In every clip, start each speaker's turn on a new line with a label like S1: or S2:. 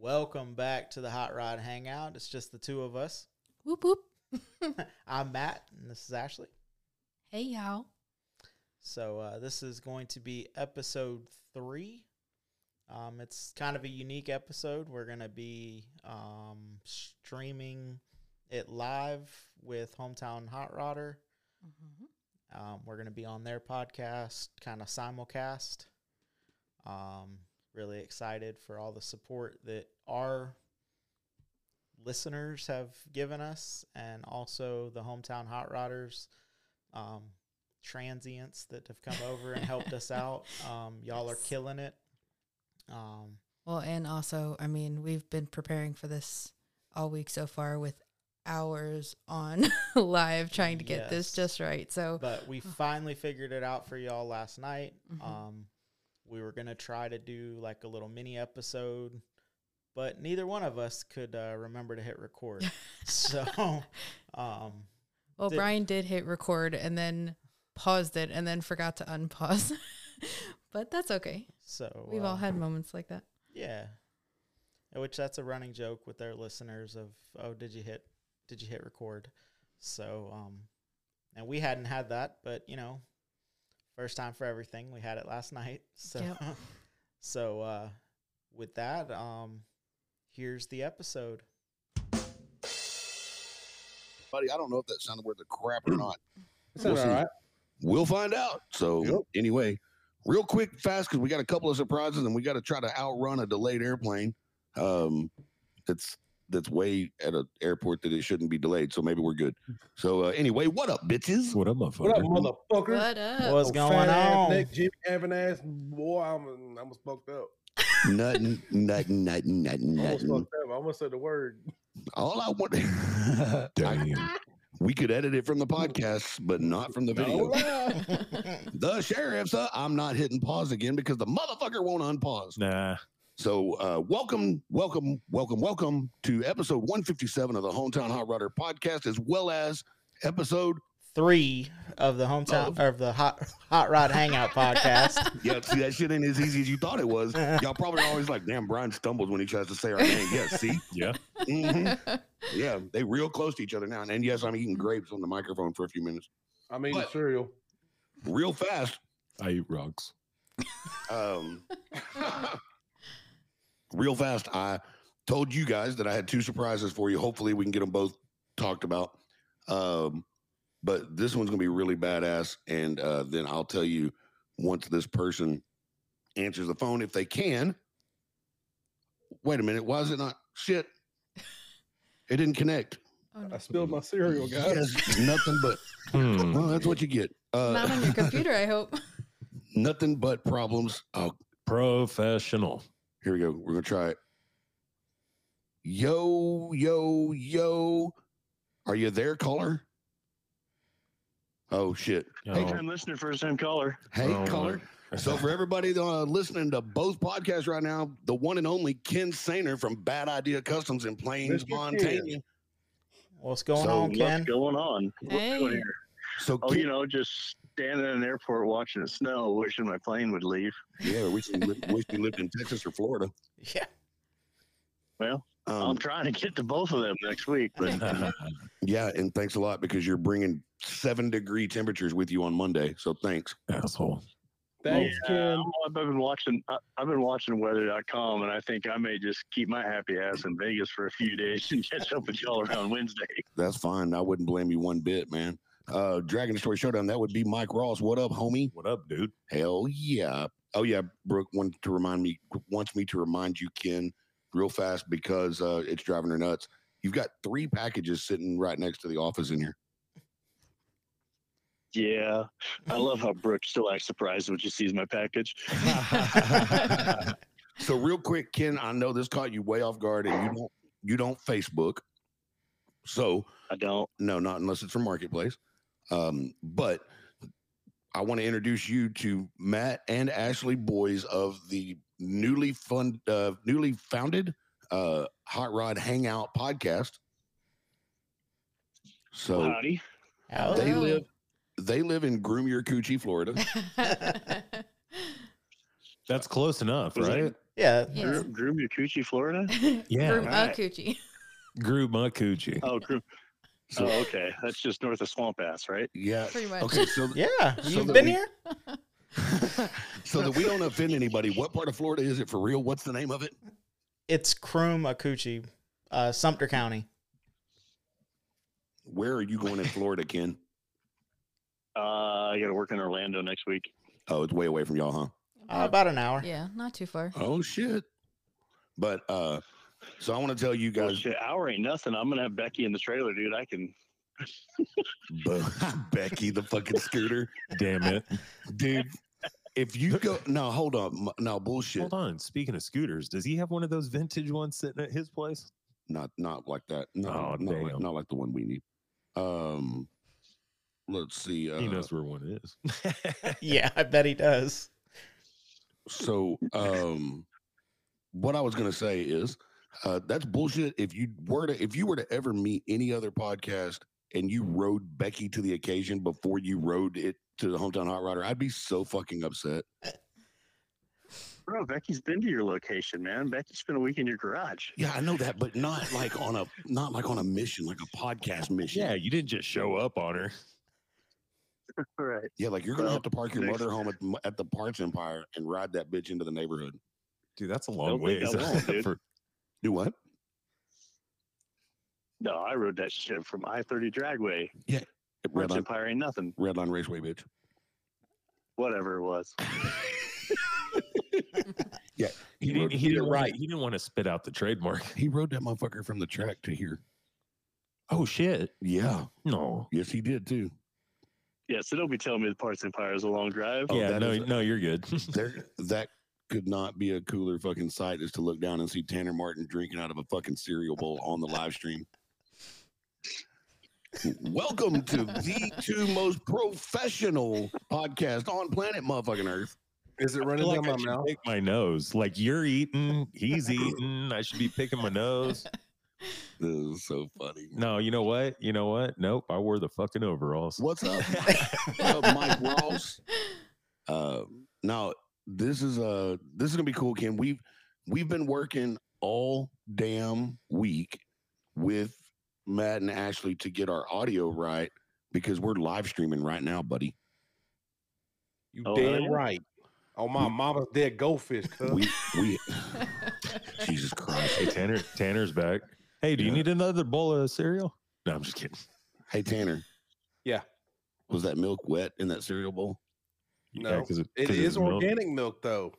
S1: Welcome back to the Hot Rod Hangout. It's just the two of us.
S2: Whoop whoop.
S1: I'm Matt, and this is Ashley.
S2: Hey y'all.
S1: So uh, this is going to be episode three. Um, it's kind of a unique episode. We're going to be um, streaming it live with Hometown Hot Rodder. Um, we're going to be on their podcast, kind of simulcast. Um, really excited for all the support that our listeners have given us, and also the hometown hot rodders, um, transients that have come over and helped us out. Um, y'all
S2: Yes.
S1: are killing it. Um,
S2: Well, and also, I mean, we've been preparing for this all week so far with hours on live trying to get this
S1: Yes.
S2: just right. So
S1: but we finally figured it out for y'all last night.
S2: Mhm.
S1: Um, we were gonna try to do like a little mini episode, but neither one of us could uh, remember to hit record. so, um,
S2: well,
S1: did-
S2: Brian did hit record and then paused it and then forgot to unpause. but that's okay.
S1: so
S2: We've all
S1: um,
S2: had moments like that.
S1: yeah. Uh, Which that's a running joke with their listeners of oh did you hit did you hit record? So um, and we hadn't had that, but you know, first time for everything. We had it last night, so.
S2: Yep.
S1: So uh with that, um here's the episode.
S3: buddy. I don't know if that sounded worth a crap or not.
S4: It sounded
S3: We'll
S4: Hmm. all
S3: see.
S4: right.
S3: We'll find out. So
S4: Yep.
S3: anyway, real quick, fast because we got a couple of surprises and we got to try to outrun a delayed airplane. Um, that's that's way at an airport that it shouldn't be delayed. So maybe we're good. So uh, anyway, what up, bitches?
S5: What up,
S4: What up,
S5: motherfucker?
S4: motherfucker?
S2: What up?
S1: What's
S4: Oh,
S1: going
S4: fat ass
S1: on?
S4: neck, Jimmy having ass boy. I'm I'm fucked up.
S3: nothing, nothing, nothing, nothing,
S4: I almost
S3: nothing.
S4: fucked up. I almost said the word.
S3: All I want. I,
S5: Damn.
S3: we could edit it from the podcast, but not from the video.
S4: lie.
S3: The sheriff's. Uh, I'm not hitting pause again because the motherfucker won't unpause.
S5: Nah.
S3: So, uh, welcome, welcome, welcome, welcome to episode 157 of the Hometown Hot Rodder podcast, as well as episode.
S1: Three of the hometown of the hot hot rod hangout podcast.
S3: Yeah, see, that shit ain't as easy as you thought it was. Y'all probably are always like, damn, Brian stumbles when he tries to say our name. Yeah, see?
S5: Yeah.
S2: Oh,
S3: hmm Yeah, they real close to each other now. And yes, I'm eating grapes on the microphone for a few minutes.
S4: I'm eating
S3: What?
S4: cereal.
S3: Real fast,
S5: I eat rocks.
S3: Um, real fast, I told you guys that I had two surprises for you. Hopefully, we can get them both talked about. Um, but this one's gonna be really badass, and uh, then I'll tell you once this person answers the phone if they can. Wait a minute, why is it not shit? It didn't connect.
S2: Oh, no.
S4: I spilled my cereal, guys.
S3: Yes, nothing but
S5: Hmm.
S3: well, that's what you get.
S2: Not on
S3: Uh,
S2: your computer, I hope.
S3: nothing but problems. Oh
S5: Professional.
S3: Here we go. We're gonna try it. Yo, yo, yo. Are you there, caller? Oh shit.
S5: Oh,
S6: First time listener, first time caller.
S3: Hey,
S5: oh,
S3: caller. So for everybody uh, listening to both podcasts right now, the one and only Ken Sainer from Bad Idea Customs in Plains,
S4: Mr. Ken.
S3: Montana.
S1: What's going
S3: So
S1: on,
S6: What's
S1: Ken?
S6: going on? What we doing
S2: Hey.
S6: here?
S3: So
S6: Oh,
S3: Ken-
S6: you know, just standing in an airport watching it snow, wishing my plane would leave.
S3: yeah, we should li- wish we lived in Texas or Florida.
S1: Yeah.
S6: Well, I'm
S3: Um,
S6: trying to get to both of them next week, but
S3: yeah, and thanks a lot because you're bringing seven degree temperatures with you on Monday. So thanks.
S5: Asshole.
S4: Thanks,
S6: yeah,
S4: Ken.
S6: I've been watching. I- I've been watching weather.com, and I think I may just keep my happy ass in Vegas for a few days and catch up with y'all around Wednesday.
S3: That's fine. I wouldn't blame you one bit, man. Uh, Dragon Story Showdown. That would be Mike Ross. What up, homie?
S5: What up, dude?
S3: Hell yeah. Oh yeah, Brooke wanted to remind me wants me to remind you, Ken, real fast because uh, it's driving her nuts. You've got three packages sitting right next to the office in here.
S6: Yeah, I love how Brooke still acts surprised when she sees my package.
S3: So real quick, Ken, I know this caught you way off guard, and you don't you don't Facebook. So
S6: I don't.
S3: No, not unless it's from Marketplace. Um, but I want to introduce you to Matt and Ashley Boys of the newly fund, uh, newly founded uh, Hot Rod Hangout podcast. So
S2: Uh,
S6: Howdy.
S1: How-
S3: they
S2: Wow.
S3: live they live in
S2: Oh.
S3: Groomier Coochie, Florida.
S5: That's close enough, right?
S1: Yeah.
S2: Yes.
S6: Drew, Drew Micucci, Florida.
S5: Yeah.
S2: From
S6: Right.
S2: a coochie.
S5: Grew my coochie.
S6: Oh, Drew.
S3: So-
S6: Oh, okay. That's just north of Swamp Ass, right?
S3: Yeah.
S2: Pretty much.
S3: Okay. So,
S1: Yeah.
S3: So
S1: You've
S3: that
S1: been
S3: we-
S1: here?
S3: so that we don't offend anybody, what part of Florida is it for real? What's the name of it?
S1: It's Croom Akuchi, uh, Sumter County.
S3: Where are you going in Florida, Ken?
S6: Uh, I got to work in Orlando next week.
S3: Oh, it's way away from y'all, huh?
S1: Uh, about an hour.
S2: yeah, not too far.
S3: Oh shit. But uh so I want to tell you
S6: Well,
S3: guys
S6: Oh, shit, hour ain't nothing. I'm gonna have Becky in the trailer, dude. I can.
S3: Bo- Becky the fucking scooter.
S5: Damn it.
S3: Dude, if you go no, hold on. M- No bullshit.
S5: Hold on. Speaking of scooters, does he have one of those vintage ones sitting at his place?
S3: Not not like that. No,
S5: Oh,
S3: not, like,
S5: damn.
S3: not like the one we need. Um let's see. Uh,
S5: he knows where one is.
S1: Yeah, I bet he does.
S3: so um what i was going to say is uh that's bullshit if you were to if you were to ever meet any other podcast and you rode becky to the occasion before you rode it to the hometown hot rodder i'd be so fucking upset
S6: Bro, Becky's been to your location, man. Becky spent a week in your garage.
S3: yeah i know that but not like on a not like on a mission like a podcast mission
S5: yeah, you didn't just show up on her.
S6: All right.
S3: yeah like you're gonna
S6: Well,
S3: have to park your
S6: next-
S3: motorhome at, m- at the parts empire and ride that bitch into the neighborhood
S5: Dude, that's a
S6: Don't
S5: long
S6: think
S5: ways.
S6: I won't, dude.
S5: For-
S3: do what
S6: No, I rode that shit from I-30 Dragway.
S3: red
S6: Red
S3: line,
S6: Empire ain't nothing.
S3: red line raceway bitch
S6: Whatever it was.
S5: he
S3: rode-
S5: didn't, he didn't
S3: rode-
S5: right. He didn't want to spit out the trademark.
S3: he rode that motherfucker from the track to here
S5: Oh shit.
S3: yeah
S5: No.
S3: yes he did too
S6: Yeah, so don't be telling me the Parts Empire is a long drive.
S3: Oh,
S5: yeah,
S3: that
S5: no,
S3: is a-
S5: no, you're good.
S3: there that could not be a cooler fucking sight is to look down and see Tanner Martin drinking out of a fucking cereal bowl on the live stream. Welcome to the two most professional podcast on planet motherfucking Earth.
S4: Is it
S5: I
S4: running
S5: feel
S4: down
S5: like
S4: my
S5: I should
S4: mouth?
S5: pick my nose. Like you're eating, he's eating. I should be picking my nose.
S3: This is so funny.
S5: No, you know what? You know what? Nope. I wore the fucking overalls.
S3: What's up? What's up, Mike Ross? Uh, now this is uh this is gonna be cool, Kim. We've we've been working all damn week with Matt and Ashley to get our audio right because we're live streaming right now, buddy.
S4: You
S6: Oh, hell
S4: damn
S6: yeah.
S4: right. On Oh, my mama's dead goldfish, cuz.
S3: We we Jesus Christ.
S5: Hey, Tanner, Tanner's back. Hey, do you
S3: Yeah.
S5: need another bowl of cereal? No, I'm just kidding.
S3: Hey Tanner.
S4: Yeah.
S3: Was that milk wet in that cereal bowl?
S4: No,
S5: because
S4: It
S5: 'cause it's
S4: is
S5: milk.
S4: organic milk though.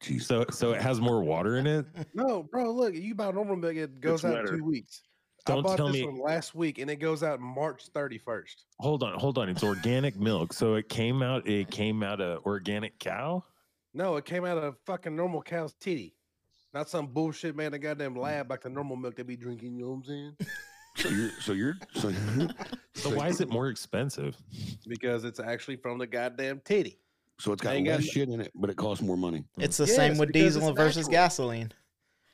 S3: Jesus.
S5: So, so it has more water in it.
S4: No, bro, look, you buy normal milk, it goes out in
S6: wetter.
S4: two weeks. I
S5: Don't
S4: bought
S5: tell
S4: this
S5: me-
S4: one last week and it goes out March 31st.
S5: Hold on, hold on. It's organic milk. So it came out. It came out of organic cow.
S4: No, it came out of fucking normal cow's titty. Not some bullshit man in a goddamn lab like the normal milk they be drinking, you know what I'm saying?
S3: so you're so you're so,
S5: So why is it more expensive?
S4: Because it's actually from the goddamn titty.
S3: so it's got
S4: Ain't got
S3: less
S4: no-
S3: shit in it, but it costs more money.
S1: It's the
S4: Yes,
S1: same with
S4: because it's
S1: diesel versus
S4: natural.
S1: gasoline.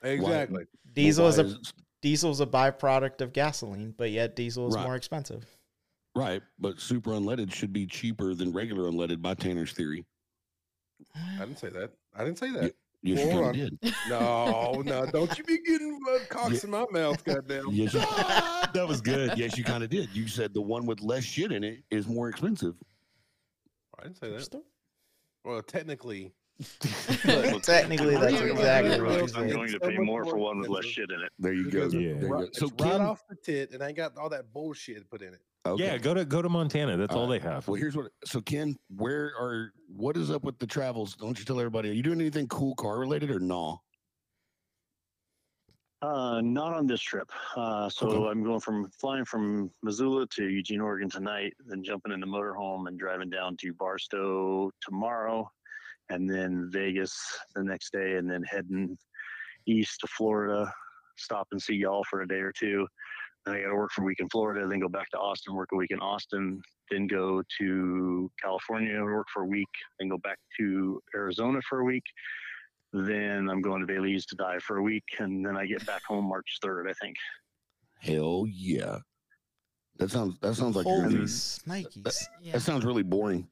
S4: Exactly.
S3: But
S1: Diesel
S3: why
S1: is a
S3: it-
S1: diesel is a byproduct of gasoline, but yet diesel is
S3: Right.
S1: more expensive.
S3: Right, but super unleaded should be cheaper than regular unleaded by Tanner's theory.
S4: I didn't say that. I didn't say
S3: Yeah.
S4: that.
S3: Yes, you
S4: Hold
S3: kinda
S4: on.
S3: did.
S4: No, no, don't you be getting uh, cocks in my mouth, goddamn.
S3: Yes, you,
S5: That was good.
S3: yes, you kind of did. You said the one with less shit in it is more expensive.
S4: I didn't say that. Well, technically,
S6: Look,
S1: Technically,
S6: I'm
S1: that's
S6: going to
S1: exactly
S6: pay-
S1: what you
S6: I'm
S1: said.
S6: going to
S4: It's so
S6: pay
S4: much
S6: more for
S4: more
S6: one with less
S4: expensive.
S6: shit in it.
S3: There you go.
S4: Because
S5: Yeah.
S3: There you
S4: ri-
S3: go.
S4: it's
S3: So
S4: right
S3: Kim-
S4: off the tit, and I got all that bullshit put in it.
S3: Okay.
S5: Yeah, go to go to Montana. That's all they have.
S3: Well, here's what. So Ken, where are? What is up with the travels? Don't you tell everybody? Are you doing anything cool car related or no?
S6: Uh, not on this trip. Uh, so
S3: Okay.
S6: I'm going from flying from Missoula to Eugene, Oregon tonight, then jumping in the motorhome and driving down to Barstow tomorrow, and then Vegas the next day, and then heading east to Florida, stop and see y'all for a day or two. Then I got to work for a week in Florida, then go back to Austin, work a week in Austin, then go to California, work for a week, then go back to Arizona for a week. Then I'm going to Bailey's to die for a week, and then I get back home March 3rd, I think.
S3: Hell yeah. That sounds. That sounds like. You're
S1: Holy
S3: gonna be-
S1: snikes!
S2: Yeah.
S3: that sounds really boring.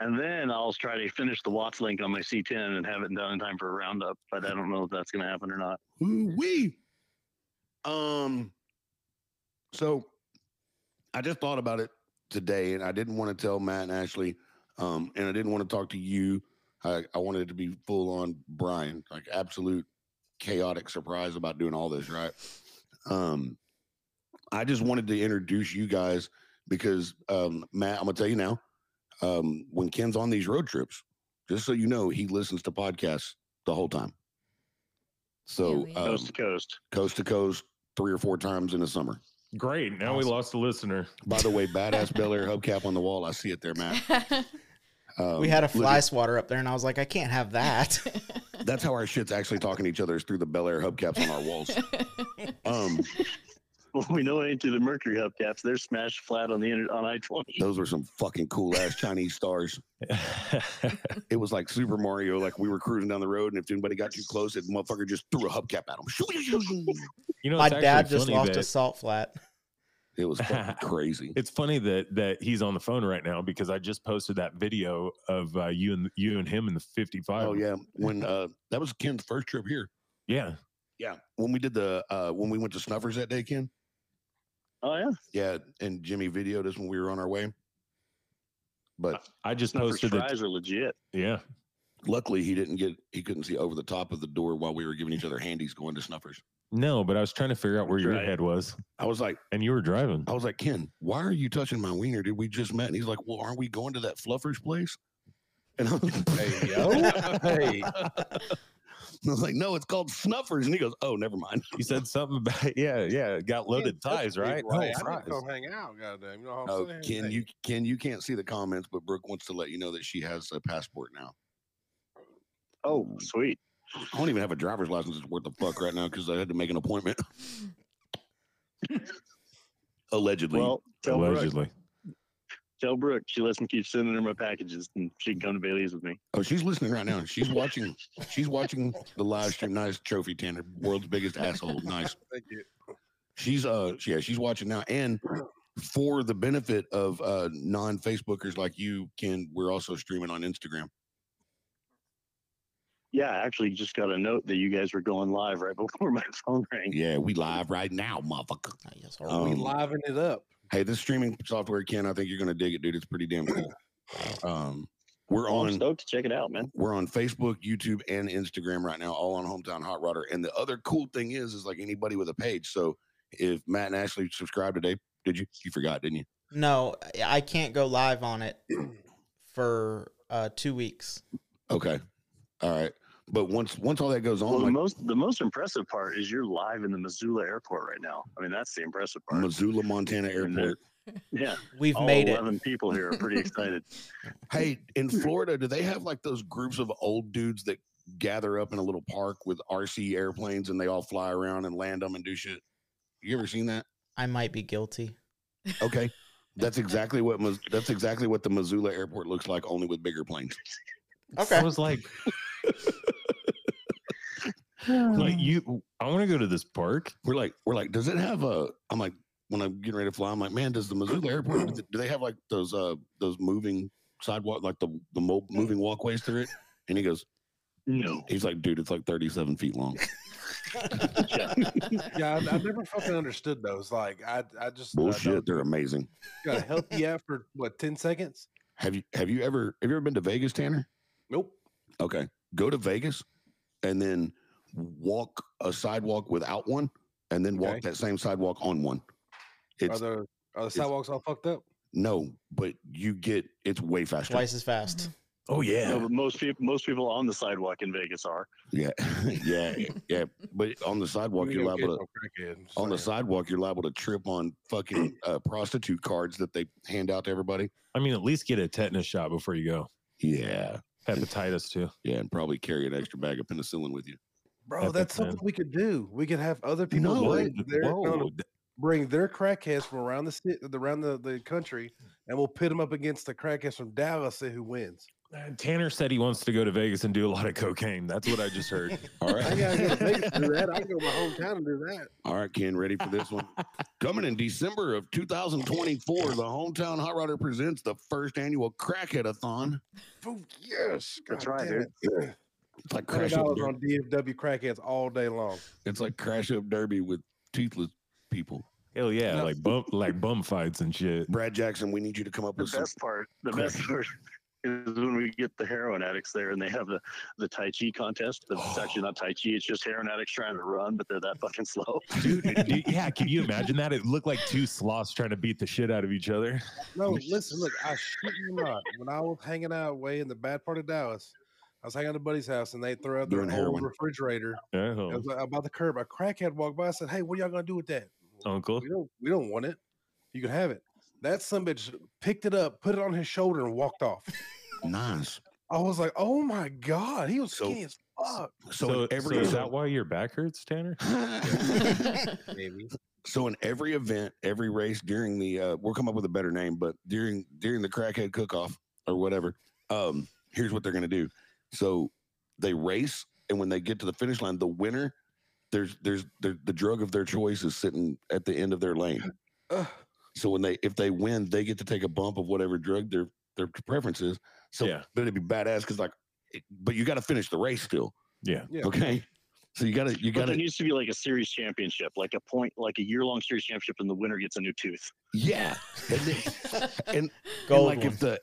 S6: And then I'll try to finish the Watts link on my C10 and have it done in time for a roundup. But I don't know if that's going to happen or not.
S3: We. Um. So, I just thought about it today, and I didn't want to tell Matt and Ashley, um, and I didn't want to talk to you. I, I wanted it to be full on Brian, like absolute chaotic surprise about doing all this, right? Um, I just wanted to introduce you guys because um, Matt, I'm gonna tell you now, um, when Ken's on these road trips, just so you know, he listens to podcasts the whole time. So
S2: we-
S3: um,
S6: Coast to coast.
S3: coast to coast, three or four times in the summer.
S5: Great. Now we
S1: Awesome.
S5: lost a listener.
S3: By the way, badass Bel Air hubcap on the wall. I see it there, Matt. Um,
S1: we had a
S3: look at-
S1: fly swatter up there, and I was like, I can't have that.
S3: That's how our shit's actually talking to each other is through the Bel Air hubcaps on our walls. Um,
S6: Well, we know it ain't through the Mercury hubcaps. They're smashed flat on the inter- on I 20.
S3: those were some fucking cool ass Chinese stars. It was like Super Mario. Like we were cruising down the road, and if anybody got too close, that motherfucker just threw a hubcap at him.
S5: you know,
S1: My
S5: it's actually
S1: dad just
S5: funny
S1: lost
S5: that-
S1: a salt flat.
S3: It was fucking crazy.
S5: It's funny that that he's on the phone right now because I just posted that video of uh, you and you and him in the 55.
S3: Oh yeah, when uh, that was Ken's first trip here.
S5: yeah.
S3: Yeah, when we did the uh, when we went to Snuffers that day, Ken.
S6: Oh, yeah.
S3: Yeah, and Jimmy videoed us when we were on our way. But
S5: I just
S6: Snuffers
S5: posted it.
S6: fries are legit.
S5: Yeah,
S3: luckily, he didn't get he couldn't see over the top of the door while we were giving each other handies going to Snuffers.
S5: no, but I was trying to figure out where your
S6: Right.
S5: head was,
S3: I was like,
S5: and you were driving.
S3: I was like, Ken, why are you touching my wiener? Dude, we just met. And he's like, Well, aren't we going to that Fluffers place? And I was like,
S4: Hey, yo. Oh, Hey.
S3: I was like, No, it's called Snuffers. And he goes, Oh, never mind.
S5: You said something about yeah, yeah. Got loaded ties, right?
S4: No, I
S5: No,
S4: didn't
S5: fries.
S4: come hang out. Goddamn, you know what I'm
S3: Oh,
S4: saying?
S3: Ken,
S4: Hey,
S3: you Ken, you can't see the comments, but Brooke wants to let you know that she has a passport now.
S6: Oh, sweet.
S3: I don't even have a driver's license. It's worth the fuck right now because I had to make an appointment. Allegedly.
S6: Well, tell Brooke.
S5: Allegedly,
S6: Tell Brooke. She lets me keep sending her my packages and she can come to Bailey's with me.
S3: oh, she's listening right now. She's watching. She's watching the live stream. Nice trophy, Tanner. World's biggest asshole. Nice.
S4: thank you.
S3: She's uh yeah, she's watching now. And for the benefit of uh non Facebookers like you, Ken, we're also streaming on Instagram.
S6: Yeah, I actually just got a note that you guys were going live right before my phone rang.
S3: Yeah, we live right now, motherfucker.
S4: we
S3: Um,
S4: liven it up.
S3: Hey, this streaming software, Ken, I think you're gonna dig it, dude. It's pretty damn cool. Um we're
S6: Well, I'm
S3: on
S6: stoked to check it out, man.
S3: we're on Facebook, YouTube, and Instagram right now, all on Hometown Hot Rodder. And the other cool thing is, is like anybody with a page. So if Matt and Ashley subscribe today, did you? You forgot, didn't you?
S1: No, I- I can't go live on it for uh, two weeks.
S3: Okay, all right. But once once all that goes on,
S6: Well, the
S3: like
S6: most the most impressive part is you're live in the Missoula airport right now. I mean, that's the impressive part.
S3: Missoula, Montana
S6: And
S3: Airport.
S6: they're- yeah,
S1: We've
S3: Oh,
S6: all
S1: made it.
S6: eleven people here are pretty excited.
S3: Hey, in
S6: Hmm.
S3: Florida, do they have like those groups of old dudes that gather up in a little park with RC airplanes and they all fly around and land them and do shit? You ever seen that?
S1: I might be guilty.
S3: Okay, that's exactly what Mis- that's exactly what the Missoula airport looks like, only with bigger planes.
S1: Okay.
S5: I was like, like you. I want to go to this park.
S3: We're like, we're like, does it have a? I'm like, when I'm getting ready to fly, I'm like, man, does the Missoula airport do they have like those uh those moving sidewalk like the the mo- moving walkways through it? And he goes,
S6: No,
S3: he's like, dude, it's like 37 feet long.
S4: Yeah, I, I never fucking understood those. Like, I, I just I don't-
S3: Bullshit, they're amazing.
S4: got to help you out for what ten seconds?
S3: Have you have you ever have you ever been to Vegas, Tanner?
S4: Nope.
S3: Okay, go to Vegas, and then walk a sidewalk without one, and then walk
S4: Okay.
S3: that same sidewalk on one.
S4: Are
S3: It's
S4: the are the sidewalks all fucked up?
S3: no, but you get it's way faster.
S1: Twice as fast.
S5: Oh
S6: No,
S5: yeah.
S6: but most people most people on the sidewalk in Vegas are.
S3: Yeah, yeah, yeah. But on the sidewalk,
S4: You
S3: you're
S4: know, kids
S3: liable to.
S4: don't crack it, just
S3: On the
S4: saying.
S3: sidewalk, you're liable to trip on fucking uh, prostitute cards that they hand out to everybody.
S5: I mean, at least get a tetanus shot before you go.
S3: Yeah,
S5: Hepatitis too.
S3: yeah, and probably carry an extra bag of penicillin with you.
S4: bro,
S5: Epic,
S4: that's something
S5: man.
S4: we could do. We could have other people
S3: No,
S4: bring their, no, no,
S5: Whoa.
S4: bring their crackheads from around the city, around the, the country, and we'll pit them up against the crackheads from Dallas. See who wins.
S5: Uh, Tanner said he wants to go to Vegas and do a lot of cocaine. That's what I just heard.
S3: All
S4: I
S3: right.
S4: gotta go to Vegas to do that. I can go to my hometown and do that.
S3: All right, Ken, ready for this one? Coming in December of 2024, the Hometown Hot Rodder presents the first annual Crackheadathon.
S4: Food, yes,
S6: That's
S4: God
S6: right,
S4: damn
S6: dude.
S4: it.
S3: It's like
S4: Hundred
S3: Crash Up
S4: dollars
S3: Derby.
S4: on DFW crackheads all day long.
S3: It's like Crash Up Derby with toothless people.
S5: Hell yeah,
S4: Yeah.
S5: like bum like bum fights and shit.
S3: Brad Jackson, we need you to come up
S6: The
S3: with some.
S6: best part, the
S3: Correct.
S6: best part is when we get the heroin addicts there and they have the, the Tai Chi contest, but it's actually not Tai Chi. It's just heroin addicts trying to run, but they're that fucking slow.
S5: Dude, do- yeah, can you imagine that? It looked like two sloths trying to beat the shit out of each other.
S4: No, listen, look, I shoot you not. When I was hanging out way in the bad part of Dallas, I was hanging out at a buddy's house and they threw out their
S3: Doing
S4: old
S3: heroin.
S4: refrigerator.
S5: Oh,
S4: It was like, about the curb. A crackhead walked by and said, Hey, what are y'all gonna do with that?
S5: uncle.
S4: We don't we don't want it. You can have it. That some bitch picked it up, put it on his shoulder, and walked off.
S3: Nice.
S4: I was like, Oh my god, he was
S3: So-
S4: skinny as fuck.
S3: So,
S5: So,
S3: in every
S5: so is that why your back hurts, Tanner?
S4: Maybe.
S3: So in every event, every race during the uh, we'll come up with a better name, but during during the crackhead cook-off or whatever, um, here's what they're gonna do. So they race, and when they get to the finish line, the winner there's there's the, the drug of their choice is sitting at the end of their lane. So when they if they win, they get to take a bump of whatever drug their their preference is. So
S5: Yeah.
S3: but it'd be badass because like, it- but you got to finish the race still,
S5: Yeah.
S4: Yeah.
S3: okay? So you gotta you
S6: But
S3: gotta
S6: there needs to be like a series championship, like a point, like a year long series championship, and the winner gets a new tooth.
S3: yeah. And then- and- And,
S1: Gold
S3: like
S1: one.
S3: if the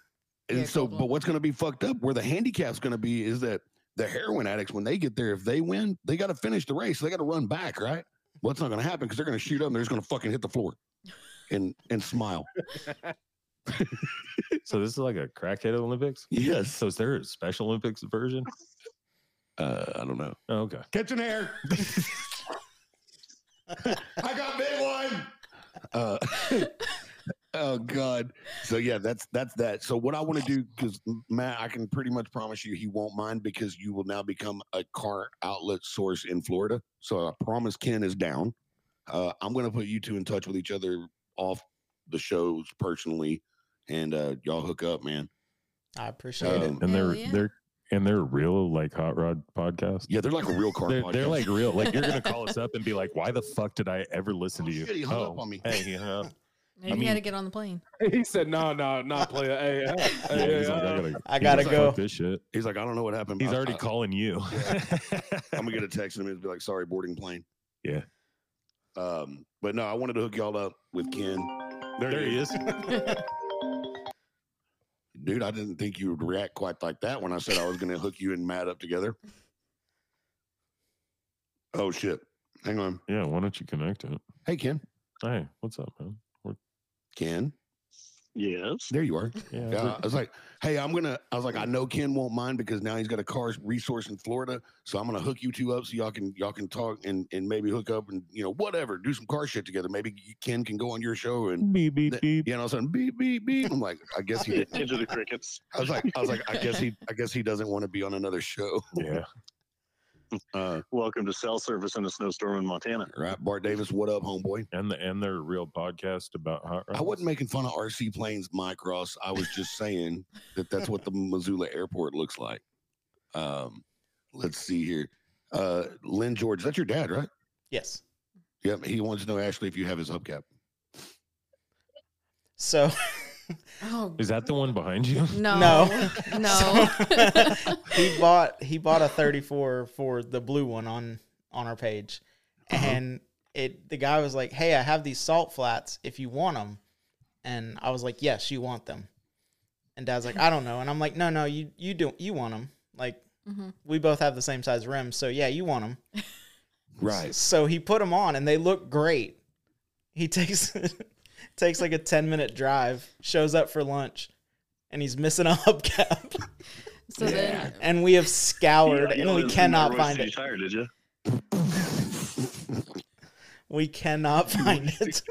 S3: and
S2: Yeah,
S3: so
S2: gold
S3: but
S2: one.
S3: what's going to be fucked up where the handicap's going to be is that the heroin addicts when they get there if they win they got to finish the race they got to run back right well it's not going to happen because they're going to shoot up and they're just going to fucking hit the floor and and smile
S5: So this is like a crackhead Olympics.
S3: yes
S5: So is there a Special Olympics version?
S3: uh, i don't know
S5: Oh, okay.
S3: catching air i got big one uh, oh god so yeah that's that's that so what i want to do because matt i can pretty much promise you he won't mind because you will now become a car outlet source in florida so i promise ken is down uh, i'm going to put you two in touch with each other off the shows personally and uh, y'all hook up man
S1: I appreciate it.
S3: Um,
S2: Hell
S5: And they're
S2: yeah.
S5: they're and they're real like hot rod podcast.
S3: yeah they're like a real car
S5: They're, they're
S3: podcast.
S5: like real. Like you're gonna call us up and be like, "Why the fuck did I ever listen
S3: Oh,
S5: to you?"
S3: shit, he hung up on me.
S5: Hey, he hung up.
S2: Maybe you
S5: mean-
S2: had to get on the plane.
S4: he said, No, no, not play it. Hey, hey,
S5: Yeah,
S4: hey,
S5: he's like,
S4: uh,
S5: I gotta,
S1: I
S5: he
S1: gotta
S5: was like,
S1: go.
S5: "Fuck this shit.
S3: he's like i don't know what happened
S5: He's
S3: but I-
S5: already
S3: I-
S5: calling you.
S3: I'm gonna get a text and it'll be like, "Sorry, boarding plane."
S5: Yeah.
S3: Um, but no, I wanted to hook y'all up with Ken. There,
S5: there
S3: it
S5: he is.
S3: dude. I didn't think you would react quite like that when I said I was gonna hook you and Matt up together. Oh shit! Hang on.
S5: Yeah, why don't you connect it?
S3: Hey, Ken.
S5: Hey, what's up, man?
S3: Ken,
S6: Yes.
S3: there you are.
S5: Yeah,
S3: Yeah,
S5: we're-
S3: I was like, "Hey, I'm gonna." I was like, "I know Ken won't mind because now he's got a car resource in Florida, so I'm gonna hook you two up so y'all can y'all can talk and and maybe hook up and you know whatever, do some car shit together. Maybe Ken can go on your show and
S5: beep beep
S3: Th-
S5: beep.
S3: Yeah, and all of a sudden, beep beep beep. I'm like, I guess he. Didn't.
S6: Into the crickets.
S3: I was like, I was like, I guess he. I guess he doesn't want to be on another show.
S5: Yeah.
S3: Uh,
S6: Welcome to cell service in a snowstorm in Montana.
S3: right, Bart Davis, what up, homeboy?
S5: And the and their real podcast about hot rods.
S3: I wasn't making fun of RC planes, Mike Ross. I was just saying that that's what the Missoula airport looks like. Um, let's see here. Uh, Lynn George, that's your dad, right?
S1: yes.
S3: Yep. He wants to know Ashley if you have his hubcap.
S1: So
S2: Oh
S5: Is that the one behind you?
S2: no,
S1: No.
S2: no,
S1: So- he bought he bought a 34 for the blue one on on our page,
S3: Uh-huh.
S1: and it the guy was like, "Hey, I have these salt flats if you want them," and I was like, "Yes, you want them," and Dad's like, "I don't know," and I'm like, "No, no, you you do you want them like."
S2: Mhm.
S1: We both have the same size rims, so yeah, you want them.
S3: Right.
S1: So he put them on, and they look great. He takes takes like a ten minute drive, shows up for lunch, and he's missing a hubcap.
S2: So then,
S1: and we have scoured,
S6: Yeah, you
S1: and we
S6: live in
S1: cannot
S6: Roy
S1: find
S6: City
S1: it.
S6: Tire, did you?
S1: We cannot find it.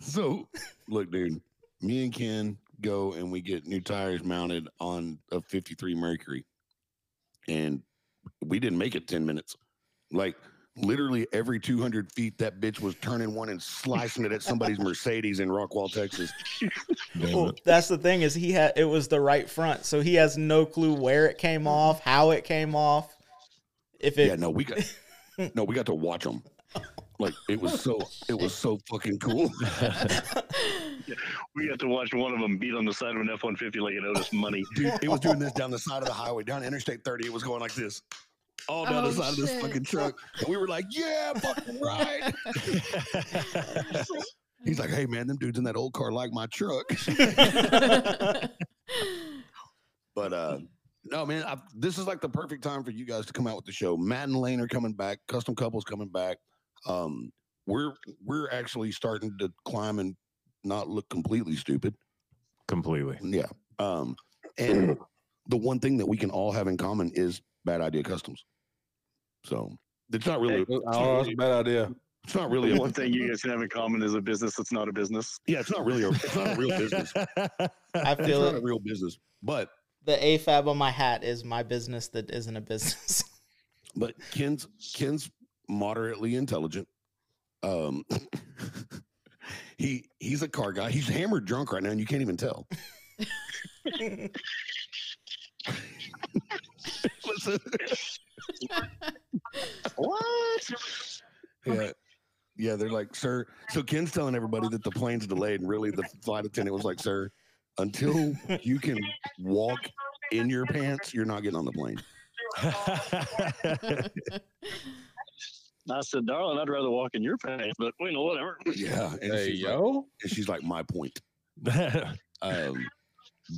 S3: So, look, dude, me and Ken go and we get new tires mounted on a 53 Mercury. And we didn't make it 10 minutes. Like, literally every 200 feet, that bitch was turning one and slicing it at somebody's Mercedes in Rockwall, Texas.
S5: Damn
S1: Well,
S5: it.
S1: that's the thing is he had it was the right front, so he has no clue where it came off, how it came off. If it
S3: yeah, no, we got no, we got to watch them. Like it was so, it was so fucking cool.
S6: We have to watch one of them beat on the side of an F one fifty like it owed us money.
S3: Dude, it was doing this down the side of the highway, down Interstate 30. It was going like this, all down
S2: Oh,
S3: the side of this
S2: shit.
S3: fucking truck. And we were like, "Yeah, fucking right." He's like, "Hey, man, them dudes in that old car like my truck." But uh, no, man, I, this is like the perfect time for you guys to come out with the show. Matt and Lane are coming back. Custom couples coming back. Um, we're we're actually starting to climb and not look completely stupid.
S5: completely.
S3: Yeah. Um,
S1: Mm.
S3: and the one thing that we can all have in common is bad idea customs. So it's not really. It's not
S4: Oh, that's a
S3: really,
S4: bad idea.
S3: it's not
S6: The
S3: really.
S6: one thing you guys can have in common is a business that's not a business.
S3: Yeah, it's not really. A, it's not a real business.
S1: I
S3: It's
S1: feel
S3: not a
S1: it.
S3: real business. But
S1: the AFAB on my hat is my business that isn't a business.
S3: but Ken's Ken's moderately intelligent. Um, he he's a car guy. He's hammered drunk right now, and you can't even tell. Listen.
S6: What?
S3: Yeah. Yeah, they're like, sir. So Ken's telling everybody that the plane's delayed, and really the flight attendant was like, sir, until you can walk in your pants, you're not getting on the plane.
S6: I said, darling, I'd rather walk in your pants, but you know, whatever.
S3: Yeah. And,
S4: Hey,
S3: she's, like,
S4: yo.
S3: and she's like, my point. Um,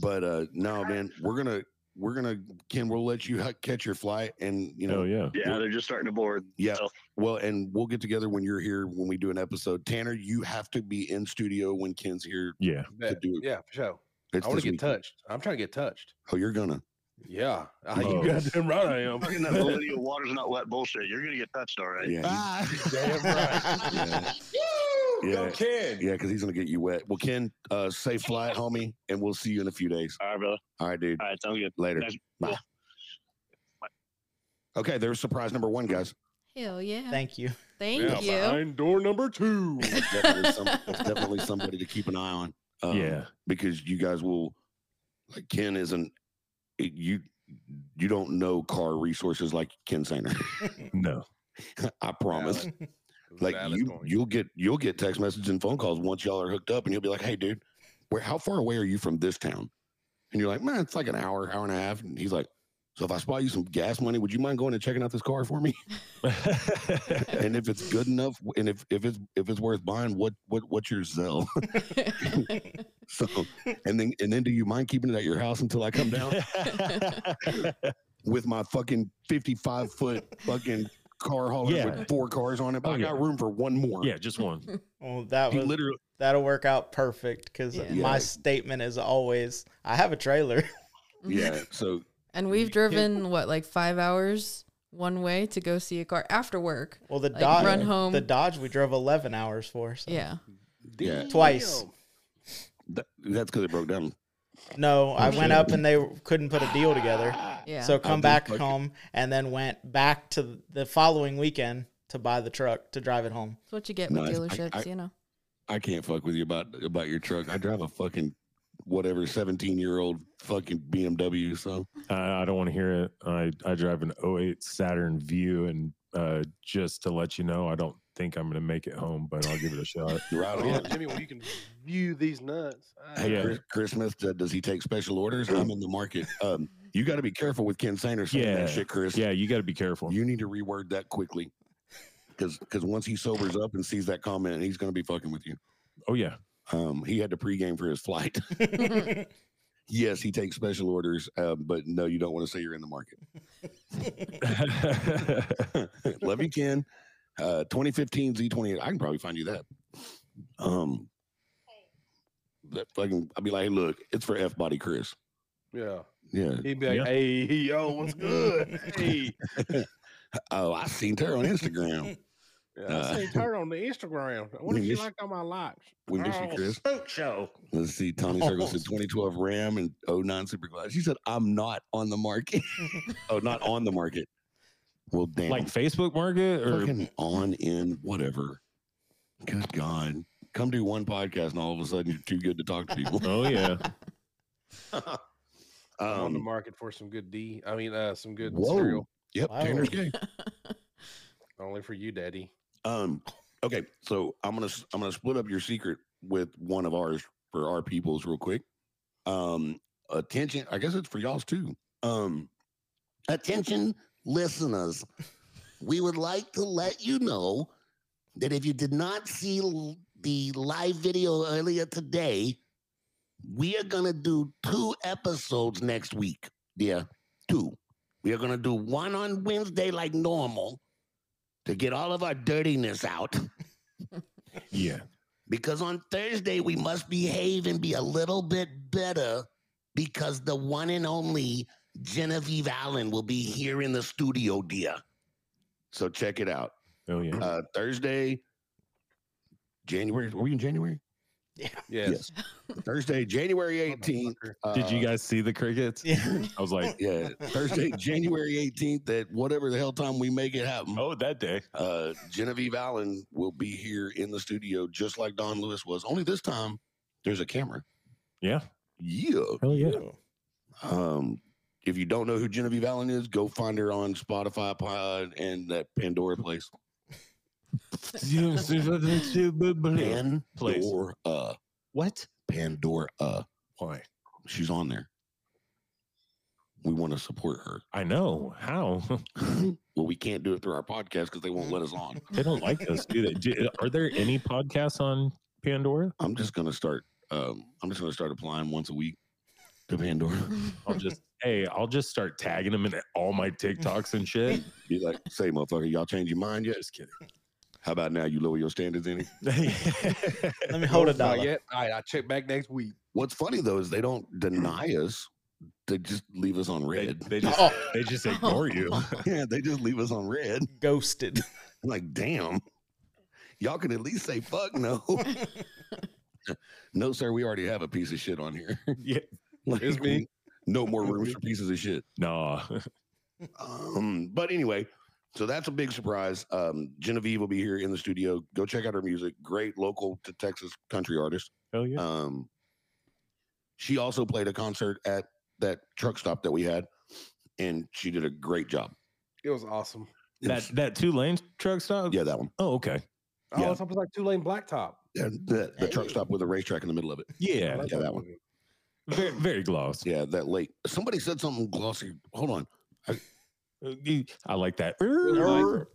S3: but uh no, man, we're gonna we're gonna Ken, we'll let you ha- catch your flight and you know
S5: Hell yeah.
S6: Yeah, they're just starting to board.
S3: Yeah. Well, and we'll get together when you're here when we do an episode. Tanner, you have to be in studio when Ken's here
S5: Yeah.
S3: to
S4: Bet.
S3: do it.
S4: Yeah, for sure.
S3: It's
S4: I want
S3: this
S4: to get
S3: weekend.
S4: touched. I'm trying to get touched.
S3: Oh, you're gonna.
S4: Yeah. Ah,
S5: Oh.
S4: You goddamn right I am.
S6: Fucking that millennial water's not wet bullshit. You're gonna get touched, all right.
S3: Yeah, he's-
S1: Ah.
S4: Damn
S3: Yeah. Yeah. Yeah, because he's gonna get you wet. Well, Ken, uh, safe flight, homie, and we'll see you in a few days.
S6: All right, brother.
S3: All right, dude.
S6: All right, sounds good.
S3: Later.
S6: That's
S3: Bye.
S6: cool.
S3: Okay, there's surprise number one, guys.
S2: Hell yeah.
S1: Thank you.
S2: Thank
S4: Yeah,
S2: you.
S4: Behind door number two.
S3: That's definitely, some, that's definitely somebody to keep an eye on. um,
S5: yeah.
S3: because you guys will. Like Ken isn't it- you. You don't know car resources like Ken Sainer.
S5: No.
S3: I promise.
S4: Valid.
S3: Like
S4: Valid
S3: you,
S4: point.
S3: you'll get you'll get text messages and phone calls once y'all are hooked up, and you'll be like, "Hey, dude, where? How far away are you from this town?" And you're like, "Man, it's like an hour, hour and a half." And he's like, "So if I spot you some gas money, would you mind going and checking out this car for me? and if it's good enough, and if if it's if it's worth buying, what what what's your Zell? so and then and then do you mind keeping it at your house until I come down with my fucking 55 foot fucking car hauler
S5: Yeah.
S3: with four cars on it? But
S5: Oh,
S3: I got
S5: yeah.
S3: room for one more. Uh,
S5: yeah, just one.
S1: Well, that
S3: He
S1: was
S3: literally
S1: that'll work out perfect because
S2: Yeah.
S1: my
S3: Yeah.
S1: statement is always I have a trailer.
S3: Yeah. So
S2: And we've
S3: You can't-
S2: driven what like five hours one way to go see a car after work.
S1: Well, the
S2: Like,
S1: Dodge,
S2: run home.
S1: the Dodge, we drove eleven hours for. So.
S2: Yeah.
S3: yeah,
S1: Twice.
S3: th- that's because it broke down.
S1: No, I
S2: Oh,
S1: went
S2: shit.
S1: up and they couldn't put a deal together.
S2: Yeah.
S1: So
S3: just
S1: come back
S3: fucking-
S1: home and then went back to the following weekend to buy the truck to drive it home.
S2: That's what you get with
S3: Nice. I-
S2: dealerships,
S3: I-
S2: you know.
S3: I can't fuck with you about about your truck. I drive a fucking whatever 17 year old fucking BMW. So
S5: I, I don't want to hear it. I, I drive an 08 Saturn View, and uh, just to let you know, I don't think I'm going to make it home, but I'll give it a shot.
S3: right
S4: Oh,
S3: on.
S4: yeah, Jimmy, well, you can view these nuts. Ah,
S3: Hey,
S5: Yeah.
S3: Chris, Chris Smith said, does he take special orders? I'm in the market. Um, you got to be careful with Ken Sainer saying
S5: Yeah.
S3: that shit, Chris.
S5: Yeah, you got to be careful.
S3: You need to reword that quickly. Because because once he sobers up and sees that comment, he's going to be fucking with you.
S5: oh, yeah.
S3: Um, he had to pregame for his flight. yes, he takes special orders, uh, but no, you don't want to say you're in the market. Love you, Ken. Uh, 2015 Z28. I can probably find you that. Um, that fucking. I'd be like, hey, look, it's for F body Chris.
S4: Yeah.
S3: Yeah.
S4: He'd be like,
S5: Yeah.
S4: hey, yo, what's good? hey.
S3: Oh, I seen her on Instagram.
S4: Yeah,
S3: Uh,
S4: I seen her on the Instagram. What
S3: we
S4: did she
S3: miss-
S4: like on my likes?
S3: we miss you,
S4: Oh,
S3: Chris.
S4: Spook show.
S3: Let's see. Tommy Circle said 2012 Ram and Oh, 09 Super Glide. She said, I'm not on the market. oh, not on the market. Well, damn.
S5: Like Facebook Market or
S3: fucking on in whatever. Good God. Come do one podcast and all of a sudden you're too good to talk to people.
S5: oh yeah,
S4: I'm on the
S3: um,
S4: market for some good D. I mean, uh, some good
S3: Whoa.
S4: cereal.
S3: yep,
S1: Wow.
S3: Tanner's gay.
S4: Only for you, Daddy.
S3: Um, okay, so I'm gonna s- I'm gonna split up your secret with one of ours for our peoples real quick. Um, attention, I guess it's for y'all's too. Um, attention, listeners, we would like to let you know that if you did not see l- the live video earlier today, we are gonna do two episodes next week. Yeah, two. We are gonna do one on Wednesday like normal to get all of our dirtiness out
S5: yeah.
S3: because on Thursday we must behave and be a little bit better because the one and only Genevieve Allen will be here in the studio, dear. So check it out.
S5: Oh yeah.
S3: Uh, Thursday, January. Were we in January?
S4: Yes.
S3: Thursday, January 18th.
S4: Motherfucker.
S5: Did you
S3: uh,
S5: guys see the crickets?
S1: Yeah.
S5: I was like,
S3: Yeah, Thursday, January 18th at whatever the hell time we make it happen.
S5: oh, that day.
S3: uh, Genevieve Allen will be here in the studio, just like Don Lewis was. Only this time, there's a camera.
S5: Yeah.
S3: Yeah.
S5: Hell yeah.
S3: Um, if you don't know who Genevieve Allen is, go find her on Spotify, Pod, and that Pandora place.
S5: Place.
S3: Pandora.
S5: What?
S3: Pandora.
S5: Why?
S3: She's on there. We want to support her.
S5: I know. How?
S3: well, we can't do it through our podcast because they won't let us on.
S5: they don't like us, do they? Do, are there any podcasts on Pandora?
S3: I'm just gonna start. Um, I'm just gonna start applying once a week to Pandora.
S5: I'll just hey, I'll just start tagging them in all my TikToks and shit.
S3: Be like, say, motherfucker, y'all change your mind yet?
S5: just kidding.
S3: How about now you lower your standards in it?
S1: Let me hold a
S4: Nope, not
S1: dollar.
S4: yet. All right, I'll check back next week.
S3: What's funny though is they don't deny us; they just leave us on
S5: they,
S3: red.
S5: they just
S1: Oh,
S5: they just ignore you.
S3: yeah, they just leave us on red.
S1: ghosted.
S3: I'm like, damn, y'all can at least say fuck no. no, sir, we already have a piece of shit on here.
S5: yeah.
S3: Like,
S4: It's me.
S3: No more rooms for pieces of shit.
S5: Nah.
S3: Um, but anyway, so that's a big surprise. Um, Genevieve will be here in the studio. Go check out her music. Great local to Texas country artist.
S5: Hell yeah.
S3: Um, she also played a concert at that truck stop that we had, and she did a great job.
S4: It was awesome.
S3: It
S5: that
S3: was-
S5: that two lane truck stop?
S3: yeah, that one.
S5: Oh, okay.
S4: Oh,
S3: Yeah.
S4: it's almost like two lane blacktop.
S3: Yeah, the, the truck
S1: Hey.
S3: stop with a racetrack in the middle of it.
S4: I
S5: Yeah.
S4: like
S3: yeah, that one.
S4: movie.
S5: Very very gloss.
S3: Yeah, that lake. Somebody said something glossy. Hold on.
S5: Uh, you- I like that.
S4: Really?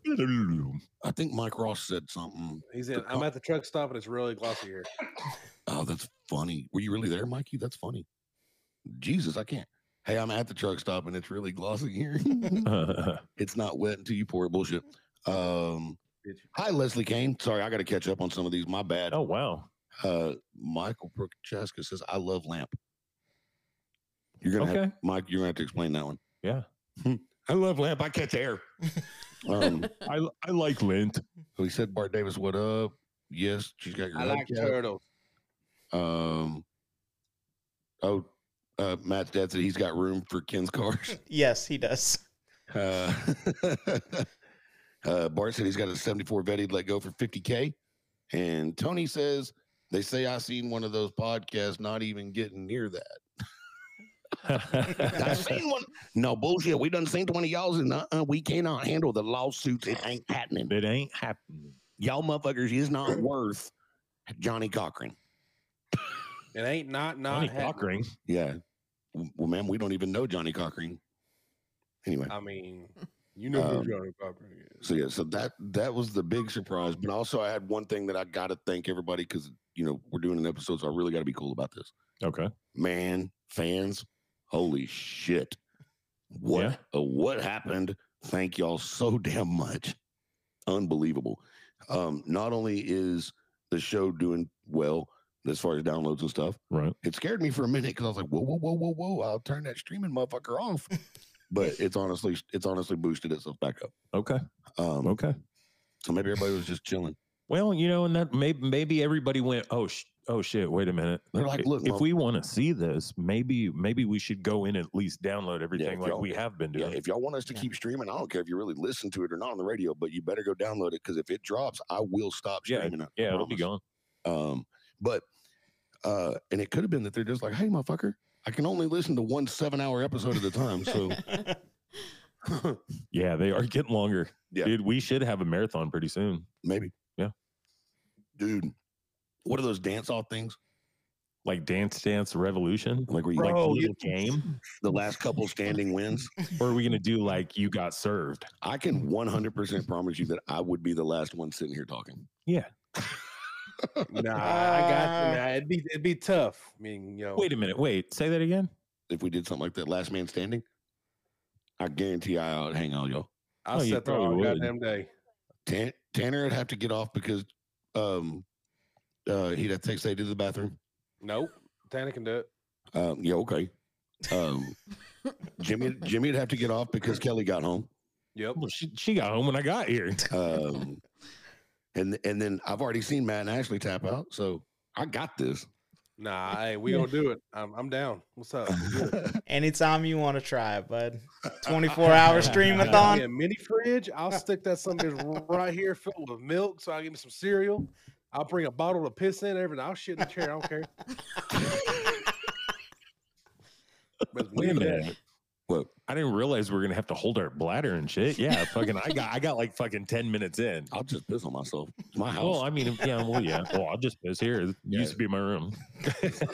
S3: I think Mike Ross said something.
S4: He said,
S3: The
S4: I'm
S3: co-
S4: at the truck stop and it's really glossy here.
S3: Oh, that's funny. Were you really there, Mikey? That's funny. Jesus, I can't. Hey, I'm at the truck stop and it's really glossy here. it's not wet until you pour it. Bullshit. Um,
S4: Bitch.
S3: hi, Leslie Kane. Sorry, I got to catch up on some of these. My bad.
S5: oh wow.
S3: Uh, Michael Prochaska says, "I love lamp." You're gonna, have,
S5: Okay.
S3: Mike. You're gonna have to explain that one. Hmm.
S5: Yeah.
S3: I love lamp. I catch air. um,
S5: I I like lint.
S3: we said Bart Davis, "What up?" Yes, she's got your.
S4: I
S3: head
S4: like
S3: cap.
S4: turtles.
S3: Um. Oh, uh, Matt's dad said he's got room for Ken's cars.
S1: yes, he does.
S3: Uh, uh, Bart said he's got a 74 vet he'd let go for 50K. And Tony says, they say I seen one of those podcasts not even getting near that. I seen one. No bullshit. We done seen 20 y'all's and uh-uh, we cannot handle the lawsuits. It ain't happening.
S5: it ain't happening.
S3: Y'all motherfuckers is not worth Johnny Cochran.
S4: It ain't not not
S5: Johnny
S4: happening.
S5: Cochran.
S3: Yeah. W- Well, ma'am, we don't even know Johnny Cochran. Anyway.
S4: I mean, you know who
S3: Um,
S4: Johnny Cochran is.
S3: So yeah, so that that was the big surprise. But also I had one thing that I gotta thank everybody because you know we're doing an episode, so I really gotta be cool about this.
S5: Okay.
S3: Man, fans, holy shit. What
S5: Yeah.
S3: uh, what happened? Thank y'all so damn much. Unbelievable. Um, not only is the show doing well as far as downloads and stuff,
S5: Right.
S3: it scared me for a minute because I was like, whoa, whoa, whoa, whoa, whoa, I'll turn that streaming motherfucker off. but it's honestly it's honestly boosted itself back up.
S5: Okay.
S3: Um
S5: Okay.
S3: so maybe everybody was just chilling.
S5: Well, you know, and that maybe maybe everybody went, oh, sh- oh shit, wait a minute.
S3: They're like, "Look,
S5: if
S3: Mom."
S5: we want to see this, maybe maybe we should go in and at least download everything
S3: if
S5: like
S3: y'all-
S5: we have been
S3: Yeah,
S5: doing.
S3: if y'all want us to
S1: Yeah.
S3: keep streaming, I don't care if you really listen to it or not on the radio, but you better go download it because if it drops, I will stop
S5: Yeah,
S3: streaming. I
S5: yeah, it'll be
S3: promise.
S5: gone.
S3: Um, but uh, and it could have been that they're just like, hey, motherfucker, I can only listen to one seven-hour episode at a time, so
S5: Yeah, they are getting longer.
S3: Yeah.
S5: Dude, we should have a marathon pretty soon.
S3: maybe.
S5: Yeah.
S3: dude, what are those dance-off things?
S5: Like Dance Dance Revolution.
S3: Like where you
S5: Like
S3: like
S5: the
S3: you-
S5: little game.
S3: the last couple standing wins?
S5: Or are we gonna do like you got served?
S3: I can one hundred percent promise you that I would be the last one sitting here talking.
S4: Nah, I got
S1: Uh,
S4: you. Nah, it'd be it'd be tough. I mean,
S3: Oh.
S4: you know,
S5: Wait a minute, wait, say that again.
S3: If we did something like that, last man standing, I guarantee I'll hang out, y'all.
S4: I'll
S5: Oh, you
S4: sit there all
S5: probably would.
S4: goddamn day.
S3: Tan- Tanner would have to get off because um uh he'd have to take Sadie to the bathroom.
S4: Nope, Tana can do it.
S3: Um yeah, okay. Um Jimmy Jimmy would have to get off because Kelly got home.
S4: Yep.
S5: Well, she, she got home when I got here.
S3: Um and and then I've already seen Matt and Ashley tap out, so I got this.
S4: Nah, hey, we gonna do it. I'm, I'm down. What's up? We good.
S1: Anytime you want to try it, bud. 24 hour
S4: Got
S1: streamathon.
S4: me a mini fridge. I'll stick that sumbitch right here filled with milk. So I'll give me some cereal. I'll bring a bottle to piss in, everything. I'll shit in the chair. I don't care.
S3: Oh,
S4: But
S5: Wait a
S4: leave that.
S5: minute.
S3: What?
S5: I didn't realize we are gonna have to hold our bladder and shit. Yeah, fucking I got I got like fucking ten minutes in.
S3: I'll just piss on myself. It's my
S5: Well,
S3: house.
S5: I mean, yeah, well, yeah. Well, I'll just piss here. It
S3: Yeah.
S5: used to be my room.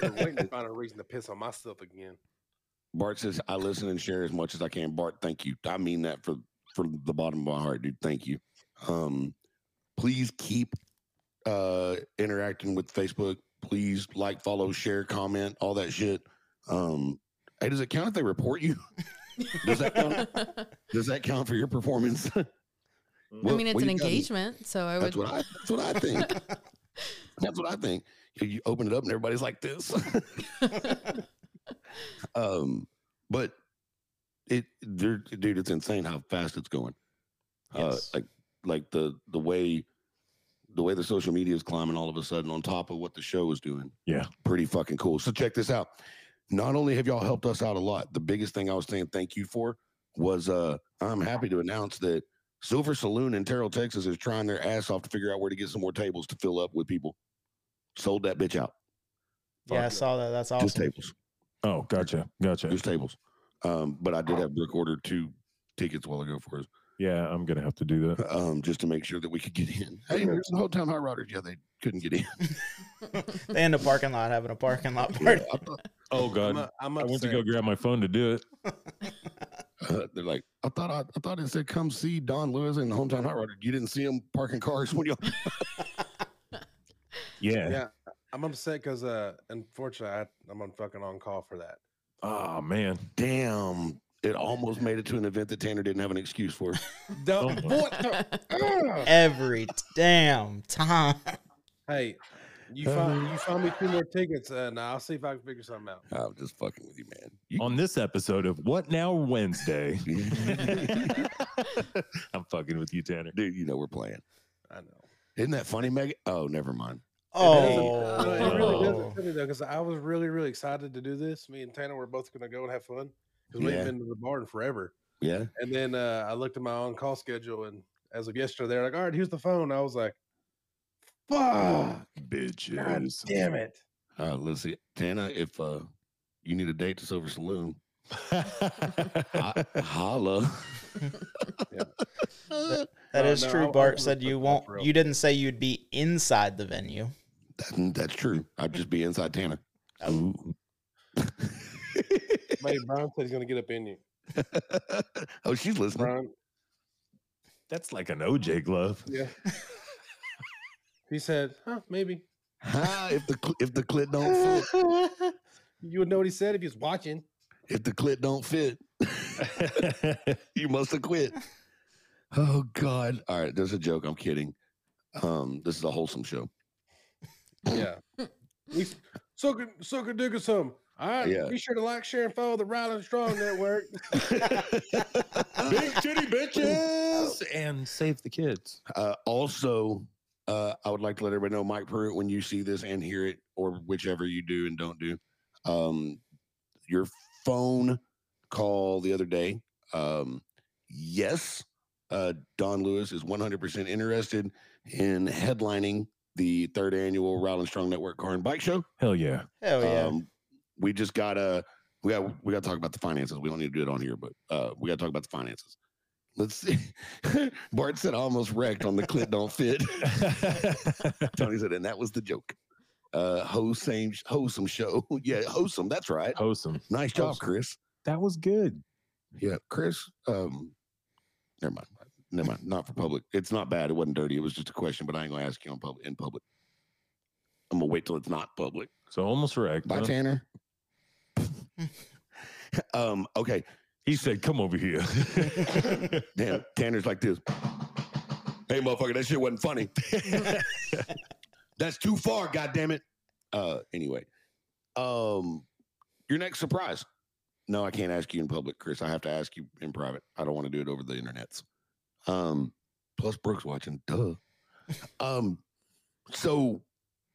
S4: I'm waiting to find a reason to piss on myself again.
S3: Bart says I listen and share as much as I can. Bart, thank you. I mean that for from the bottom of my heart, dude. Thank you. Um, please keep uh interacting with Facebook. Please like, follow, share, comment, all that shit. Um, hey, does it count if they report you? Does that count? Does that count for your performance?
S2: I
S3: Well,
S2: mean, it's
S3: well,
S2: an
S3: you gotta-
S2: engagement, so I would.
S3: That's what I. That's what I think. That's what I think. You- You open it up and everybody's like this. um, but it, there, dude, it's insane how fast it's going.
S1: Yes.
S3: Uh, like, like the the way, the way the social media is climbing all of a sudden on top of what the show is doing.
S5: Yeah.
S3: pretty fucking cool. So check this out. Not only have y'all helped us out a lot, the biggest thing I was saying thank you for was uh, I'm happy to announce that Silver Saloon in Terrell, Texas, is trying their ass off to figure out where to get some more tables to fill up with people. Sold that bitch out.
S1: yeah, I saw that. That's
S3: Just
S1: awesome.
S3: tables.
S5: Oh, gotcha, gotcha.
S3: Just tables. Um, but I did have Brooke order two tickets while ago for us,
S5: Yeah, I'm gonna have to do that.
S3: um, just to make sure that we could get in. Hey, there's the whole town high riders. Yeah, they couldn't get in.
S1: They in the parking lot having a parking lot
S3: Yeah,
S1: party.
S3: I thought-
S5: Oh
S4: I'm,
S5: god,
S4: up- I'm
S5: I
S4: upset.
S5: went to go grab my phone to do it.
S3: uh, they're like, I thought I, I thought it said come see Don Lewis and the hometown high rider. You didn't see him parking cars when y'all
S5: Yeah.
S4: yeah, I'm upset because uh, unfortunately, I, I'm on fucking on call for that.
S5: Oh man.
S3: Damn. It almost made it to an event that Tanner didn't have an excuse for.
S4: Don't-
S5: my.
S4: what the- uh. Ugh.
S1: Every damn time.
S4: hey, you find you find me two more tickets, and I'll see if I can figure something out.
S3: I'm just fucking with you, man. You-
S5: On this episode of What Now Wednesday, I'm fucking with you, Tanner.
S3: dude, you know we're playing.
S4: I know.
S3: Isn't that funny, Meg? Oh, never mind.
S1: Oh,
S4: No, uh, it really doesn't
S5: Oh.
S4: feel me though, because I was really, really excited to do this. Me and Tanner were both going to go and have fun because we
S3: Yeah.
S4: haven't been to the bar in forever.
S3: Yeah.
S4: And then uh, I looked at my on call schedule, and as of yesterday, they're like, "All right, here's the phone." I was like, "Fuck, God
S5: Ah, Bitches.
S4: damn it!"
S3: Uh, let's see. Tana, if uh, you need a date to Silver Saloon, ho- holla.
S1: That-
S3: That-
S1: that
S4: No,
S1: is
S4: no, I-
S1: true.
S4: I
S1: Bart
S4: was
S1: said you
S4: looking
S1: won't.
S4: up real-
S1: You didn't say you'd be inside the venue.
S3: that's true. I'd just be inside Tana.
S5: Ooh.
S4: Maybe Brian said he's going to get up in you.
S3: oh, she's listening.
S4: Brian,
S5: That's like an OJ glove.
S4: yeah. he said, "Huh, maybe."
S3: Ah, if the cl- if the clit don't fit,
S4: you would know what he said if he was watching.
S3: if the clit don't fit, you must have quit. Oh God! All right, there's a joke. I'm kidding. Um, this is a wholesome show.
S4: Yeah. He's sucker, sucker dicker some. All right.
S3: Yeah.
S4: Be sure to like, share, and follow the Ryland Strong Network.
S5: Big titty bitches and save the kids.
S3: Uh, also, uh, Uh, I would like to let everybody know, Mike Pruitt, when you see this and hear it, or whichever you do and don't do, um, your phone call the other day. Um, yes, uh, Don Lewis is 100% interested in headlining the third annual Rowland Strong Network Car and Bike Show.
S5: Hell yeah.
S1: Hell Oh, yeah.
S3: Um, we just got to we got we got to talk about the finances. We don't need to do it on here, but uh, we got to talk about the finances. Let's see. Bart said almost wrecked on the clit don't fit. Tony said, and that was the joke. Uh, ho same wholesome show. yeah, wholesome. That's right.
S5: Wholesome.
S3: Nice job,
S5: wholesome.
S3: Chris.
S5: That was good.
S3: Yeah, Chris. Um, never mind. Never mind. Not for public. It's not bad. It wasn't dirty. It was just a question, but I ain't gonna ask you on public in public. I'm gonna wait till it's not public.
S5: So almost wrecked.
S3: Bye,
S5: huh?
S3: Tanner. um. Okay.
S5: He said, "Come over here."
S3: Damn. Tanner's like this. Hey, motherfucker, that shit wasn't funny. That's too far. God damn it. Uh. Anyway. Um. Your next surprise. No, I can't ask you in public, Chris. I have to ask you in private. I don't want to do it over the internets. Um. Plus, Brooks watching. Duh. Um. So,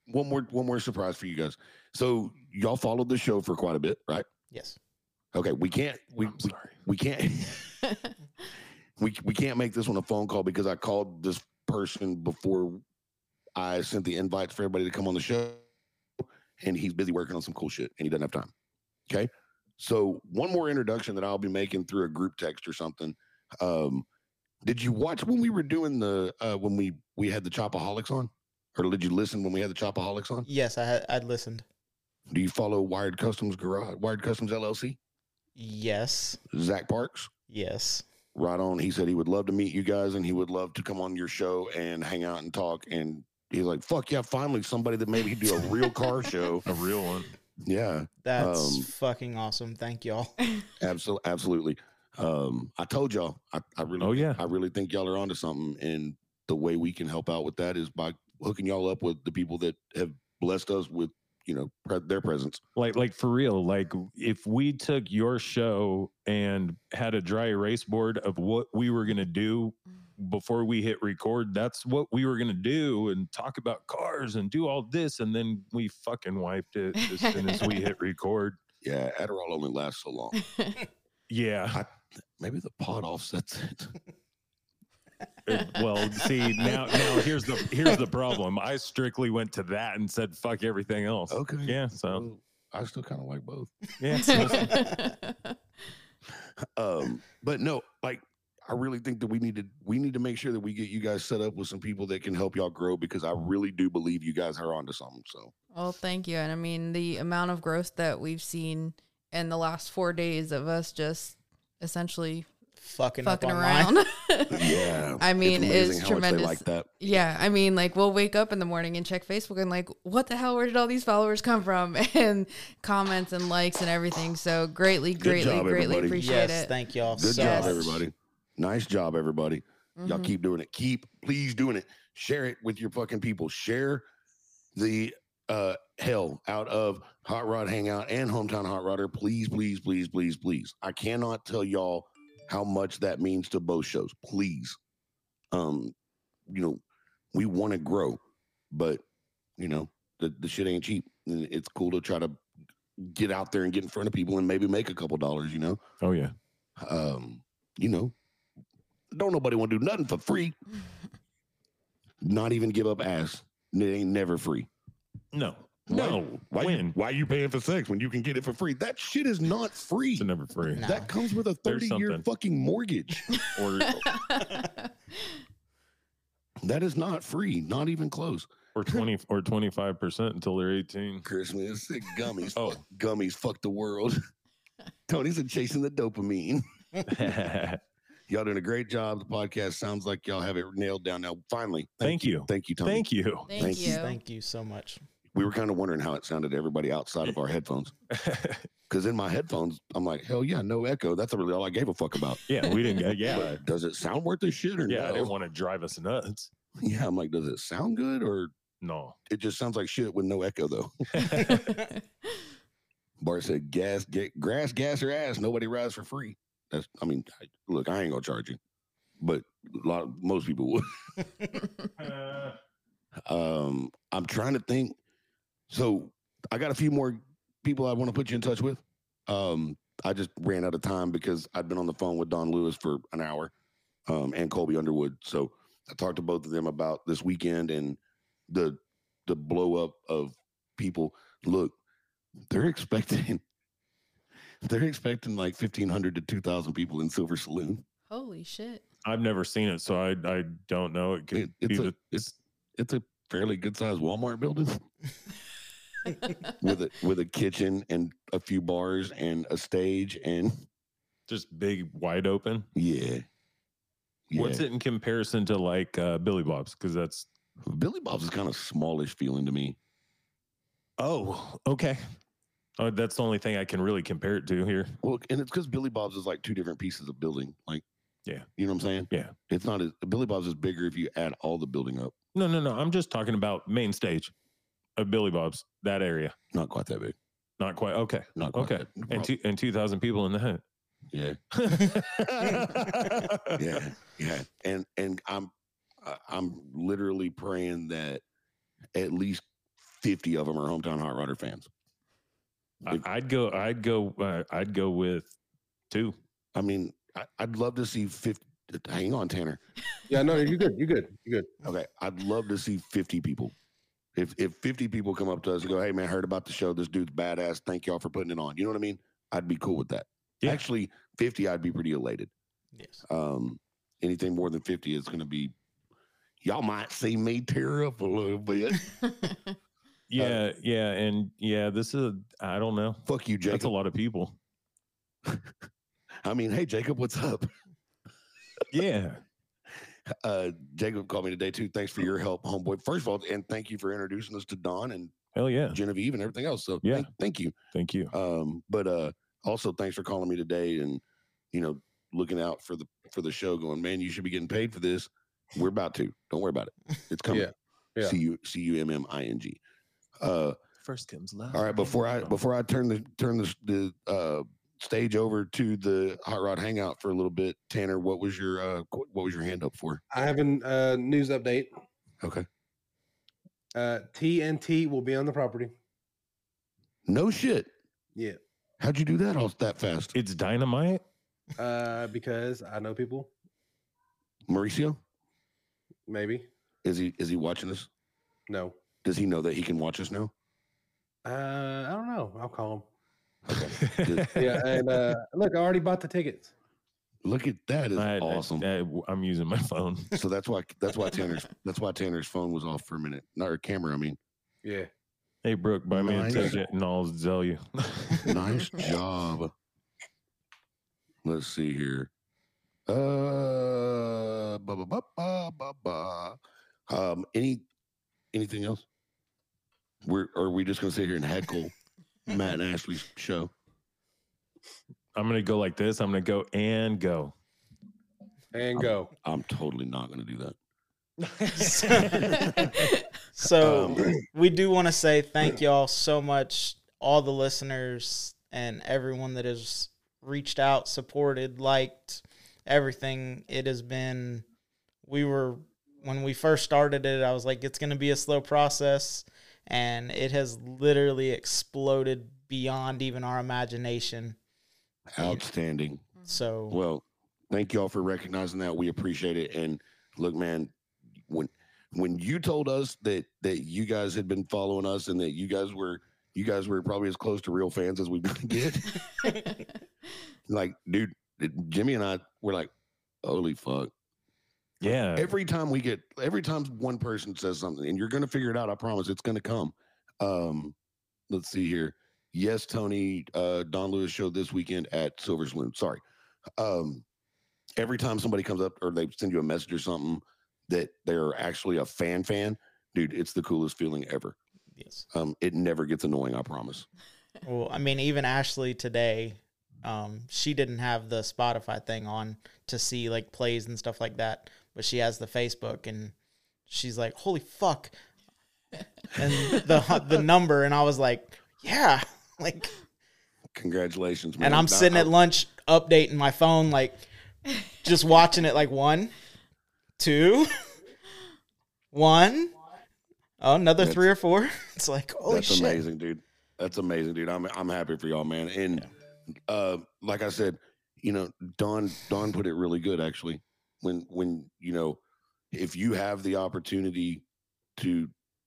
S3: one more one more surprise for you guys. So y'all followed the show for quite a bit, right?
S1: yes.
S3: Okay, we can't we
S5: I'm
S3: we,
S5: sorry.
S3: we can't we we can't make this one a phone call because I called this person before I sent the invites for everybody to come on the show, and he's busy working on some cool shit, and he doesn't have time. Okay, so one more introduction that I'll be making through a group text or something. Um, did you watch when we were doing the uh, when we we had the Chopaholics on, or did you listen when we had the Chopaholics on?
S1: Yes, I had I'd listened.
S3: Do you follow Wired Customs Garage, Wired Customs LLC,
S1: Yes.
S3: Zach Parks?
S1: Yes.
S3: right on. He said he would love to meet you guys and he would love to come on your show and hang out and talk. And he's like, fuck yeah, finally somebody that maybe could do a real car show.
S5: A real one.
S3: Yeah,
S1: That's
S3: Um,
S1: fucking awesome. Thank y'all.
S3: absolutely. Absolutely. Um, I told y'all, I, I really,
S5: Oh,
S3: think-
S5: yeah.
S3: I really think y'all are onto something. And the way we can help out with that is by hooking y'all up with the people that have blessed us with, you know, pre- their presence.
S5: Like, like for real. Like, if we took your show and had a dry erase board of what we were gonna do before we hit record, that's what we were gonna do, and talk about cars and do all this, and then we fucking wiped it as soon as we hit record.
S3: Yeah, Adderall only lasts so long.
S5: Yeah.
S3: Maybe the pod offsets it.
S5: Well, see now, now here's the here's the problem. I strictly went to that and said fuck everything else.
S3: Okay.
S5: Yeah. So
S3: Well, I still kind of like both.
S5: yeah.
S3: um but no like i really think that we need to we need to make sure that we get you guys set up with some people that can help y'all grow because i really do believe you guys are onto something so
S2: Well, thank you. And I mean, the amount of growth that we've seen in the last four days of us just essentially
S1: Fucking,
S2: fucking
S1: up online.
S2: around. I mean,
S3: amazing
S2: it's
S3: how much they
S2: tremendous.
S3: like that
S2: Yeah, I mean, like we'll wake up in the morning and check Facebook and like, what the hell? Where did all these followers come from? And comments and likes and everything. So greatly, greatly,
S3: job,
S2: greatly
S3: everybody.
S2: appreciate
S1: Yes,
S2: it.
S1: thank y'all
S3: good
S1: so
S3: job
S1: much.
S3: everybody nice job everybody y'all
S2: Mhm.
S3: keep doing it keep please doing it share it with your fucking people share the uh hell out of hot rod hangout and hometown hot rodder please please please please please i cannot tell y'all how much that means to both shows please um you know we want to grow but you know the, the shit ain't cheap and it's cool to try to get out there and get in front of people and maybe make a couple dollars you know
S5: Oh yeah.
S3: um, you know, don't nobody want to do nothing for free. Not even give up ass. It ain't never free.
S5: No.
S3: Why-
S5: No.
S3: Why You,
S5: When?
S3: why you paying for sex when you can get it for free? That shit is not free.
S5: It's never free.
S1: No.
S3: That comes with a
S5: There's
S3: 30 year
S5: something.
S3: fucking mortgage.
S5: Or
S3: that is not free. Not even close.
S5: or twenty or twenty five percent until they're eighteen.
S3: Christmas sick gummies.
S5: Oh.
S3: Gummies fuck the world. Tony's been chasing the dopamine.
S5: Thank
S3: Y'all doing a great job. The podcast sounds like y'all have it nailed down now. Finally.
S5: you.
S3: Thank you, Tony.
S5: Thank you.
S2: Thank,
S3: Thank
S2: you.
S3: you.
S1: Thank you so much.
S3: we were kind of wondering how it sounded to everybody outside of our headphones. Because in my headphones, I'm like, hell yeah, no echo. That's really all I gave a fuck about.
S5: yeah, we didn't get
S3: But
S5: yeah.
S3: does it sound worth the shit or
S5: Yeah, I
S3: no?
S5: didn't want to drive us nuts.
S3: yeah, I'm like, does it sound good or
S5: No.
S3: it just sounds like shit with no echo though? Bart said, gas, get, grass, gas or ass. Nobody rides for free. That's, I mean, I, look, I ain't gonna charge you, but a lot, most people would. Um, I'm trying to think. So I got a few more people I want to put you in touch with. Um, I just ran out of time because I'd been on the phone with Don Lewis for an hour um, and Colby Underwood. So I talked to both of them about this weekend and the the blow up of people. Look, they're expecting they're expecting like fifteen hundred to two thousand people in Silver Saloon.
S2: Holy shit.
S5: I've never seen it, so I I don't know. It could
S3: It- it's
S5: be
S3: a
S5: the,
S3: it's it's a fairly good sized Walmart building with a with a kitchen and a few bars and a stage and
S5: just big, wide open.
S3: yeah.
S5: What's it in comparison to like uh, Billy Bob's? Because that's
S3: Billy Bob's is kind of smallish feeling to me.
S5: oh okay. Oh, that's the only thing I can really compare it to here.
S3: Well, and it's because Billy Bob's is like two different pieces of building. Like,
S5: Yeah.
S3: you know what I'm saying?
S5: Yeah.
S3: It's not as Billy Bob's is bigger if you add all the building up.
S5: No, no, no. I'm just talking about main stage of Billy Bob's that area.
S3: Not quite that big.
S5: Not quite okay.
S3: Not quite.
S5: Okay,
S3: that big.
S5: and
S3: Prob-
S5: two and two thousand people in the
S3: yeah,
S5: hunt.
S3: yeah, yeah. And and I'm I- I'm literally praying that at least fifty of them are hometown hot rodder fans.
S5: I- I'd go. I'd go. Uh, I'd go with two.
S3: I mean, I, I'd love to see fifty. Hang on, Tanner.
S4: Yeah, no, you're good. You're good. You're good.
S3: Okay, I'd love to see 50 people. If if 50 people come up to us and go, "Hey man, heard about the show. This dude's badass. Thank y'all for putting it on." You know what I mean? I'd be cool with that.
S5: Yeah.
S3: Actually, 50 I'd be pretty elated.
S1: yes.
S3: Um anything more than 50 is going to be y'all might see me tear up a little bit.
S5: Yeah, yeah, and yeah. This is. I don't know.
S3: Fuck you,
S5: That's a
S3: Jacob.
S5: lot of people.
S3: I mean, hey Jacob, what's up?
S5: Yeah.
S3: Uh Jacob called me today too. Thanks for your help, homeboy. First of all, and thank you for introducing us to Don and
S5: Hell yeah.
S3: Genevieve and everything else. So
S5: Yeah.
S3: thank, thank you.
S5: Thank you.
S3: um but uh also thanks for calling me today and you know looking out for the for the show going man you should be getting paid for this we're about to don't worry about it it's coming
S4: Yeah, yeah.
S3: see you see you m-m-i-n-g uh
S5: First comes love.
S3: all right before i before i turn the turn the, the uh stage over to the hot rod hangout for a little bit tanner what was your uh qu- what was your hand up for
S4: I have a uh, news update.
S3: okay
S4: Uh, TNT will be on the property.
S3: no shit
S4: Yeah,
S3: how'd you do that all that fast
S5: it's dynamite.
S4: uh, because I know people.
S3: mauricio
S4: Maybe
S3: is he is he watching us
S4: no.
S3: does he know that he can watch us now
S4: Uh, I don't know. I'll call
S3: Yeah.
S4: them. Yeah, and uh, look, I already bought the tickets.
S3: look at that is
S5: I- I-
S3: awesome
S5: I, am using my phone.
S3: So that's why that's why Tanner's that's why Tanner's phone was off for a minute. Not her camera, I mean.
S4: Yeah,
S5: Hey Brooke, buy me
S3: Nice.
S5: a ticket and I'll sell you.
S3: Nice job. Let's see here. Uh, ba, ba, ba, ba, ba, ba. um, any anything else? We're or are we just gonna sit here and heckle Matt and Ashley's show?
S5: I'm gonna go like this. I'm gonna go and go.
S4: and go.
S3: I'm totally not gonna do that.
S1: So
S3: Um,
S1: we do want to say thank y'all so much, all the listeners and everyone that has reached out, supported, liked everything. It has been, we were, when we first started it, I was like, it's going to be a slow process. And it has literally exploded beyond even our imagination.
S3: Outstanding.
S2: Mm-hmm.
S1: So,
S3: Well, thank y'all for recognizing that. We appreciate it. And look, man, when when you told us that that you guys had been following us and that you guys were you guys were probably as close to real fans as we could get, like, dude, it- Jimmy and I were like, holy fuck.
S5: Yeah.
S3: Every time we get every time one person says something, and you're gonna figure it out, I promise it's gonna come. Um, let's see here. Yes, Tony, uh, Don Lewis show this weekend at Silver Saloon. Sorry. Um, every time somebody comes up or they send you a message or something that they're actually a fan fan, dude, it's the coolest feeling ever.
S1: yes.
S3: Um, it never gets annoying, I promise.
S1: Well, I mean, even Ashley today, um, she didn't have the Spotify thing on to see like plays and stuff like that, but she has the Facebook, and she's like, "Holy fuck!" and the the number, and I was like, "Yeah." Like,
S3: Congratulations, man.
S1: and I'm
S3: Don-
S1: sitting at lunch updating my phone, like, just watching it, like one, two, one, Oh, another
S3: That's-
S1: three or four. It's like holy
S3: That's
S1: shit.
S3: amazing, dude. That's amazing, dude. I'm I'm happy for y'all, man. And uh, like I said, you know, Don Don put it really good actually. When when you know, if you have the opportunity to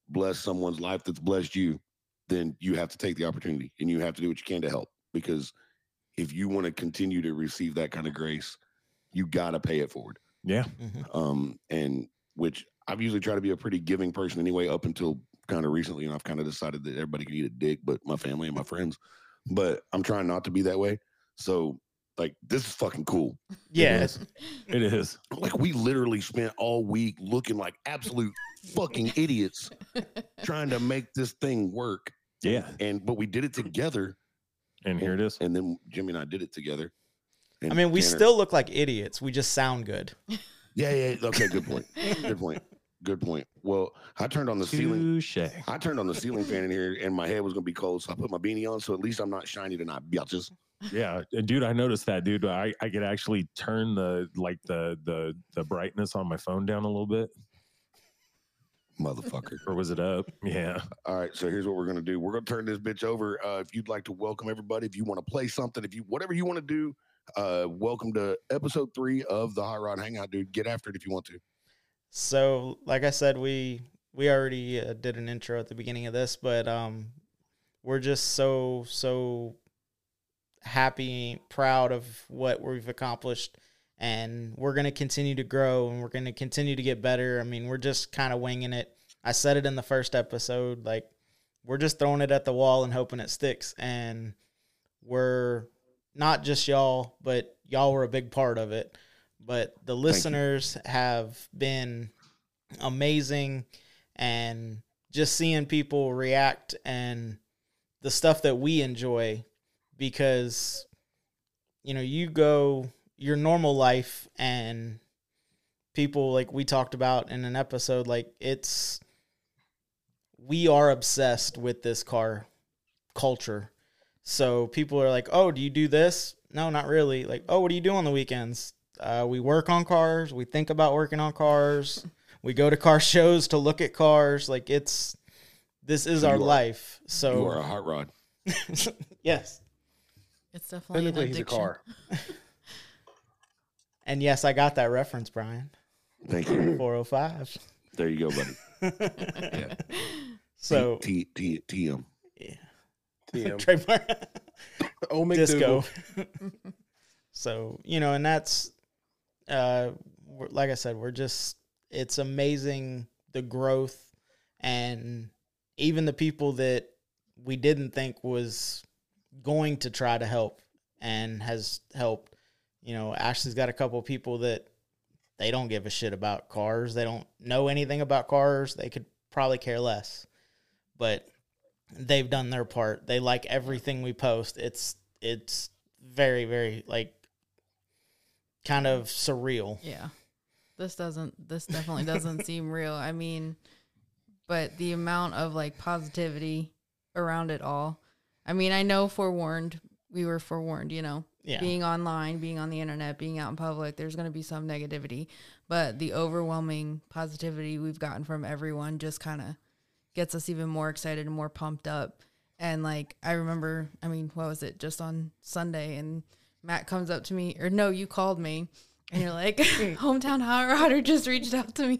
S3: bless someone's life that's blessed you, then you have to take the opportunity and you have to do what you can to help because if you want to continue to receive that kind of grace, you got to pay it forward
S5: Yeah.
S1: Mhm.
S3: um, and which I've usually tried to be a pretty giving person anyway, up until kind of recently, and I've kind of decided that everybody can eat a dick, but my family and my friends. But I'm trying not to be that way. So, like, this is fucking cool.
S1: Yeah,
S5: is. It is.
S3: Like, we literally spent all week looking like absolute fucking idiots trying to make this thing work,
S5: Yeah.
S3: and but we did it together.
S5: And here it is.
S3: And then Jimmy and I did it together.
S1: I
S3: and
S1: mean, we
S3: Tanner-
S1: still look like idiots. We just sound good.
S3: yeah, yeah. Okay, good point. Good point. Good point. Well, I turned on the ceiling.
S5: Touche.
S3: I turned on the ceiling fan in here and my head was gonna be cold, so I put my beanie on. So at least I'm not shiny tonight, bitches.
S5: Yeah, and dude, I noticed that, dude. I, I could actually turn the like the the the brightness on my phone down a little bit,
S3: Motherfucker.
S5: or was it up? Yeah.
S3: All right, so here's what we're gonna do. We're gonna turn this bitch over. Uh, if you'd like to welcome everybody, if you want to play something, if you whatever you want to do, uh, welcome to episode three of the High Rod Hangout, dude. Get after it if you want to.
S1: So, like I said, we we already uh, did an intro at the beginning of this, but um, we're just so so happy, proud of what we've accomplished, and we're gonna continue to grow and we're gonna continue to get better. I mean, we're just kind of winging it. I said it in the first episode, like we're just throwing it at the wall and hoping it sticks, and we're not just y'all, but y'all were a big part of it. But the listeners have been amazing and just seeing people react and the stuff that we enjoy because you know you go your normal life and people like we talked about in an episode like it's we are obsessed with this car culture so people are like oh do you do this no not really like oh what do you do on the weekends uh, we work on cars we think about working on cars we go to car shows to look at cars like it's this is
S3: So
S1: our
S3: you are-
S1: life
S3: You are
S1: so
S3: a hot rod.
S1: yes
S2: It's definitely
S4: Technically,
S2: an
S4: he's a
S2: addiction.
S4: car.
S1: and yes i got that reference brian
S3: Thank you.
S1: 405
S3: There you go, buddy.
S1: so
S3: T T T M.
S4: TM.
S1: trademark
S4: Oh,
S1: disco
S4: McDougal.
S1: so you know and that's uh we're, like i said we're just it's amazing the growth and even the people that we didn't think was going to try to help and has helped you know ashley's got a couple people that they don't give a shit about cars they don't know anything about cars they could probably care less but they've done their part they like everything we post it's it's very very like kind of surreal
S2: Yeah. This doesn't this definitely doesn't seem real. I mean, but the amount of like positivity around it all. I mean, I know forewarned, we were forewarned, you know.
S1: yeah
S2: Being online, being on the internet, being out in public, there's going to be some negativity, but the overwhelming positivity we've gotten from everyone just kind of gets us even more excited and more pumped up. And like I remember, I mean, what was it? Just on Sunday, and Matt comes up to me, or no, you called me, and you're like, "Hometown Hot Rodder just reached out to me,"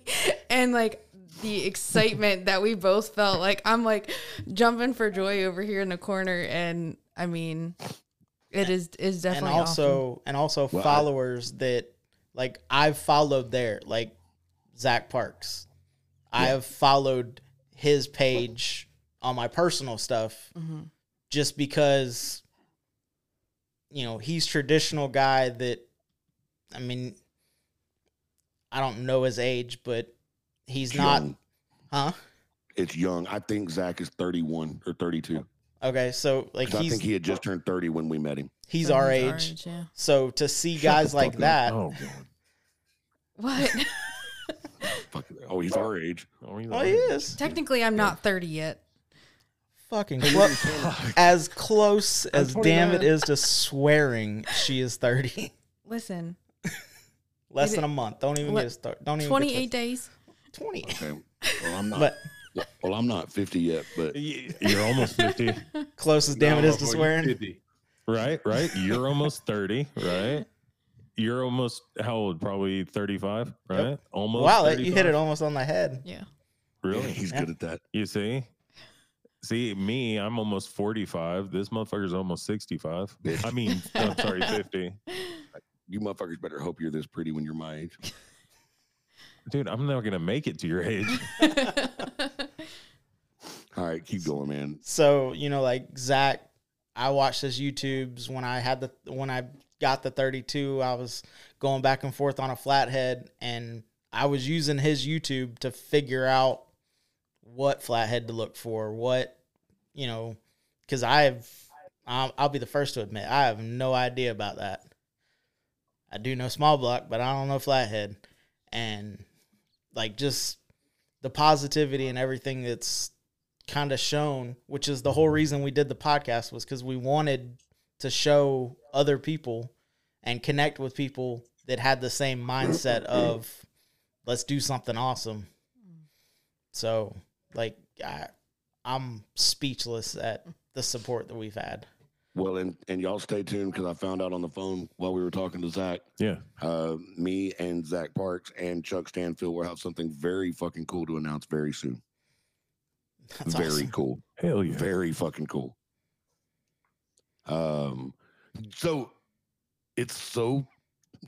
S2: and like the excitement that we both felt, like I'm like jumping for joy over here in the corner, and I mean, it is is
S1: and
S2: definitely awesome.
S1: also and also
S3: Well, I-
S1: followers that like I've followed there, like Zach Parks. I have followed his page on my personal stuff
S2: Mhm.
S1: just because you know he's traditional guy that I mean I don't know his age, but he's not huh?
S3: It's young. I think Zach is 31 or 32.
S1: Okay, so like
S3: 'cause I
S1: he's
S3: think he had just turned 30 when we met him.
S1: he's our
S2: Someone's
S1: age.
S2: yeah.
S1: So to see
S3: Shut the
S1: guys
S3: fuck
S1: like
S3: up.
S1: that,
S5: Oh god.
S2: What?
S3: Fuck. Oh, he's our age.
S5: Oh, he's
S1: oh
S5: like-
S1: he is.
S2: Technically, I'm not 30 yet.
S1: fucking clo- as close as damn it
S4: 29.
S1: is to swearing she is 30
S2: Listen,
S1: less
S2: Is
S1: than
S2: it-
S1: a month don't even
S2: what-
S1: get started don't even
S2: 28
S1: get
S2: days.
S1: to, 20
S3: Okay. Well, I'm not.
S1: but
S3: Well, I'm not 50 yet, but
S5: You're almost 50,
S1: Close as damn it
S4: Nah,
S1: is to
S4: motherfucker, you
S1: swearing.
S4: 50.
S5: right? Right? You're almost 30, right? You're almost how old? Probably 35, right? Almost.
S1: Wow, that, you hit
S5: 35?
S1: it almost on the head.
S2: Yeah.
S5: Really?
S3: he's good at that.
S5: You see? See, me, I'm almost 45. This motherfucker's almost 65.
S3: Bitch.
S5: I mean, I'm sorry, 50.
S3: You motherfuckers better hope you're this pretty when you're my age.
S5: Dude, I'm not going to make it to your age.
S3: All right, keep going, man.
S1: So you know, like Zach, I watched his YouTubes when I had the when I got the 32. I was going back and forth on a flathead, and I was using his YouTube to figure out what flathead to look for, what you know, because I've I'll, I'll be the first to admit I have no idea about that. I do know small block, but I don't know flathead, and like just the positivity and everything that's kind of shown, which is the whole reason we did the podcast was because we wanted to show other people and connect with people that had the same mindset of let's do something awesome. So like I I'm speechless at the support that we've had.
S3: Well, and and y'all stay tuned because I found out on the phone while we were talking to Zach.
S5: Yeah.
S3: Uh, me and Zach Parks and Chuck Stanfield will have something very fucking cool to announce very soon.
S1: That's
S3: very
S1: awesome.
S3: cool.
S5: Hell Oh, yeah.
S3: Very fucking cool. Um, so it's so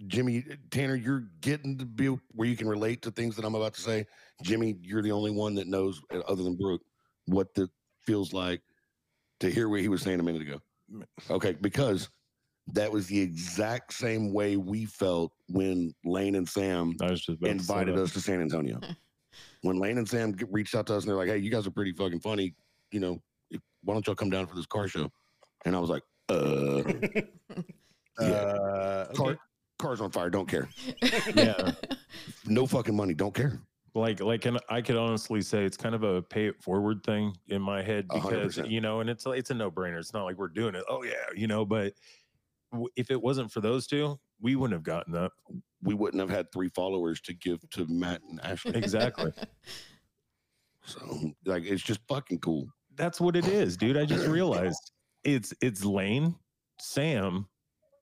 S3: Jimmy Tanner, you're getting to be where you can relate to things that I'm about to say. Jimmy, you're the only one that knows, uh, other than Brooke, what the feels like to hear what he was saying a minute ago. Okay, because that was the exact same way we felt when Lane and Sam
S5: I was just about
S3: invited
S5: to say
S3: us to San Antonio. when Lane and Sam get, reached out to us and they're like, "Hey, you guys are pretty fucking funny. You know, if- why don't y'all come down for this car show?" And I was like, "Uh,
S4: Uh,
S3: Yeah.
S4: okay.
S3: car, car's on fire. Don't care.
S5: Yeah.
S3: No fucking money. Don't care."
S5: like like and i could honestly say it's kind of a pay it forward thing in my head
S3: A hundred
S5: because
S3: percent.
S5: you know and it's it's a no-brainer it's not like we're doing it oh yeah you know but w- if it wasn't for those two we wouldn't have gotten up
S3: We wouldn't have had three followers to give to Matt and Ashley.
S5: exactly
S3: So, like, it's just fucking cool.
S5: that's what it is dude i just realized it's it's lane sam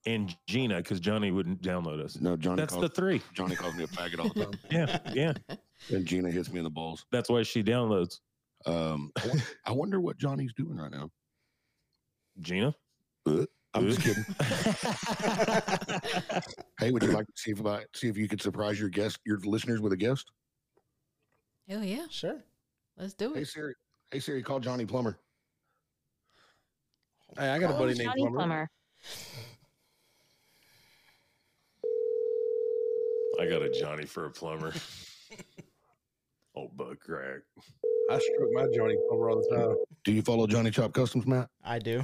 S5: and gina because johnny wouldn't download us
S3: No, Johnny.
S5: that's
S3: calls,
S5: the three
S3: Johnny calls me a faggot all the time,
S5: yeah yeah
S3: and Gina hits me in the balls.
S5: that's why she downloads
S3: Um, I won- I wonder what Johnny's doing right now.
S5: gina
S3: I'm just
S5: Ugh.
S3: kidding. Hey, would you like to see if I see if you could surprise your guest, your listeners with a guest?
S2: Hell yeah.
S1: Sure.
S2: Let's do
S3: Hey
S2: it.
S3: Siri, hey Siri, call Johnny Plumber.
S4: Hey, I got a
S7: Oh,
S8: Call
S4: buddy named
S8: Johnny
S4: Plumber.
S8: Plumber.
S5: i got a johnny for a plumber old butt crack
S4: I stroke my Johnny Plumber all the time.
S3: Do you follow Johnny Chop Customs, Matt?
S1: I do.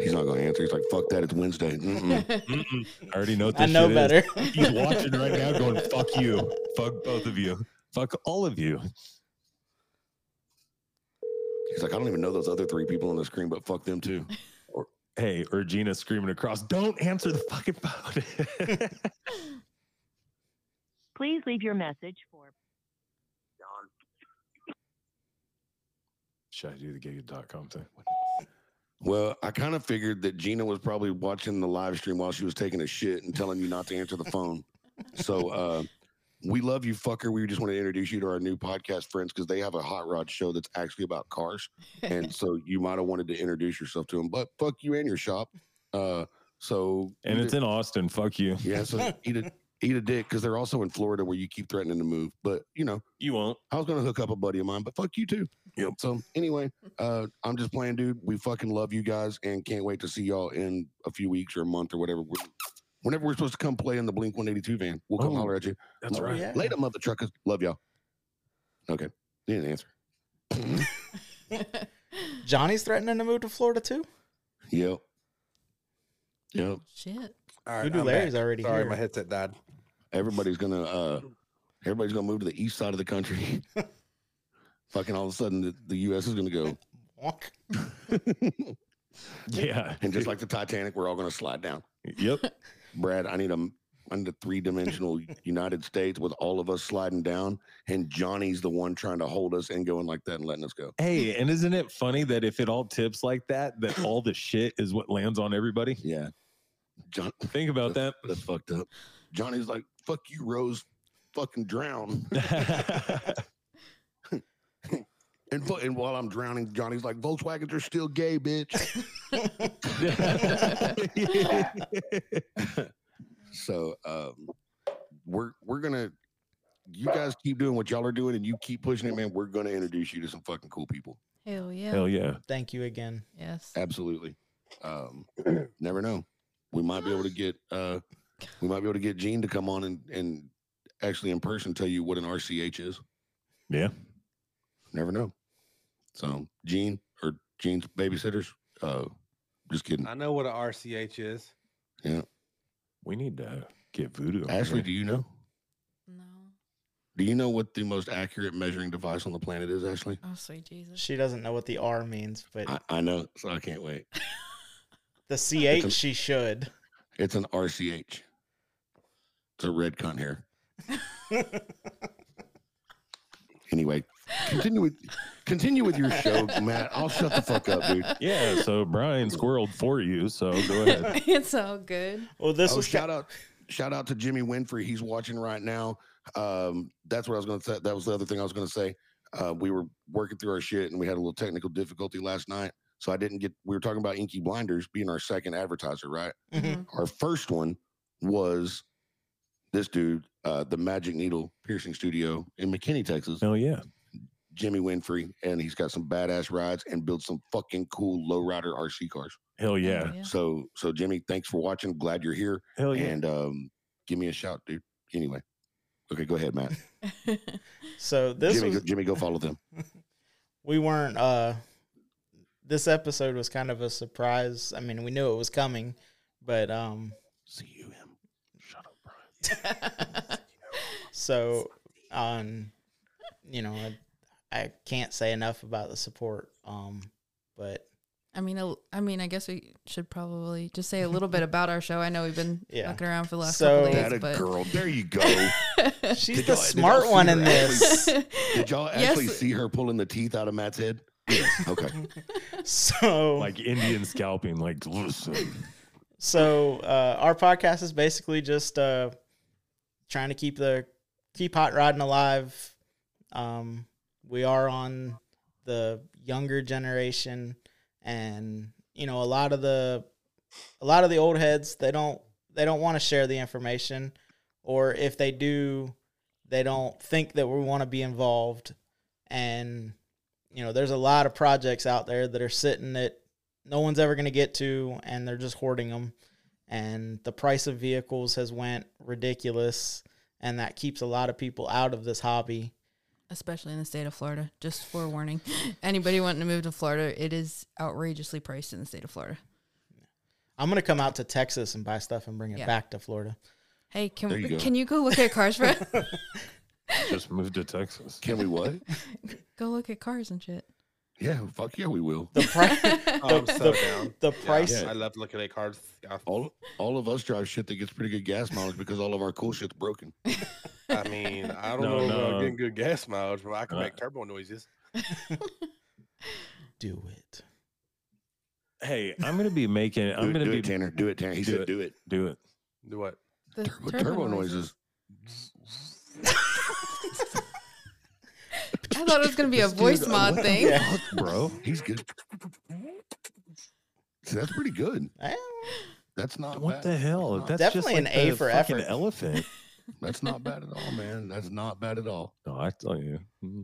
S3: He's not going to answer. He's like, "Fuck that! It's Wednesday." Mm-mm.
S5: Mm-mm. I already know what
S1: I
S5: this
S1: know
S5: shit
S1: better.
S5: Is. He's watching right now going, fuck you. Fuck both of you. Fuck all of you.
S3: He's like, "I don't even know those other three people on the screen, but fuck them too."
S5: Hey, or Gina screaming across, don't answer the fucking phone.
S8: Please leave your message for
S5: Should I do the gig.com thing?
S3: Well, I kind of figured that Gina was probably watching the live stream while she was taking a shit and telling you not to answer the phone. So, uh, we love you, fucker. We just want to introduce you to our new podcast friends because they have a hot rod show that's actually about cars. and so you might have wanted to introduce yourself to him, but fuck you and your shop. Uh, so
S5: And
S3: eat
S5: it's
S3: a-
S5: in Austin. Fuck you.
S3: yeah, so eat a eat a dick because they're also in Florida where you keep threatening to move. But you know,
S5: You won't.
S3: I was gonna hook up a buddy of mine, but fuck you too.
S5: Yep.
S3: So anyway, uh, I'm just playing, dude. We fucking love you guys and can't wait to see y'all in a few weeks or a month or whatever. We're- whenever we're supposed to come play in the Blink 182 van, we'll come
S5: Oh,
S3: holler at you.
S5: That's
S3: Oh,
S5: right.
S1: yeah.
S3: Later, mother truckers. Love y'all. Okay, you didn't answer.
S1: Johnny's threatening to move to Florida too.
S3: Yep. Yep.
S2: Shit.
S4: All right,
S1: Voodoo
S4: I'm
S1: Larry's
S4: back.
S1: already
S4: Sorry,
S1: here.
S4: my headset died.
S3: everybody's gonna uh everybody's gonna move to the east side of the country fucking all of a sudden the, the us is gonna go
S1: Wonk.
S5: Yeah.
S3: and just like the titanic we're all gonna slide down
S5: Yep.
S3: brad i need a m- I'm the three dimensional United States with all of us sliding down, and Johnny's the one trying to hold us and going like that and letting us go.
S5: Hey, and isn't it funny that if it all tips like that, that all the shit is what lands on everybody?
S3: Yeah, John,
S5: Think about that.
S3: that's fucked up. Johnny's like, "Fuck you, Rose, fucking drown." And, fu- and while I'm drowning, Johnny's like, "Volkswagens are still gay, bitch." So um, we're we're gonna you guys keep doing what y'all are doing and you keep pushing it, man. We're gonna introduce you to some fucking cool people.
S2: Hell yeah.
S5: Hell yeah.
S1: Thank you again.
S2: Yes.
S3: Absolutely. Um, never know. We might be able to get uh we might be able to get Gene to come on and, and actually in person tell you what an RCH is.
S5: Yeah.
S3: Never know. So Gene or Gene's babysitters, uh just kidding.
S4: I know what a RCH is.
S5: We need to get voodoo. over
S3: Ashley,
S5: here.
S3: do you know?
S2: No.
S3: Do you know what the most accurate measuring device on the planet is, Ashley?
S2: Oh sweet Jesus.
S1: She doesn't know what the R means, but
S3: I, I know, so I can't wait.
S1: the CH she should.
S3: It's an RCH. It's a red cunt hair. Anyway, continue with continue with your show, Matt. I'll shut the fuck up, dude.
S5: yeah. So Brian squirreled for you. So go ahead.
S2: it's all good.
S1: Well, this
S3: Oh,
S1: was
S3: shout out shout out to Jimmy Winfrey. He's watching right now. Um, that's what I was gonna say. That was the other thing I was gonna say. Uh, we were working through our shit and we had a little technical difficulty last night. So I didn't get we were talking about Inky Blinders being our second advertiser, right?
S1: Mhm.
S2: Mm-hmm.
S3: Our first one was this dude, uh, the Magic Needle Piercing Studio in McKinney, Texas.
S5: Hell yeah.
S3: Jimmy Winfrey, and he's got some badass rides and built some fucking cool lowrider RC cars.
S5: Hell yeah.
S2: Hell
S3: So, so Jimmy, thanks for watching. Glad you're here,
S5: Hell yeah.
S3: and um, give me a shout, dude. Anyway, okay, go ahead, Matt.
S1: so this
S3: Jimmy,
S1: was
S3: go, Jimmy, go follow them.
S1: we weren't uh this episode was kind of a surprise. I mean, we knew it was coming, but um
S3: See you, him. Shut up, Brian.
S1: so on you know, I, I can't say enough about the support um but
S2: I mean, a- I mean, I guess we should probably just say a little bit about our show. I know we've been
S1: Yeah.
S2: fucking around for the last
S1: So-
S2: couple
S3: That a
S2: days, but
S3: girl. There you go.
S1: she's
S3: Did
S1: the
S3: y'all- did y'all
S1: smart
S3: see
S1: one
S3: her
S1: in this.
S3: Did y'all
S2: Yes.
S3: actually see her pulling the teeth out of Matt's head? Okay.
S1: so
S5: like Indian scalping. Like, listen.
S1: So uh, our podcast is basically just uh, trying to keep the keep hot rodding alive. Um, we are on the younger generation, and you know a lot of the a lot of the old heads they don't they don't want to share the information, or if they do, they don't think that we want to be involved. And you know, there's a lot of projects out there that are sitting at no one's ever going to get to and they're just hoarding them and the price of vehicles has went ridiculous and that keeps a lot of people out of this hobby
S2: especially in the state of Florida. Just forewarning, anybody wanting to move to Florida, it is outrageously priced in the state of Florida.
S1: i'm going to come out to texas and buy stuff and bring it
S2: Yeah.
S1: back to florida
S2: Hey, can
S3: There you go.
S2: can you go look at cars for?
S5: Just moved to Texas.
S3: Can we what?
S2: go look at cars and shit.
S3: Yeah. Fuck yeah, we will.
S1: the price
S4: Oh, I'm
S1: The- the-
S4: so down.
S1: the
S4: Yeah,
S1: price
S4: I love looking at cards. I,
S3: All all of us drive shit that gets pretty good gas mileage because all of our cool shit's broken.
S4: I mean, I don't
S5: No,
S4: know about
S5: no.
S4: getting good gas mileage, but I can
S5: Uh,
S4: make turbo noises.
S1: do it
S5: Hey, I'm gonna be making.
S3: do
S5: I'm
S3: it,
S5: gonna
S3: do
S5: be
S3: it, Tanner. Do it, Tanner. He
S5: do
S3: said,
S5: it.
S3: "Do it."
S5: do it.
S4: Do what?
S2: The
S3: Turbo, turbo noises.
S2: I thought it was gonna be a
S3: This dude,
S2: voice
S3: uh,
S2: mod
S3: what the
S2: thing.
S3: fuck, bro. He's good. See, that's pretty good.
S1: Eh,
S3: That's not
S5: What
S3: bad.
S5: the hell?
S3: That's not,
S5: That's
S1: Definitely
S5: just
S1: an
S5: like
S1: A
S5: the
S1: for
S5: fucking
S1: effort.
S5: Elephant.
S3: that's not bad at all, man. That's not bad at all.
S5: No, I tell you. Mm-hmm.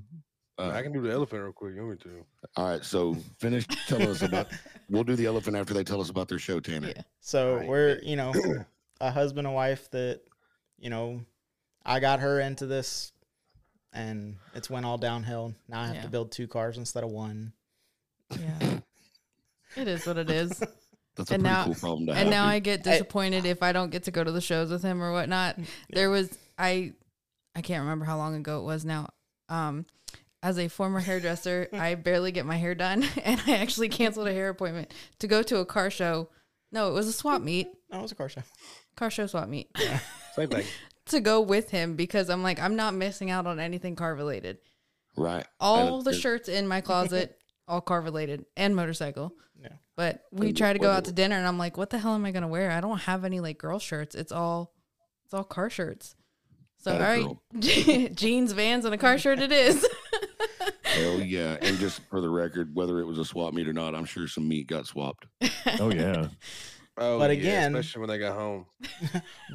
S3: Uh,
S4: I can do the elephant real quick. You want me to?
S3: all right, so finish telling us about. We'll do the elephant after they tell us about their show, Tanner.
S2: Yeah.
S1: so
S4: Right.
S1: we're you know a husband and wife that you know i got her into this and it's went all downhill now i have
S2: Yeah.
S1: to build two cars instead of one
S2: Yeah. It is what it is.
S3: That's a
S2: And
S3: pretty
S2: now-
S3: cool problem to have.
S2: And now I
S3: dude.
S2: get disappointed if I don't get to go to the shows with him or whatnot. There was I I can't remember how long ago it was now. Um as a former hairdresser, I barely get my hair done and I actually canceled a hair appointment to go to a car show. No, it was a swap meet.
S1: no it was a car show
S2: car show swap meet
S4: Same thing.
S2: to go with him because I'm like, I'm not missing out on anything car related.
S3: Right.
S2: All
S3: And
S2: the
S3: it-
S2: shirts in my closet, all car related and motorcycle.
S1: Yeah.
S2: But we
S3: And
S2: try to go out
S3: whether-
S2: to dinner and I'm like, what the hell am I gonna wear? I don't have any like girl shirts. It's all it's all car shirts. So all
S3: Atta
S2: right,
S3: girl.
S2: jeans, vans, and a car shirt it is.
S3: Hell yeah. And just for the record, whether it was a swap meet or not, I'm sure some meat got swapped.
S5: Oh yeah.
S4: Oh,
S1: But
S4: yeah,
S1: again-
S4: especially when they got home.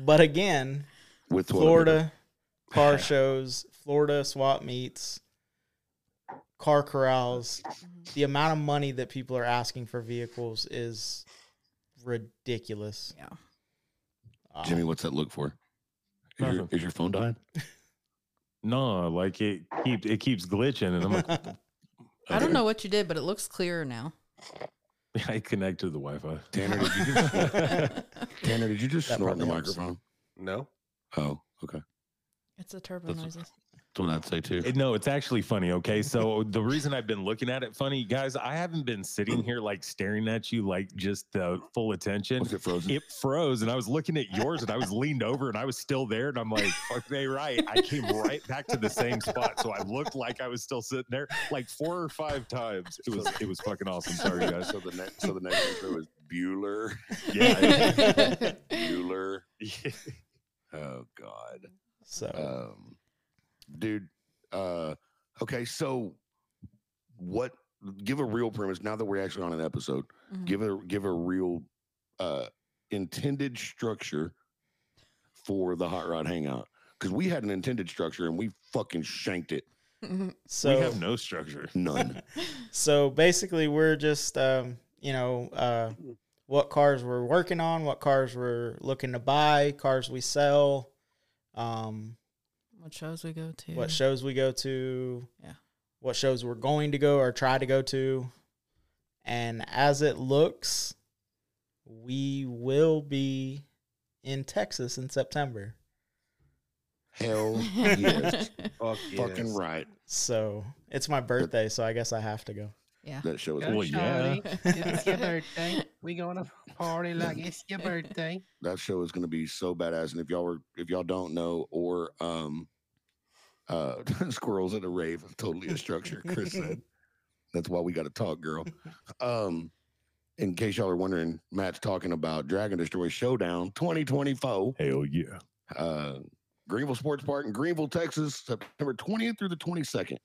S1: But again,
S3: With toilet
S1: Florida car shows, Florida swap meets, car corrals. The amount of money that people are asking for vehicles is ridiculous.
S2: Yeah.
S1: Um,
S3: paper. Jimmy, what's that look for? Is your,
S5: Nothing.
S3: is your phone dying?
S5: No, like it keeps it keeps glitching, and I'm like,
S2: I don't know what you did, but it looks clearer now.
S5: I connect to the Wi-Fi.
S3: Tanner, did you just,
S2: it's
S3: Tanner, did you just
S1: That
S3: snort in the
S1: probably helps.
S3: microphone?
S4: No,
S3: Oh, okay.
S2: a turbo
S3: That's-
S2: noises.
S3: That's what I'd say too.
S5: It- no, it's actually funny. Okay, so the reason I've been looking at it funny, guys, I haven't been sitting here like staring at you like just uh, full attention.
S3: Was it frozen?
S5: It froze, and I was looking at yours, and I was leaned over, and I was still there, and I'm like, "Fuck they right." I came right back to the same spot, so I looked like I was still sitting there like four or five times. It was it was fucking awesome. Sorry, guys.
S3: So the next, so the next intro is Bueller. Bueller. Oh God.
S1: so
S5: Uh,
S3: Um, dude. Uh, okay. So, what? Give a real premise. Now that we're actually on an episode,
S2: Mhm.
S3: give a give a real uh, intended structure for the hot rod hangout because we had an intended structure and we fucking shanked it.
S2: Mm-hmm.
S1: so
S5: we have no structure.
S3: None.
S1: so basically we're just um, you know uh, what cars we're working on what cars we're looking to buy cars we sell um,
S2: what shows we go to?
S1: what shows we go to
S2: Yeah.
S1: what shows we're going to go or try to go to and as it looks we will be in texas in september
S3: Hell yes.
S4: fuck
S3: Fucking
S4: yes.
S3: right.
S1: so it's my birthday so i guess i have to go
S2: yeah.
S3: That show is
S5: Well, yeah.
S7: It's your birthday. We gonna party like it's your birthday.
S3: that show is going to be so badass. And if y'all were, if y'all don't know, or um, uh, squirrels at a rave, totally a structure. Chris said, "That's why we got to talk, girl." Um, in case y'all are wondering, Matt's talking about Dragon Destroy Showdown 2024,
S5: Hell yeah.
S3: uh, Greenville Sports Park in Greenville, Texas, September 20th through the 22nd.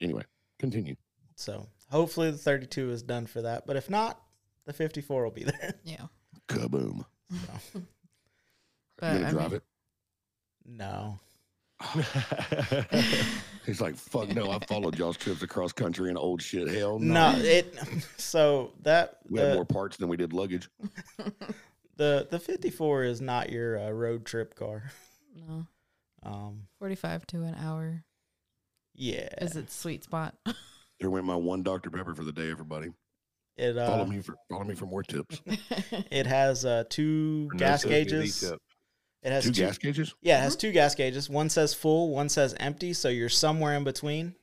S3: Anyway, continue.
S1: so hopefully the 32 is done for that but if not the 54 will be there
S2: Yeah.
S3: Kaboom!
S1: so,
S3: You gonna
S2: I
S3: drive
S2: mean-
S1: no
S3: it? He's like, "Fuck no!" I followed y'all's trips across country and old shit. Hell
S1: No, it. So that
S3: We had
S1: the,
S3: more parts than we did luggage.
S1: the the fifty four is not your uh, road trip car.
S2: no.
S1: Um,
S2: 45 to an hour
S1: yeah,
S2: is its sweet spot.
S3: Here went my one Dr. Pepper for the day, everybody.
S1: it
S3: follow
S1: uh,
S3: me for follow me for more tips.
S1: it has uh two
S4: No
S1: gas
S4: tip, dude, he
S1: gauges.
S4: tip.
S1: It has
S3: Two gas gauges?
S1: Yeah, it has two gas gauges. One says full, one says empty. So you're somewhere in between.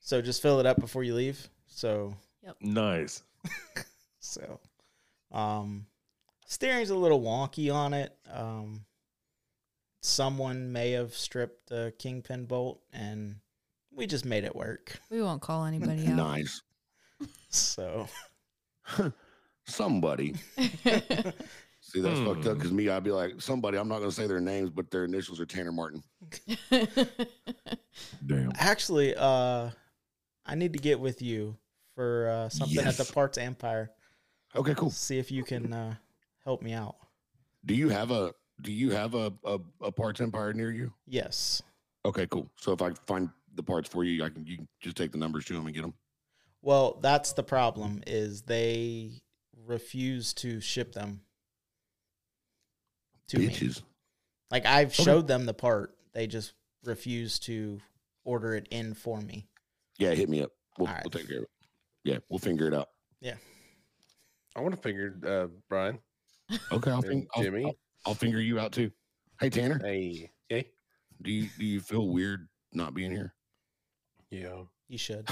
S1: So just fill it up before you leave. So
S5: Nice.
S1: so, um, steering's a little wonky on it. Um, someone may have stripped the kingpin bolt, and we just made it work.
S2: we won't call anybody out.
S3: Nice.
S1: So
S3: Somebody. See, that's fucked up
S5: Hmm.
S3: because me, I'd be like, somebody, I'm not gonna say their names, but their initials are Tanner Martin.
S5: Damn.
S1: actually, uh, I need to get with you for uh, something at
S3: Yes.
S1: the Parts Empire.
S3: Okay, cool.
S1: See if you can uh, help me out.
S3: Do you have a do you have a a, a parts empire near you?
S1: Yes.
S3: Okay, cool. So if I find the parts for you, I can you can just take the numbers to them and get them.
S1: Well, that's the problem. Is they refuse to ship them to me.
S3: Bitches.
S1: Like I've
S3: Okay.
S1: showed them the part, they just refuse to order it in for me.
S3: Yeah, hit me up. We'll,
S1: All right.
S3: we'll take care of it. Yeah, we'll figure it out.
S4: I want to figure, uh, Brian
S3: Okay, I'll,
S4: and
S3: fing- I'll,
S4: Jimmy.
S3: I'll, I'll finger you out too. Hey Tanner,
S4: Hey, hey,
S3: do you do you feel weird not being here?
S4: yeah.
S1: You should.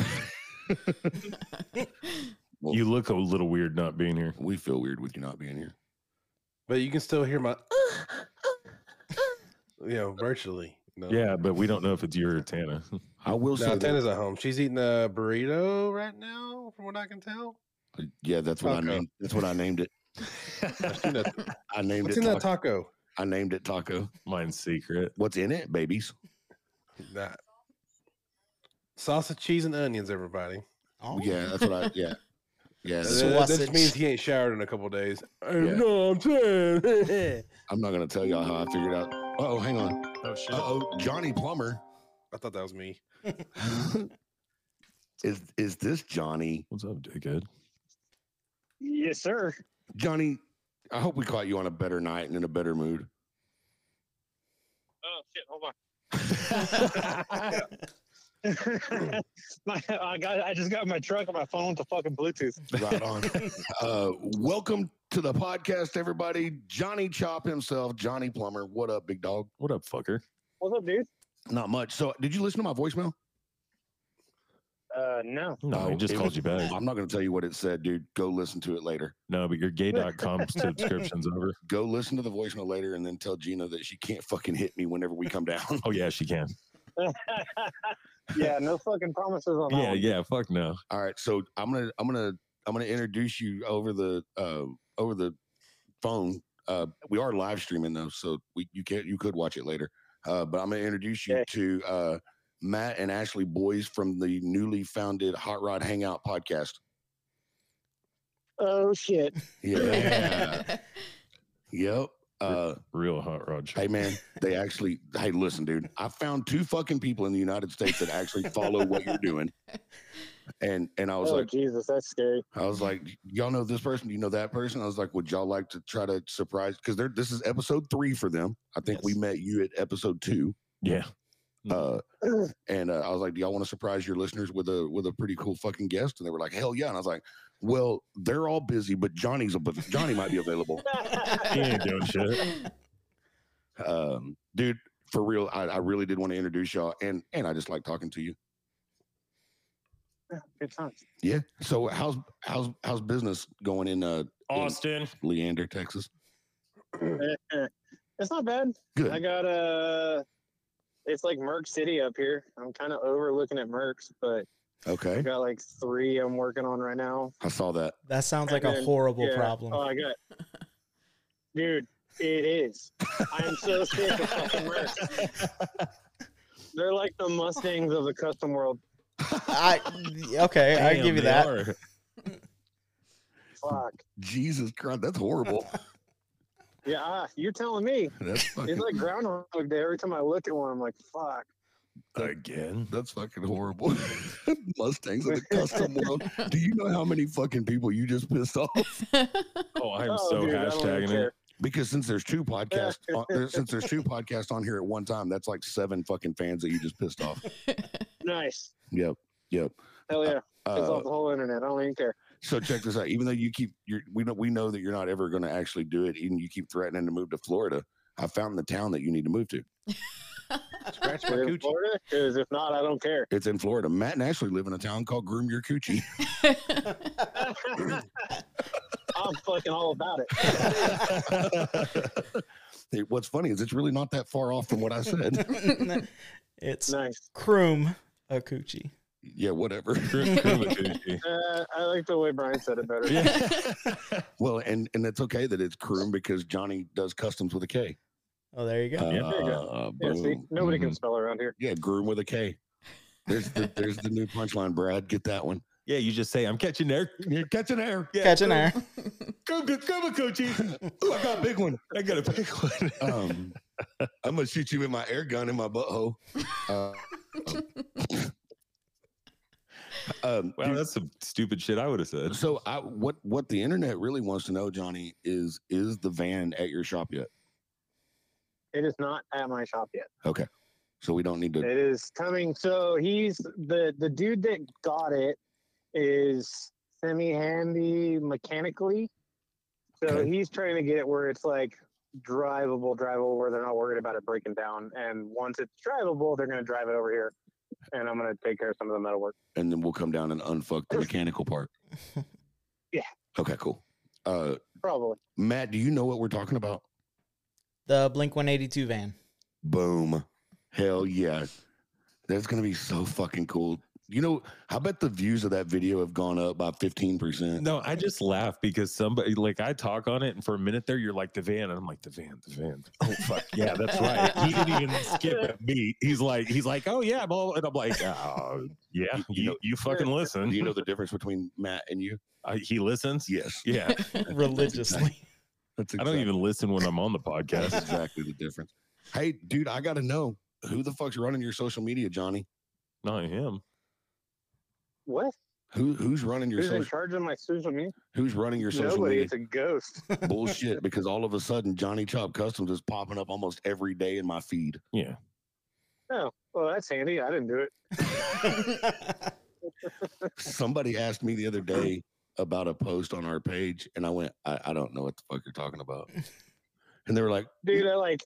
S3: Well,
S5: You look a little weird not being here.
S3: we feel weird with you not being here.
S4: But you can still hear my, you know, virtually. you know.
S5: Yeah, but we don't know if it's you or Tana.
S3: I will
S4: No,
S3: say that.
S4: Tana's at home. She's eating a burrito right now, from what I can tell.
S3: Uh, Yeah, that's what I
S4: Taco.
S3: named. That's what I named it.
S4: in that-
S3: I named
S4: What's
S3: it.
S4: in that
S3: Taco.
S4: taco?
S3: I named it taco.
S5: Mine's secret.
S3: What's in it, babies?
S4: That sausage, cheese, and onions. Everybody.
S1: Oh,
S3: Yeah, that's what I. Yeah, yeah.
S4: That,
S3: that's-
S4: that- that
S1: Sausage.
S4: just means he ain't showered in a couple days. Oh,
S3: Yeah.
S4: No, I'm saying.
S3: I'm not gonna tell y'all how I figured out. Oh, hang on.
S5: Oh shit.
S3: Uh oh, Johnny Plumber.
S4: I thought that was me.
S3: is is this Johnny?
S5: What's up, dickhead?
S9: Yes, sir.
S3: Johnny, I hope we caught you on a better night and in a better mood.
S9: Oh shit! Hold on. my, I got. I just got in my truck and my phone with the fucking Bluetooth.
S3: Right on. uh, welcome to the podcast, everybody. Johnny Chop himself, Johnny Plumber. What up, big dog?
S5: What up, fucker?
S9: What's up, dude?
S3: Not much. So, did you listen to my voicemail?
S9: Uh, no.
S5: No, he
S3: Oh,
S5: just
S3: it
S5: called
S3: was-
S5: you back.
S3: I'm not going to tell you what it said, dude. Go listen to it later.
S5: No, but your gay.com subscription's over.
S3: Go listen to the voicemail later, and then tell Gina that she can't fucking hit me whenever we come down.
S5: Oh yeah, she can.
S9: yeah, no fucking promises on that.
S5: Yeah,
S9: one.
S5: yeah, fuck no.
S3: All right, so I'm gonna I'm gonna I'm gonna introduce you over the uh, over the phone. Uh, we are live streaming though, so we you can't you could watch it later. Uh, but I'm gonna introduce you
S9: Okay.
S3: to uh, Matt and Ashley Boys from the newly founded Hot Rod Hangout podcast.
S9: Oh shit.
S3: Yeah, yep. Uh,
S5: Real hot rod shit.
S3: hey man, they actually hey listen, dude. I found two fucking people in the United States that actually follow what you're doing, and and I was
S9: Oh
S3: like,
S9: Jesus, that's scary.
S3: I was like, y'all know this person, you know that person. I was like, would y'all like to try to surprise? Because they're this is episode three for them. I think we
S1: Yes.
S3: met you at episode two,
S5: Yeah.
S3: uh, and uh, I was like, do y'all want to surprise your listeners with a with a pretty cool fucking guest? And they were like, hell yeah! And I was like, well, they're all busy, but Johnny's a, Johnny might be available.
S5: Mm. He ain't doing shit.
S3: um, dude, for real, I, I really did want to introduce y'all, and and I just like talking to you.
S9: Good times.
S3: Yeah. So how's how's how's business going in uh,
S5: Austin.
S3: Leander, Texas?
S9: Eh, eh. it's not bad.
S3: Good.
S9: I got Uh, it's like Merck City up here. I'm kind of overlooking at Merck's, but I
S3: Okay.
S9: got like three I'm working on right now.
S3: I saw that.
S1: that sounds like
S9: And
S1: a
S9: then-
S1: horrible
S9: yeah.
S1: problem.
S9: Oh, I got. Dude, it is. I'm so sick of fucking Mercs. They're like the Mustangs of the custom world.
S1: I, okay, I
S5: Damn,
S1: give you
S5: they
S1: that.
S5: are.
S9: Fuck.
S3: Jesus Christ, that's horrible.
S9: Yeah, ah, you're telling me.
S3: That's
S9: It's
S3: fucking,
S9: like Groundhog Day. Every time I look at one, I'm like, fuck.
S5: Again.
S3: that's fucking horrible. Mustangs in the custom world. Do you know how many fucking people you just pissed off?
S5: Oh, I am
S9: Oh,
S5: so
S9: dude, I don't even
S5: hashtagging it.
S9: care.
S3: Because since there's two podcasts, on, there- since there's two podcasts on here at one time, that's like seven fucking fans that you just pissed off.
S9: Nice.
S3: Yep, yep.
S9: Hell yeah. It's
S3: Uh,
S9: off the whole internet. I don't even care.
S3: so check this out. Even though you keep, you're, we know we know that you're not ever going to actually do it, and you keep threatening to move to Florida. I found the town that you need to move to.
S4: Scratch my
S9: Is it
S4: coochie.
S9: Florida? Because if not, I don't care.
S3: It's in Florida. Matt and Ashley live in a town called Groom Your Coochie.
S9: I'm fucking all about it.
S3: Hey, What's funny is it's really not that far off from what I said.
S1: it's
S9: Nice.
S1: Kroom Akuchi.
S3: yeah, whatever.
S5: Kumakuchi.
S9: Uh, I like the way Brian said it better.
S3: Well, and and that's okay that it's Kroom because Johnny does customs with a K.
S1: Oh, there you go.
S9: There you
S3: Uh,
S9: Yeah, see,
S3: boom.
S9: nobody
S5: Mhm.
S9: can spell around here.
S3: Yeah, Groom with a K. There's the there's the new punchline, Brad. Get that one.
S5: yeah, you just say I'm catching there.
S3: You're catching air.
S5: Yeah,
S1: Catching air.
S5: Come get Kumakuchi.
S3: E. Ooh, I got a big one.
S5: I got a big one.
S1: Uh,
S3: Um, I'm gonna shoot you with my air gun in my butthole. Uh, um,
S5: Wow,
S3: dude,
S5: that's some stupid shit I would have said.
S3: so I, what what the internet really wants to know, Johnny, is is the van at your shop yet?
S9: It is not at my shop yet.
S3: So we don't need to.
S9: It is coming. So he's the the dude that got it is semi handy mechanically. So
S3: Okay.
S9: he's trying to get it where it's like drivable, drivable, where they're not worried about it breaking down. And once it's drivable, they're going to drive it over here, and I'm going to take care of some of the metal work.
S3: and then we'll come down and unfuck the mechanical part.
S9: Yeah.
S3: Okay, cool. Uh,
S9: Probably.
S3: Matt, do you know what we're talking about?
S1: The Blink 182 van.
S3: Boom. Hell yeah. That's going to be so fucking cool. You know, I bet the views of that video have gone up by 15%.
S5: No, I just laugh because somebody like I talk on it, and for a minute there, you're like the van, and I'm like the van, the van. Oh fuck yeah, that's right. He didn't even skip a beat. He's like, he's like, oh yeah, blah, and I'm like, oh yeah,
S3: You
S5: you
S3: know-
S5: you fucking listen.
S3: Do you know the difference between Matt and you?
S5: Uh, he listens.
S3: Yes.
S5: Yeah,
S1: Religiously.
S3: That's
S5: I don't
S3: exact-
S5: even listen when I'm on the podcast.
S3: That's exactly the difference. Hey, dude, I got to know who the fuck's running your social media, Johnny?
S5: Not him.
S9: What?
S3: Who who's running your
S9: Who's in
S3: social,
S9: charge of my social media?
S3: who's running your social
S9: Nobody.
S3: media?
S9: It's a ghost.
S3: bullshit because all of a sudden Johnny Chop Customs is popping up almost every day in my feed.
S5: Yeah.
S9: Oh, well, that's handy. I didn't do it.
S3: Somebody asked me the other day about a post on our page, and I went, I, I don't know what the fuck you're talking about. And they were like,
S9: Dude, I like,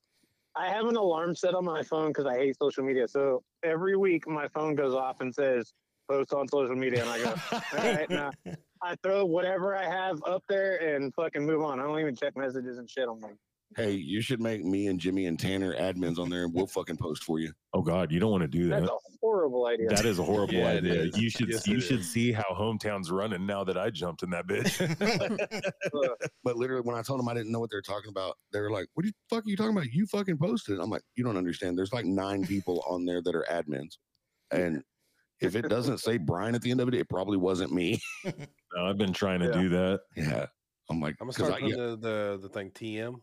S9: I have an alarm set on my phone because I hate social media. So every week my phone goes off and says, post on social media. And I go, all right, nah. I throw whatever I have up there and fucking move on. I don't even check messages and shit. I'm like,
S3: Hey, you should make me and Jimmy and Tanner admins on there, and we'll fucking post for you.
S5: Oh God, you don't want to do
S9: that's
S5: that.
S9: a horrible idea.
S5: That is a horrible
S3: Yeah, it
S5: idea.
S3: is.
S5: You should
S3: Yes,
S5: you
S3: it
S5: should see how hometown's running now that I jumped in that bitch.
S3: But literally, when I told them I didn't know what they were talking about, they were like, "What the fuck are you talking about? You fucking posted." it." I'm like, "You don't understand. There's like nine people on there that are admins, and if it doesn't say Brian at the end of it, it probably wasn't me."
S5: No, I've been trying to
S9: Yeah.
S5: do that.
S3: Yeah, I'm like,
S4: I'm gonna
S3: 'cause
S4: start
S3: I-
S4: putting
S3: yeah,
S4: the, the the thing TM.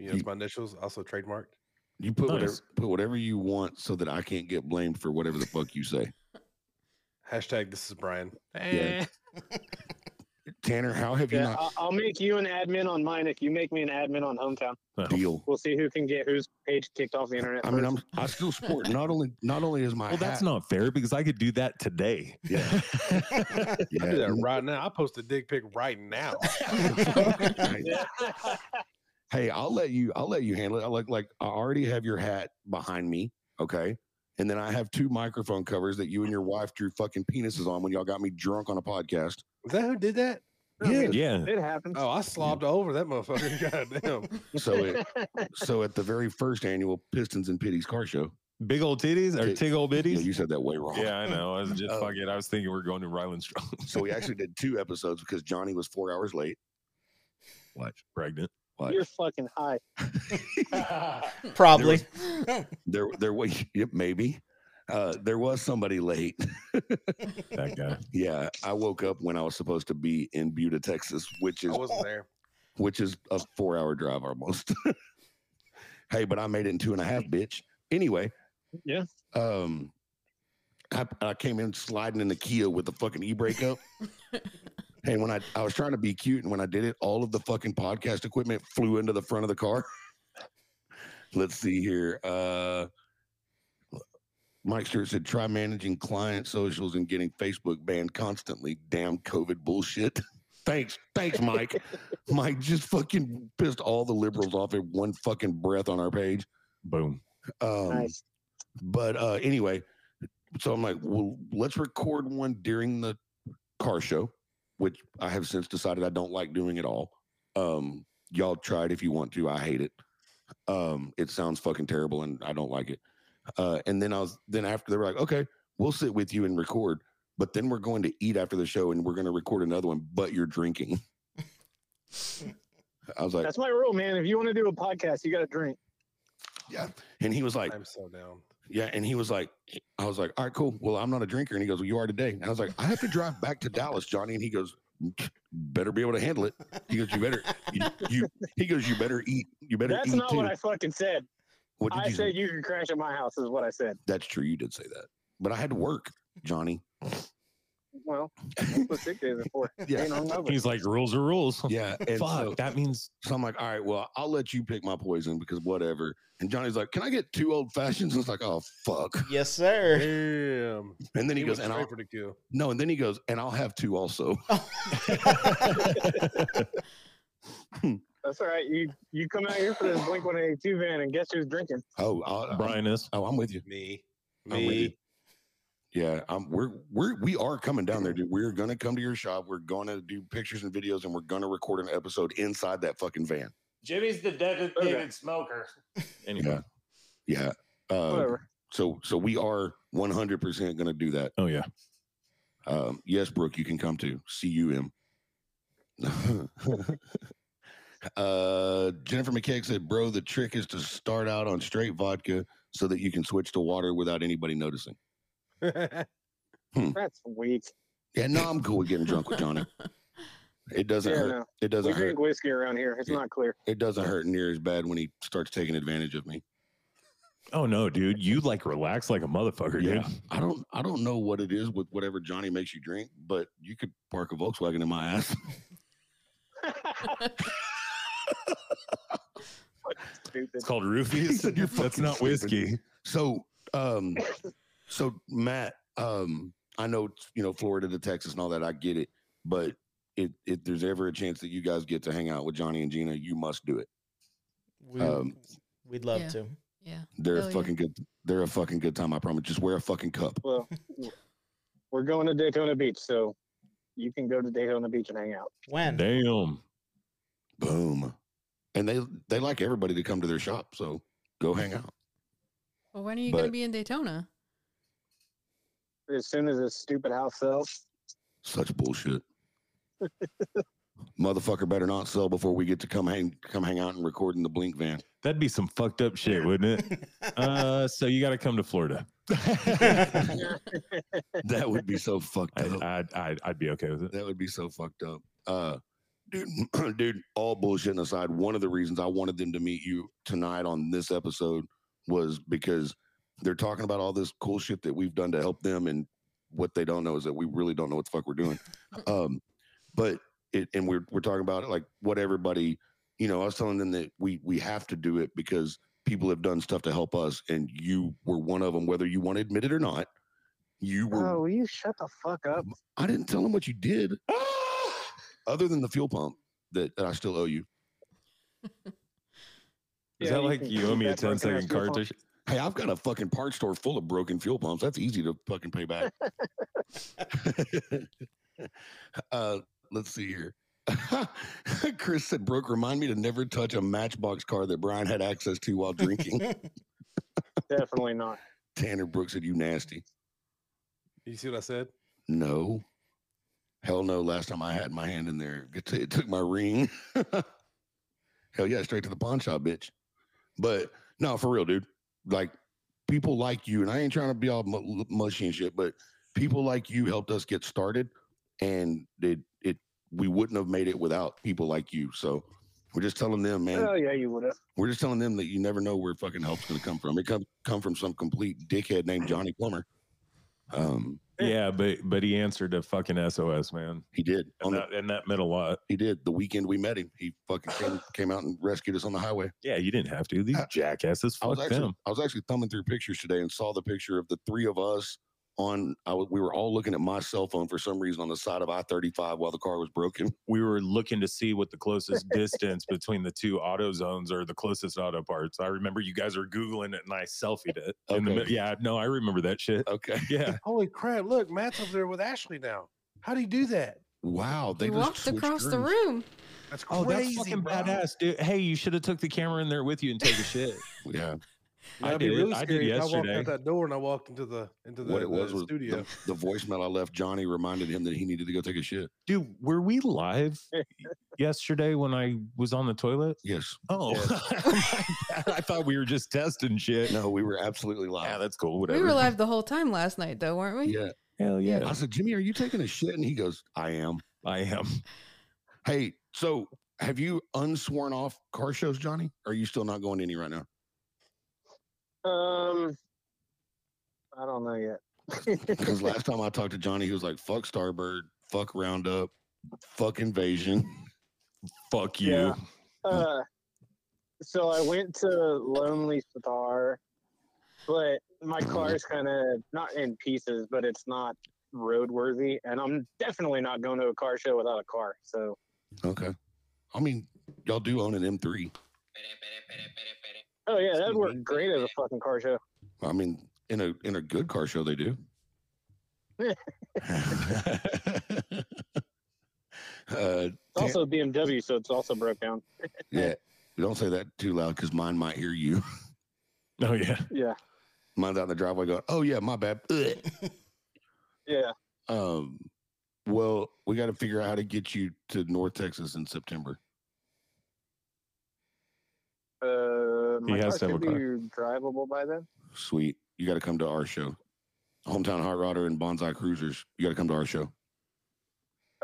S4: You know,
S3: You-
S4: it's my initials, also trademarked.
S3: You put whatever
S5: Nice.
S3: put whatever you want so that I can't get blamed for whatever the fuck you say.
S4: Hashtag this is Brian.
S3: Yeah. Tanner, how have you
S9: Yeah,
S3: not
S9: I'll, I'll make you an admin on mine if you make me an admin on Hometown.
S3: deal?
S9: We'll see who can get whose page kicked off the internet.
S3: I mean,
S9: first.
S3: I'm I still sport. Not only not only is my
S5: Well, that's
S3: hat-
S5: not fair because I could do that today.
S3: yeah
S4: I do
S3: yeah.
S4: that right now. I post a dick pic right now.
S9: Yeah.
S3: Hey, I'll let you I'll let you handle it. I like like I already have your hat behind me, okay? And then I have two microphone covers that you and your wife drew fucking penises on when y'all got me drunk on a podcast.
S4: Is that who did that?
S5: Yeah, yeah.
S9: It happens.
S4: Oh, I slobbed over that motherfucker. Goddamn.
S3: So it, so at the very first annual Pistons and Pitties car show,
S5: Big old titties or
S3: Okay.
S5: tig old
S3: yeah,
S5: bitties.
S3: you said that way wrong.
S5: Yeah, I know. I was just
S3: Oh.
S5: fucking. I was thinking we are going to Ryland Strong.
S3: So we actually did two episodes because Johnny was four hours late.
S5: Watch pregnant.
S3: But
S9: You're fucking high.
S1: Probably.
S3: there, there was yep, maybe uh, there was somebody late.
S5: That guy.
S3: yeah, I woke up when I was supposed to be in Buda, Texas, which
S4: I
S3: is
S4: wasn't there.
S3: which is a four-hour drive almost. hey, but I made it in two and a half, bitch. Anyway,
S9: Yeah.
S3: um, I, I came in sliding in the Kia with the fucking e-brake up. And when I, I was trying to be cute, and when I did it, all of the fucking podcast equipment flew into the front of the car. Let's see here. Uh, Mike Stewart said, try managing client socials and getting Facebook banned constantly. Damn COVID bullshit. thanks. Thanks, Mike. Mike just fucking pissed all the liberals off in one fucking breath on our page.
S5: Boom.
S3: Um,
S9: nice.
S3: But uh, anyway, so I'm like, well, let's record one during the car show, which I have since decided I don't like doing at all. Um, y'all try it if you want to. I hate it. Um, it sounds fucking terrible, and I don't like it. Uh, and then I was then after they were like, okay, we'll sit with you and record, but then we're going to eat after the show, and we're going to record another one. But you're drinking. I was like,
S9: That's my rule, man. If you want to do a podcast, you got to drink.
S3: yeah, and he was like,
S4: I'm so down.
S3: Yeah, and he was like, I was like, all right, cool. Well, I'm not a drinker, and he goes, well, you are today. And I was like, I have to drive back to Dallas, Johnny, and he goes, better be able to handle it. He goes, you better, you, you he goes, you better eat, you better
S9: That's
S3: eat
S9: not
S3: too.
S9: what I fucking said.
S3: What did
S9: I
S3: you say?
S9: said you could crash at my house, is what I said.
S3: That's true, you did say that, but I had to work, Johnny.
S9: Well, that's what sick days are for.
S3: Yeah,
S9: Ain't hungover.
S5: He's like rules are rules.
S3: yeah. And
S5: Fuck.
S3: so,
S5: that means
S3: so I'm like, all right, well, I'll let you pick my poison because whatever. And Johnny's like, can I get two old fashions? And it's like, oh fuck.
S1: yes, sir.
S4: Damn.
S3: And then
S4: He
S3: he, goes,
S4: was
S3: and I'll
S4: straight for the kill.
S3: no, and then he goes, and I'll have two also.
S9: That's all right. You you come out here for this Blink 182 van, and guess who's drinking?
S3: Oh, I'll,
S5: Brian is.
S3: Oh, I'm with you.
S4: Me.
S3: I'm with you.
S4: Me.
S3: Yeah, um, we're we're we are coming down there, dude. We're gonna come to your shop. We're gonna do pictures and videos, and we're gonna record an episode inside that fucking van.
S9: Jimmy's the dedicated smoker.
S5: Anyway.
S3: Yeah. Yeah. Uh,
S9: Whatever.
S3: so so we are one hundred percent gonna do that.
S5: Oh yeah.
S3: Um, yes, Brooke, you can come to C U M. Uh, Jennifer McKeag said, "Bro, the trick is to start out on straight vodka so that you can switch to water without anybody noticing."
S9: That's weak.
S3: Yeah, no, I'm cool with getting drunk with Johnny. It doesn't
S9: Yeah,
S3: hurt.
S9: no.
S3: It
S9: We
S3: doesn't hurt.
S9: drink whiskey around here. It's not clear.
S3: It doesn't hurt near as bad when he starts taking advantage of me.
S5: Oh no, dude. You like relax like a motherfucker, dude.
S3: Yeah. I don't I don't know what it is with whatever Johnny makes you drink, but you could park a Volkswagen in my ass.
S9: Stupid.
S5: It's called
S3: He
S5: roofies.
S3: said you're
S5: That's
S3: fucking
S5: not
S3: stupid.
S5: whiskey.
S3: So um so Matt, um I know you know Florida to Texas and all that, I get it, but if if there's ever a chance that you guys get to hang out with Johnny and Gina, you must do it.
S1: We,
S3: Um,
S1: we'd love
S2: Yeah.
S1: to.
S2: Yeah.
S3: They're
S2: Hell
S3: a
S2: yeah.
S3: fucking good they're a fucking good time, I promise. Just wear a fucking cup.
S9: Well, w- we're going to Daytona Beach, so you can go to Daytona Beach and hang out.
S1: When?
S5: Damn.
S3: Boom. And they they like everybody to come to their shop, so go hang out.
S2: Well, when are you going to
S3: But-
S2: be in Daytona?
S9: As soon as this stupid house sells,
S3: Such bullshit. Motherfucker better not sell before we get to come hang come hang out and record in the blink van.
S5: That'd be some fucked up shit, wouldn't it? Uh, so you got to come to Florida.
S3: That would be so fucked
S5: I,
S3: up.
S5: I'd, I'd, I'd be okay with it.
S3: that would be so fucked up. Uh dude, dude, all bullshitting aside, one of the reasons I wanted them to meet you tonight on this episode was because they're talking about all this cool shit that we've done to help them and what they don't know is that we really don't know what the fuck we're doing. um but it and we're we're talking about like what everybody, you know, I was telling them that we we have to do it because people have done stuff to help us and you were one of them whether you want to admit it or not. You were
S9: oh, will you shut the fuck up?
S3: I didn't tell him what you did. Other than the fuel pump that, that I still owe you.
S5: Is
S9: Yeah,
S5: that
S9: you
S5: like
S9: can
S5: you owe me a
S9: keep
S5: 10
S9: that broken-ass
S5: second
S9: fuel
S5: card? to
S9: pump.
S5: sh-
S3: Hey, I've got a fucking parts store full of broken fuel pumps. That's easy to fucking pay back. uh, let's see here. Chris said, Brooke, remind me to never touch a matchbox car that Brian had access to while drinking.
S9: Definitely not.
S3: Tanner Brooks said, You nasty.
S4: You see what I said?
S3: No. Hell no. Last time I had my hand in there, it, t- it took my ring. Hell yeah, straight to the pawn shop, bitch. But no, for real, dude. Like people like you, and I ain't trying to be all mu- mushy and shit, but people like you helped us get started, and it it we wouldn't have made it without people like you. So we're just telling them, man.
S9: Oh yeah, you would have.
S3: We're just telling them that you never know where fucking help's going to come from. It come come from some complete dickhead named Johnny Plumber. Um,
S5: Yeah, but but he answered a fucking SOS, man.
S3: he did on
S5: And
S3: the-
S5: that, and that meant a lot.
S3: He did. The weekend we met him, he fucking came, came out and rescued us on the highway.
S5: Yeah, you didn't have to. These
S3: I-
S5: jackasses,
S3: I
S5: fuck
S3: was actually,
S5: them.
S3: I was actually thumbing through pictures today and saw the picture of the three of us on. I was, we were all looking at my cell phone for some reason on the side of I thirty five while the car was broken.
S5: We were looking to see what the closest distance between the two auto zones or the closest auto parts. I remember you guys were Googling it and I selfied it. In the,
S3: Okay. Uh,
S5: mi- yeah, no, I remember that shit.
S3: Okay.
S5: Yeah.
S4: Holy crap! Look, Matt's up there with Ashley now. How do you do that?
S3: Wow. They
S2: He
S3: just
S2: walked
S3: switched
S2: across the
S3: rooms.
S2: room.
S4: That's crazy.
S5: Oh, that's fucking
S4: bro.
S5: badass, dude. Hey, you should have took the camera in there with you and take a shit.
S3: Yeah.
S5: I
S4: That'd be
S5: did-
S4: really
S5: I did
S4: scary if I
S5: yesterday.
S4: walked out that door and I walked into the into the,
S3: what it was
S4: the
S3: was
S4: studio.
S3: the, the voicemail I left Johnny reminded him that he needed to go take a shit.
S5: Dude, were we live yesterday when I was on the toilet?
S3: Yes.
S5: Oh, my God, I thought we were just testing shit.
S3: No, we were absolutely
S5: Yeah,
S3: live.
S5: that's cool.
S2: We
S5: Whatever.
S2: were live the whole time last night, though, weren't we?
S3: Yeah.
S5: Hell
S2: yeah.
S5: yeah,
S3: I said, Jimmy, are you taking a shit? And he goes, I am.
S5: I am.
S3: Hey, so have you unsworn off car shows, Johnny? Or are you still not going to any right now?
S9: Um, I don't know yet.
S3: Because last time I talked to Johnny, he was like, fuck Starbird, fuck Roundup, fuck Invasion.
S5: Fuck you.
S9: Yeah. uh, so I went to Lonely Star, but my car's kind of not in pieces, but it's not roadworthy, and I'm definitely not going to a car show without a car. So
S3: Okay. I mean, y'all do own an M3.
S9: oh yeah, that'd work great as a fucking car show.
S3: I mean, in a in a good car show, they do. uh,
S9: It's also a BMW, so it's also broke down.
S3: yeah, don't say that too loud because mine might hear you.
S5: Oh yeah.
S9: Yeah,
S3: Mine's out in the driveway going, "Oh yeah, my bad." Ugh.
S9: yeah.
S3: Um, well, we got to figure out how to get you to North Texas in September.
S9: Uh, my
S5: He has
S9: car
S5: to have
S9: should
S5: a
S9: be drivable by then.
S3: Sweet, you got to come to our show, hometown hot rodder and bonsai cruisers. You got to come to our show.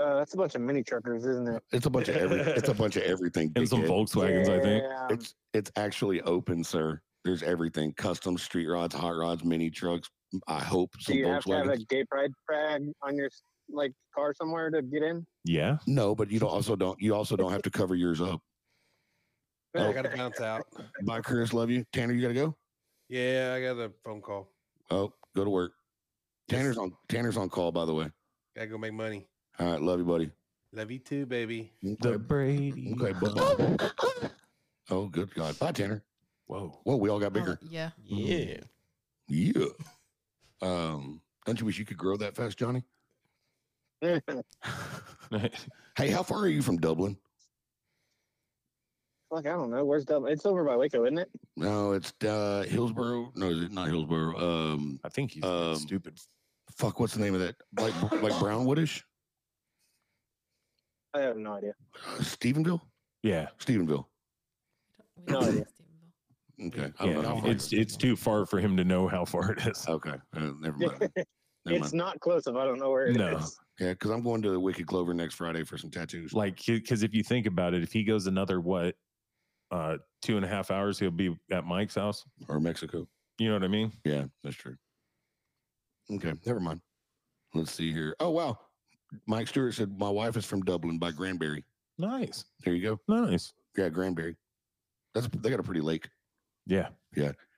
S9: Uh, that's a bunch of mini truckers, isn't it?
S3: It's a bunch of every, it's a bunch of everything.
S5: And some
S3: dickhead.
S5: Volkswagens, I think.
S9: Yeah.
S3: It's it's actually open, sir. There's everything: custom street rods, hot rods, mini trucks. I hope
S9: Do
S3: some
S9: you have to have a
S3: Volkswagens.
S9: gay pride flag on your like car somewhere to get in?
S5: Yeah.
S3: No, but you don't also don't you also don't have to cover yours up.
S4: I gotta bounce out.
S3: Bye, Chris. Love you, Tanner. You gotta go.
S4: Yeah, I got a phone call.
S3: Oh, go to work.
S4: Yes.
S3: Tanner's on Tanner's on call, by the way.
S4: Gotta go make money.
S3: All right, love you, buddy.
S4: Love you too, baby.
S5: The Brady.
S3: Okay, bye. oh, good God. Bye, Tanner.
S5: Whoa.
S3: Whoa, we all got
S2: Oh,
S3: bigger.
S2: yeah.
S1: Yeah.
S3: Yeah. Um, don't you wish you could grow that fast, Johnny? Hey, how far are you from Dublin?
S9: Like I don't know. Where's Dublin? It's over by Waco, isn't it?
S3: No, it's uh Hillsboro. No, is it not Hillsboro? Um
S5: I think he's
S3: Um,
S5: stupid.
S3: fuck, what's the name of that? Like like Brownwoodish?
S9: I have no idea.
S3: Uh, Stephenville?
S5: Yeah.
S3: Stephenville.
S2: We don't
S9: No
S2: have
S9: idea.
S2: Stephenville.
S3: Okay. I don't know. how
S5: Yeah.
S3: far it
S5: It's
S3: is.
S5: it's too far for him to know how far it is.
S3: okay. Uh, never mind. Never
S9: it's
S3: mind.
S9: not close if I don't know where it is.
S5: No.
S3: Yeah, because I'm going to Wicked Clover next Friday for some tattoos.
S5: Like, because if you think about it, if he goes another what, uh, two and a half hours, he'll be at Mike's house.
S3: or Mexico.
S5: You know what I mean?
S3: Yeah, that's true. Okay, never mind. Let's see here. Oh wow, Mike Stewart said my wife is from Dublin by Granbury.
S5: Nice,
S3: There you go.
S5: nice.
S3: Yeah, Granbury. That's they got a pretty lake.
S5: Yeah,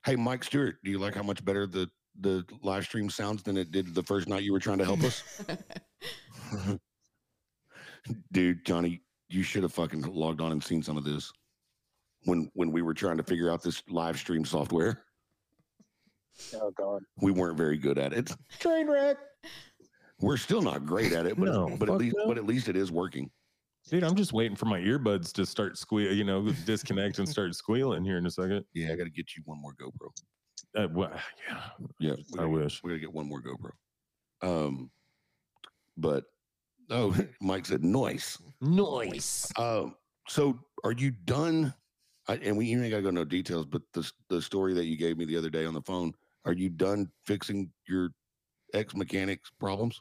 S3: Hey, Mike Stewart, do you like how much better the the live stream sounds than it did the first night you were trying to help us? Dude, Johnny, you should have fucking logged on and seen some of this when when we were trying to figure out this live stream software.
S9: Oh God.
S3: We weren't very good at it.
S1: Train wreck.
S3: We're still not great at it, but
S5: No,
S3: but at
S5: fuck
S3: least
S5: no.
S3: but at least it is working.
S5: dude, I'm just waiting for my earbuds to start squeal. You know, disconnect and start squealing here in a second.
S3: Yeah, I got to get you one more GoPro.
S5: Uh, wha- yeah,
S3: Yeah,
S5: I
S3: gotta get-
S5: wish.
S3: we got to get one more GoPro. Um, but oh, Mike said noise.
S1: Noise.
S3: Um, so are you done? I, and we you ain't got to go no details, but the s- the story that you gave me the other day on the phone. Are you done fixing your ex mechanics problems?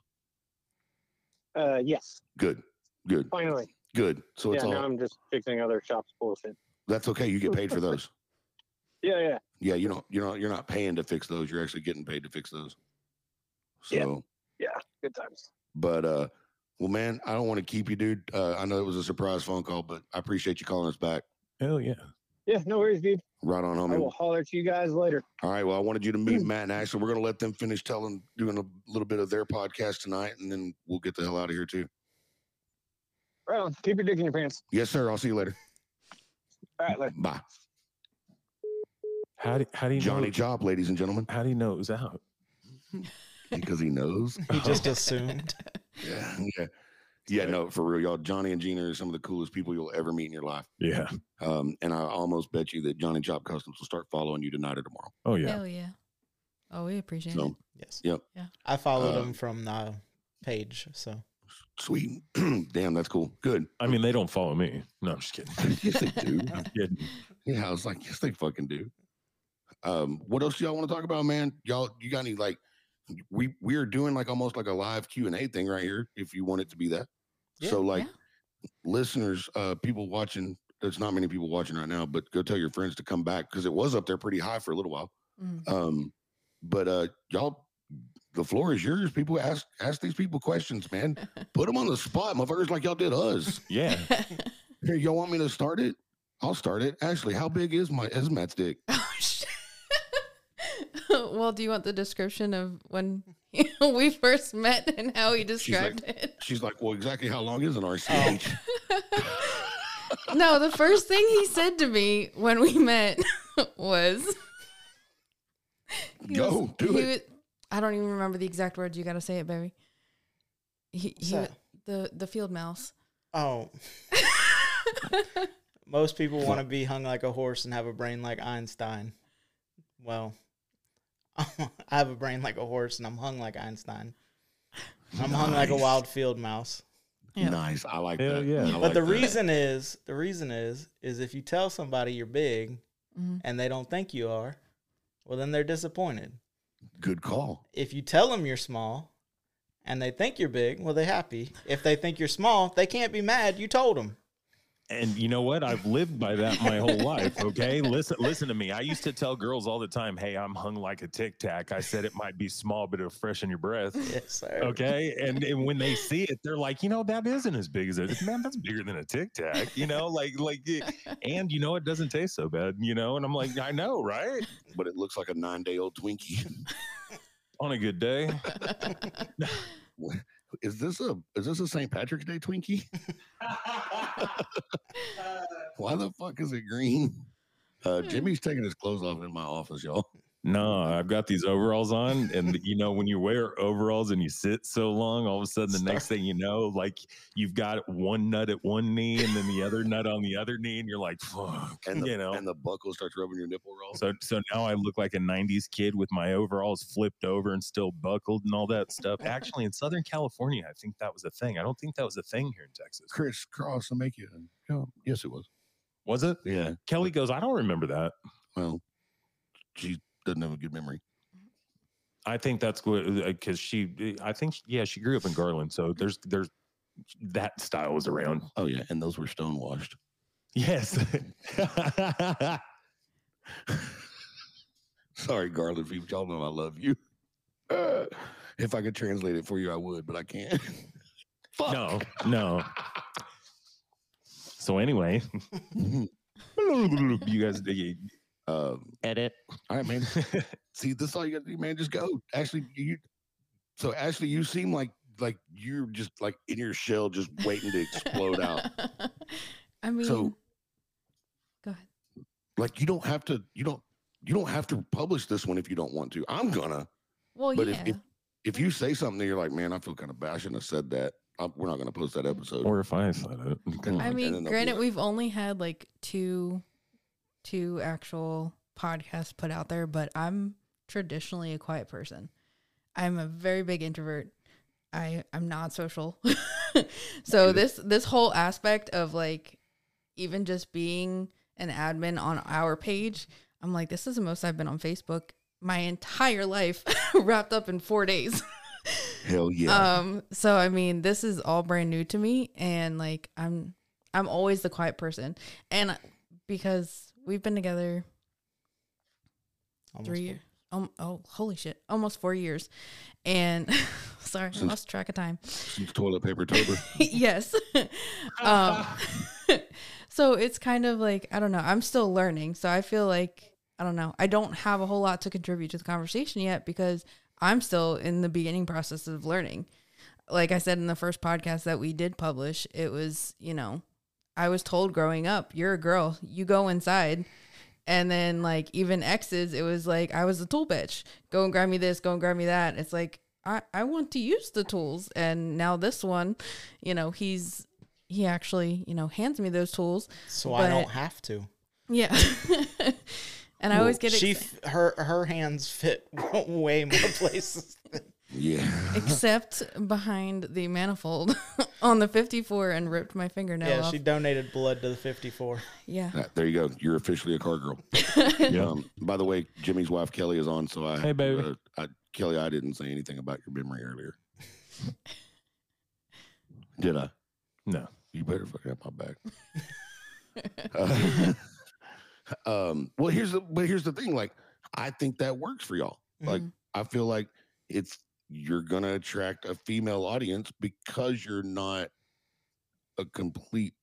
S9: Uh, yes.
S3: Good, good,
S9: Finally.
S3: good. So it's
S9: yeah.
S3: all
S9: Now I'm just fixing other shops bullshit.
S3: that's okay. You get paid for those.
S9: Yeah, yeah.
S3: Yeah, you don't you're not you're not paying to fix those. You're actually getting paid to fix those. So.
S9: Yeah. Good times.
S3: But uh well man, I don't want to keep you, dude. Uh, I know it was a surprise phone call, but I appreciate you calling us back.
S5: hell yeah.
S9: Yeah. No worries, dude.
S3: Right on,
S9: I
S3: homie.
S9: will Mm. holler at you guys later.
S3: All right. Well, I wanted you to meet Matt and Axel. We're gonna let them finish telling doing a little bit of their podcast tonight, and then we'll get the hell out of here too.
S9: Right on. Keep your dick in your pants.
S3: Yes, sir. I'll see you later.
S9: All right, later.
S3: Bye.
S5: How do how do you
S3: Johnny
S5: know,
S3: Job, ladies and gentlemen.
S5: how do you know it was out?
S3: Because he knows.
S1: He just assumed.
S3: Yeah. Yeah. Yeah, no, for real, y'all. Johnny and Gina are some of the coolest people you'll ever meet in your life.
S5: Yeah.
S3: Um, and I almost bet you that Johnny Chop Customs will start following you tonight or tomorrow.
S5: Oh yeah.
S2: Hell yeah. Oh, we appreciate
S3: So
S2: it.
S1: Yes.
S3: Yep.
S2: Yeah.
S1: I followed
S3: Uh,
S1: him from the page, so
S3: Sweet. Damn, that's cool. Good.
S5: I mean, they don't follow me. No, I'm just kidding.
S3: yes, they do.
S5: I'm kidding.
S3: Yeah, I was like, yes, they fucking do. Um, what else do y'all want to talk about, man? Y'all, you got any like? We we are doing like almost like a live Q and A thing right here. If you want it to be that,
S1: Yeah,
S3: so like
S2: yeah.
S3: listeners, uh, people watching. There's not many people watching right now, but go tell your friends to come back because it was up there pretty high for a little while.
S2: Mm.
S3: Um, but uh, y'all, the floor is yours. People ask ask these people questions, man.
S2: Mm.
S3: Put them on the spot, motherfuckers, like y'all did us.
S5: Yeah.
S3: Uh, Here, y'all want me to start it? I'll start it. Actually, how big is my is Matt's dick?
S2: Oh, shit. well, do you want the description of when we first met and how he
S3: like-
S2: described it?
S3: She's like, well, exactly how long is an RCH?
S1: Oh.
S2: no, the first thing he said to me when we met was he
S3: Go
S2: was-
S3: do
S2: he
S3: it.
S2: was- I don't even remember the exact words. You got to say it, baby. He,
S1: What's
S2: he
S1: that?
S2: the the field mouse.
S1: Oh, most people want to be hung like a horse and have a brain like Einstein. Well, I have a brain like a horse and I'm hung like Einstein. I'm hung like a
S3: Nice.
S1: wild field mouse.
S2: Yeah.
S3: Nice. I like
S5: Hell
S3: that.
S5: yeah.
S3: I
S5: But
S1: But
S3: like
S1: the
S3: that.
S1: reason is the reason is is if you tell somebody you're big
S2: Mhm.
S1: and they don't think you are, well then they're disappointed.
S3: good call.
S1: If you tell them you're small and they think you're big, well they're happy. If they think you're small, they can't be mad you told them.
S5: And you know what? I've lived by that my whole life. Okay. Listen, listen to me. I used to tell girls all the time, hey, I'm hung like a tic tac. I said it might be small, but it'll freshen your breath.
S1: Yes, sir.
S5: Okay. And, and when they see it, they're like, you know, that isn't as big as it. Man, that's bigger than a tic tac. You know, like, like, it- and you know, it doesn't taste so bad, you know? And I'm like, I know, right?
S3: But it looks like a nine day old Twinkie.
S5: On a good day.
S3: is this a is this a St. Patrick's Day Twinkie? Why the fuck is it green?
S1: Hmm.
S3: Uh, Jimmy's taking his clothes off in my office, y'all.
S5: No, I've got these overalls on, and you know when you wear overalls and you sit so long, all of a sudden the next thing you know, like you've got one nut at one knee and then the other nut on the other knee, and you're like, fuck,
S3: And the,
S5: you know.
S3: and the buckle starts rubbing your nipple raw.
S5: so so now I look like a '90s kid with my overalls flipped over and still buckled and all that stuff. Actually, in Southern California, I think that was a thing. I don't think that was a thing here in Texas.
S3: crisscross and make you jump. Yes, it was.
S5: Was it?
S3: Yeah.
S5: Kelly goes, I don't remember that.
S3: Well, she doesn't have a good memory.
S5: I think that's what because she. uh, I think yeah, she grew up in Garland, so there's there's that style was around.
S3: Oh yeah, and those were stonewashed.
S5: Yes.
S3: Sorry, Garland people. Y'all know I love you. Uh, if I could translate it for you, I would, but I can't. Fuck.
S5: no, no. So anyway, you guys dig
S3: Um,
S5: edit.
S3: all right, man. See, this is all you got to do, man. Just go. Ashley, you. So Ashley, you seem like like you're just like in your shell, just waiting to explode out.
S2: I mean,
S3: So-
S2: go ahead.
S3: Like you don't have to. You don't. You don't have to publish this one if you don't want to. I'm gonna.
S2: Well,
S3: But
S2: yeah.
S3: if, if if you say something that you're like, man, I feel kind of bad. I shouldn't have said that. I, we're not gonna post that episode.
S5: Or if I said it,
S3: And-
S2: I
S3: and
S2: mean,
S3: then they'll be
S2: granted,
S3: like,
S2: we've only had like two, two actual podcasts put out there, but I'm traditionally a quiet person. I'm a very big introvert. I I'm not social. so this this whole aspect of like even just being an admin on our page, I'm like this is the most I've been on Facebook my entire life wrapped up in 4 days.
S3: hell yeah.
S2: Um, so I mean, this is all brand new to me and like I'm I'm always the quiet person. And uh, because we've been together
S1: Almost
S2: 3 years. Um, oh, holy shit. Almost 4 years. And sorry, I
S3: Since-
S2: lost track of time.
S3: Since toilet paper tober.
S2: yes. um, so it's kind of like I don't know. I'm still learning, so I feel like I don't know. I don't have a whole lot to contribute to the conversation yet because I'm still in the beginning process of learning. Like I said in the first podcast that we did publish, it was you know, I was told growing up, you're a girl, you go inside. And then like even exes, it was like I was a tool bitch. Go and grab me this, go and grab me that. It's like I, I want to use the tools and now this one, you know, he's he actually, you know, hands me those tools.
S1: So I don't
S2: But-
S1: have to.
S2: Yeah. and I always get
S1: she
S2: ex-
S1: f- her her hands fit way more places.
S3: yeah.
S2: except behind the manifold on the 54 and ripped my fingernail
S1: yeah,
S2: off.
S1: she donated blood to the 54.
S2: yeah.
S3: Ah, there you go. You're officially a car girl.
S5: yeah.
S3: Um, by the way, Jimmy's wife Kelly is on, so I
S5: Hey, baby.
S3: uh, I, Kelly, I didn't say anything about your memory earlier. Did I?
S5: No.
S3: You better fucking have my back. Uh, um, well, here's the but here's the thing. Like, I think that works for y'all. Like,
S2: Mhm.
S3: I feel like it's you're gonna attract a female audience because you're not a complete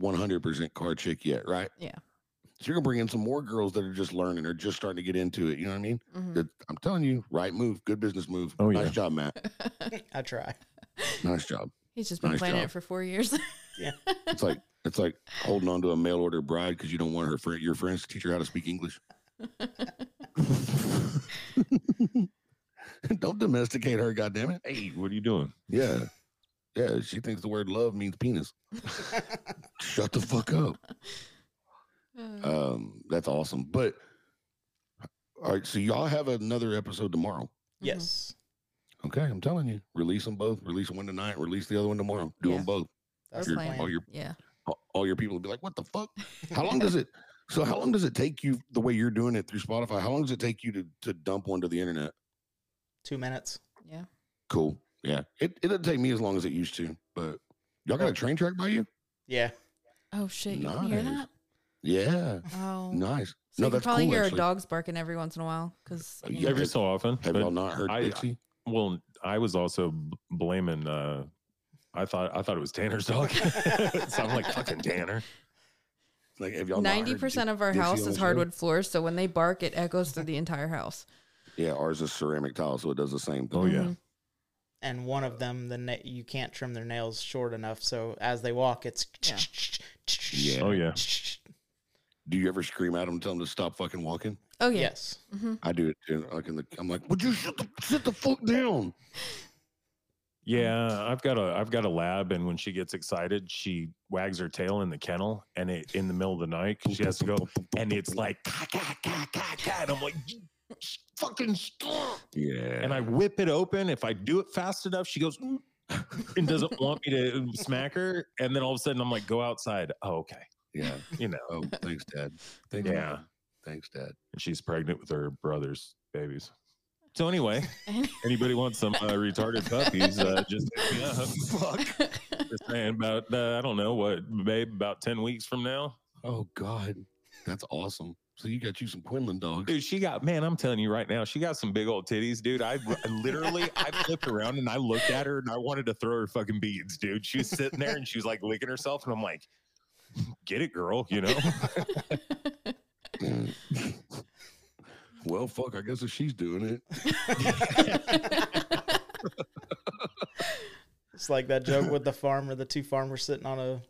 S3: 100% car chick yet, right?
S2: Yeah.
S3: So you're gonna bring in some more girls that are just learning or just starting to get into it. You know what I mean?
S2: Mhm.
S3: That I'm telling you, right move, good business move.
S5: Oh,
S3: nice
S5: yeah.
S3: job, Matt.
S1: I try.
S3: Nice job.
S2: He's just been
S3: Nice
S2: planning
S3: job.
S2: it for 4 years.
S3: It's like it's like holding on to a mail order bride because you don't want her friend your friends to teach her how to speak English. Don't domesticate her, goddammit.
S5: Hey, what are you doing?
S3: Yeah. Yeah, she thinks the word love means penis. Shut the fuck up.
S2: Uh,
S3: Um, that's awesome. But all right, so y'all have another episode tomorrow.
S2: Mm-hmm.
S1: yes,
S3: Okay, I'm telling you, release them both. Release one tonight. Release the other one tomorrow. Do
S2: Yeah.
S3: them both.
S1: that's the
S2: We're
S3: Your-
S2: playing.
S1: plan.
S3: all your
S2: yeah.
S3: all- all your people will be like, "What the fuck? How long does it?" So how long does it take you the way you're doing it through Spotify? How long does it take you to to dump one to the internet?
S1: Two minutes.
S2: Yeah.
S3: Cool. Yeah, it it doesn't take me as long as it used to, but y'all got a train track by you?
S1: Yeah.
S2: Oh shit! You can hear
S3: Nice.
S2: that?
S3: Yeah,
S2: Oh.
S3: nice.
S2: So you
S3: No,
S2: can
S3: that's
S2: probably
S3: cool,
S2: hear
S3: actually.
S2: a dog's barking every once in a while because
S3: Uh,
S2: you
S3: yeah,
S2: know,
S5: Every
S3: have-
S5: so often.
S3: Have
S5: but-
S3: y'all not heard
S5: I-
S3: Dixie?
S5: well, I was also b- blaming. uh I thought I thought it was Tanner's dog. so I'm like fucking Tanner.
S3: Like, have y'all not heard
S2: ninety percent of our
S3: Dixie
S2: house
S3: on the
S2: is
S3: show?
S2: hardwood floors, so when they bark, it echoes through the entire house.
S3: Yeah, ours is ceramic tile, so it does the same thing.
S5: Oh, yeah.
S2: Mhm.
S1: And one of them, the na- you can't trim their nails short enough, so as they walk, it's
S2: Yeah.
S3: Yeah.
S5: Oh yeah.
S3: Do you ever scream at them, and tell them to stop fucking walking?
S2: Oh yeah.
S1: Yes.
S2: hmm
S3: I do it too. Like in the, I'm like, would you shut the, sit the fuck down?
S5: Yeah, I've got a I've got a lab, and when she gets excited, she wags her tail in the kennel, and it in the middle of the night she has to go, and it's like, "Caw, caw, caw, caw, caw," and I'm like, "You s- fucking stop!
S3: Yeah.
S5: And I whip it open. If I do it fast enough, she goes "Mm," and doesn't want me to smack her, and then all of a sudden I'm like, go outside. Oh, okay,
S3: yeah.
S5: you know,
S3: Oh, thanks, Dad. Thanks,
S5: Yeah.
S3: Dad. Thanks, Dad.
S5: and she's pregnant with her brother's babies. So anyway, anybody wants some uh, retarded puppies? Uh, just hit me up. Just saying about uh, I don't know what, babe, about ten weeks from now.
S3: Oh God, that's awesome. So you got you some Quinlan dogs.
S5: Dude, she got man. I'm telling you right now, she got some big old titties, dude. I I literally, I flipped around and I looked at her and I wanted to throw her fucking beads, dude. She was sitting there and she was like licking herself, and I'm like, get it, girl, you know.
S3: Mm. well, fuck. I guess if she's doing it,
S1: It's like that joke with the farmer, the two farmers sitting on a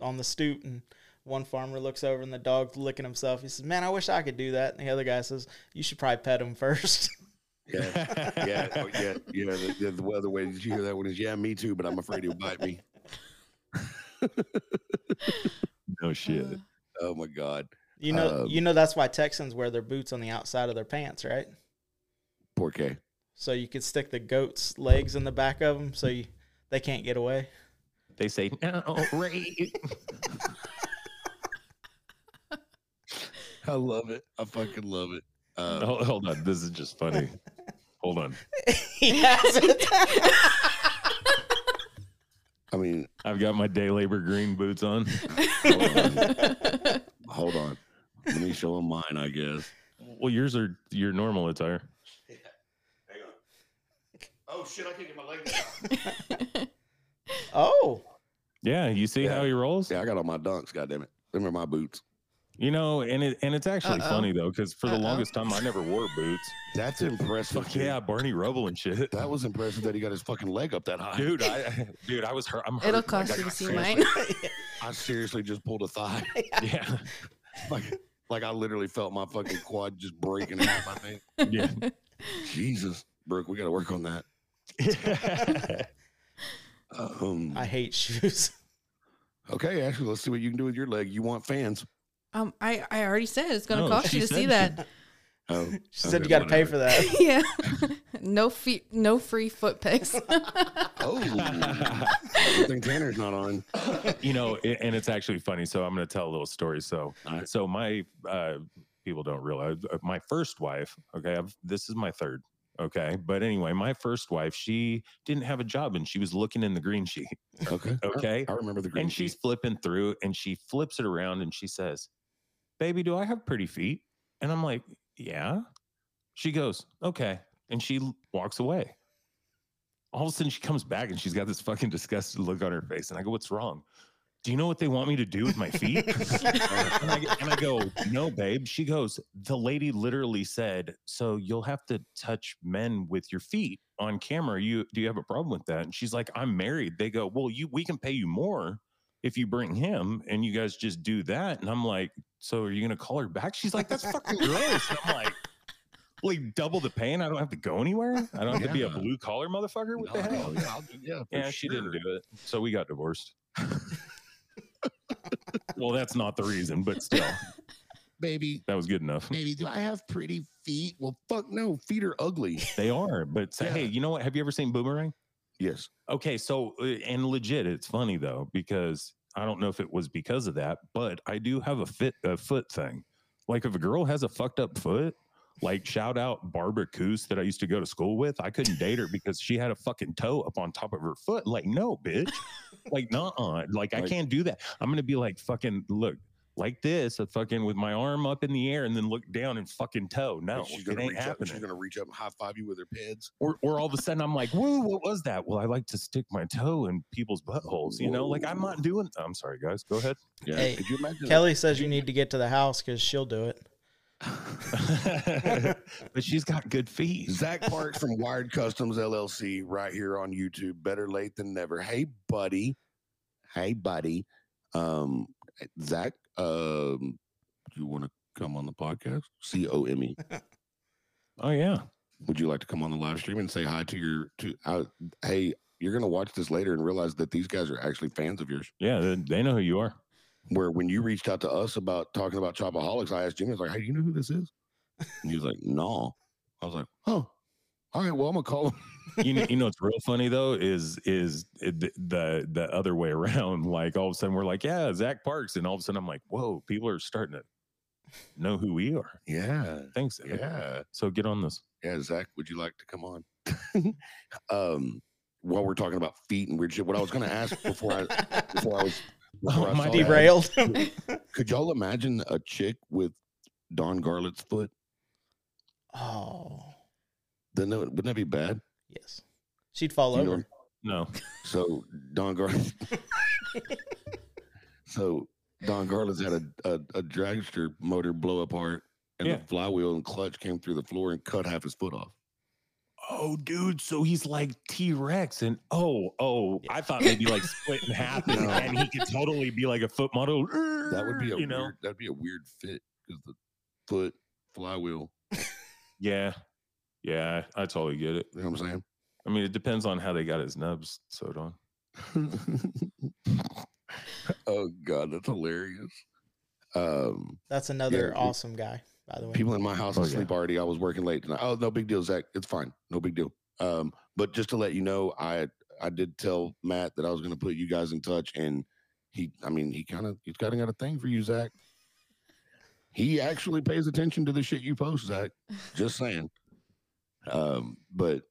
S1: on the stoop, and one farmer looks over and the dog's licking himself. He says, "Man, I wish I could do that." And the other guy says, "You should probably pet him first.
S3: yeah, yeah, oh, yeah, yeah. The, the, the other way. Did you hear that one? Is yeah, me too. But I'm afraid he'll bite me.
S5: No shit.
S2: Uh,
S3: Oh my God,
S1: You know,
S3: Um,
S1: you know that's why Texans wear their boots on the outside of their pants, right?
S3: poor K.
S1: So you could stick the goat's legs in the back of them, so you, they can't get away.
S5: They say no, right?
S3: I love it. I fucking love it. Uh,
S5: hold, hold on, this is just funny. Hold on,
S1: he has it.
S3: I mean,
S5: I've got my day labor green boots on.
S3: Hold on. Let me show him mine, I guess.
S5: Well, yours are your normal attire.
S3: Oh shit, I can't get my leg
S1: oh,
S5: Yeah, you see
S3: Yeah.
S5: how he rolls.
S3: Yeah, I got all my dunks, goddamn it. Them are my boots.
S5: You know, and it and it's actually
S2: Uh-oh.
S5: funny though, because for the
S2: Uh-oh.
S5: longest time I never wore boots.
S3: That's impressive.
S5: Fuck
S3: dude.
S5: yeah, Barney Rubble and shit.
S3: That was impressive that he got his fucking leg up that high.
S5: dude, I dude, I was hurt. I'm hurt.
S2: It'll cost
S3: I
S2: you to
S3: got
S2: see
S3: cramps.
S2: mine.
S3: I seriously just pulled a thigh.
S5: Yeah,
S3: Like like I literally felt my fucking quad just breaking out, I think.
S5: yeah.
S3: Jesus. Brooke, we gotta work on that. Um
S1: I hate shoes.
S3: Okay, Ashley, let's see what you can do with your leg. You want fans.
S2: Um, I I already said it's gonna
S5: No,
S2: cost you
S5: she
S2: to see
S5: said
S2: that.
S3: Oh.
S1: She said
S3: Okay,
S1: you got to pay
S3: whatever.
S1: for that.
S2: yeah. No feet, no free foot pics.
S3: Oh good thing Tanner's not on.
S5: you know, it, and it's actually funny. So I'm going to tell a little story. So,
S3: Alright.
S5: so my uh, people don't realize uh, my first wife. Okay, I've, this is my third. Okay, but anyway, my first wife, she didn't have a job and she was looking in the green sheet.
S3: Okay.
S5: Okay,
S3: I remember the green
S5: and she's flipping through and she flips it around and she says, Baby, do I have pretty feet? And I'm like, Yeah. She goes, Okay. And she l- walks away. All of a sudden, she comes back and she's got this fucking disgusted look on her face. And I go, What's wrong? Do you know what they want me to do with my feet? and, I, and I go, No, babe. She goes, The lady literally said, So you'll have to touch men with your feet on camera. You do you have a problem with that? And she's like, I'm married. They go, Well, you we can pay you more if you bring him and you guys just do that. And I'm like, So are you gonna call her back? She's like, That's fucking gross. And I'm like, like double the pain. I don't have to go anywhere. I don't have to be a
S3: Yeah.
S5: blue collar motherfucker. What the
S3: No,
S5: hell?
S3: hell yeah, I'll do- yeah, for
S5: Yeah, she
S3: sure.
S5: didn't do it. So we got divorced. well, that's not the reason, but still,
S3: Baby,
S5: that was good enough.
S3: baby, do I have pretty feet? Well, fuck no, feet are ugly.
S5: They are, but say,
S3: Yeah.
S5: hey, you know what? Have you ever seen Boomerang?
S3: Yes.
S5: Okay, so uh, and legit, it's funny though because I don't know if it was because of that, but I do have a fit a foot thing. Like if a girl has a fucked up foot, like shout out Barbara Coos that I used to go to school with, I couldn't date her because she had a fucking toe up on top of her foot. Like no, bitch, like nah, like I
S3: Like-
S5: can't do that. I'm gonna be like fucking look. Like this, a fucking with my arm up in the air and then look down and fucking toe. No,
S3: she's
S5: it
S3: gonna
S5: ain't
S3: reach up.
S5: happening
S3: She's gonna reach up and high five you with her peds.
S5: or, or all of a sudden I'm like, whoa, what was that? Well, I like to stick my toe in people's buttholes, you know. Like I'm not doing. I'm sorry, guys. Go ahead.
S3: Yeah.
S1: Hey,
S3: Could you imagine?
S1: Kelly says you need to get to the house because she'll do it.
S5: but she's got good feet.
S3: Zach Parks from Wired Customs LLC, right here on YouTube. Better late than never. Hey, buddy. Hey, buddy. Um, Zach, um, do you want to come on the podcast? C O M E.
S5: Oh yeah.
S3: Would you like to come on the live stream and say hi to your to? Uh, hey, you're gonna watch this later and realize that these guys are actually fans of yours.
S5: Yeah, they, they know who you are.
S3: Where when you reached out to us about talking about Chopaholics, I asked Jimmy, I was like, "Hey, do you know who this is?" And he was like, "No." I was like, "Oh, all right. Well, I'm gonna call him."
S5: You know, you know what's real funny though is is it- th- the the other way around. Like all of a sudden we're like, yeah, Zach Parks, and all of a sudden I'm like, whoa, people are starting to know who we are.
S3: Yeah.
S5: Thanks. Zach.
S3: Yeah.
S5: So get on this.
S3: Yeah, Zach, would you like to come on? um, while we're talking about feet and weird shit, what I was gonna ask before I before I was before I
S5: Oh, my
S3: saw that,
S1: Derailed.
S3: could y'all imagine a chick with Don Garlett's foot?
S1: oh,
S3: Then that, wouldn't that be bad?
S1: yes. She'd fall
S3: You know-
S1: over.
S5: No.
S3: So Don Garland. so Don Garland's had a, a a dragster motor blow up part, and
S5: Yeah.
S3: the flywheel and clutch came through the floor and cut half his foot off.
S5: Oh, dude. So he's like T Rex, and oh, oh, I thought maybe like split in half, and,
S3: No.
S5: and he could totally be like a foot model.
S3: That would be a
S5: you
S3: weird,
S5: know,
S3: that'd be a weird fit because the foot flywheel.
S5: yeah, yeah. I totally get it.
S3: You know what I'm saying?
S5: I mean, it depends on how they got his nubs sewed on.
S3: oh god, that's hilarious. Um,
S1: That's another
S3: Yeah, it-
S1: awesome guy, by the way.
S3: people in my house
S5: Oh,
S3: asleep already. I was working late tonight. Oh, no big deal, Zach. It's fine. No big deal. Um, but just to let you know, I I did tell Matt that I was going to put you guys in touch, and he, I mean, he kind of he's kind of got a thing for you, Zach. He actually pays attention to the shit you post, Zach. Just saying. Um, but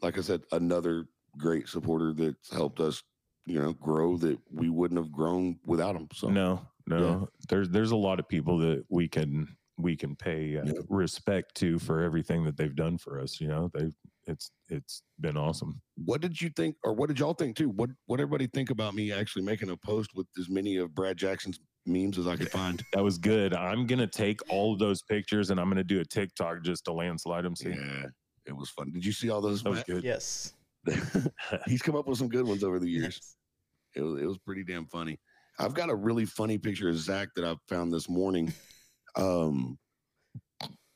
S3: like I said, another great supporter that's helped us, you know, grow that we wouldn't have grown without him. So
S5: no, no. There's there's a lot of people that we can we can pay uh,
S3: Yeah.
S5: respect to for everything that they've done for us. You know, they have it's it's been awesome.
S3: what did you think or what did y'all think too what what everybody think about me actually making a post with as many of brad jackson's memes as i could find
S5: That was good. I'm gonna take all of those pictures and I'm gonna do a TikTok just to landslide them. See,
S3: yeah it was fun did you see all those
S5: that was
S3: Matt?
S5: good.
S1: Yes.
S3: he's come up with some good ones over the years
S1: Yes.
S3: it was, it was pretty damn funny i've got a really funny picture of zach that i found this morning um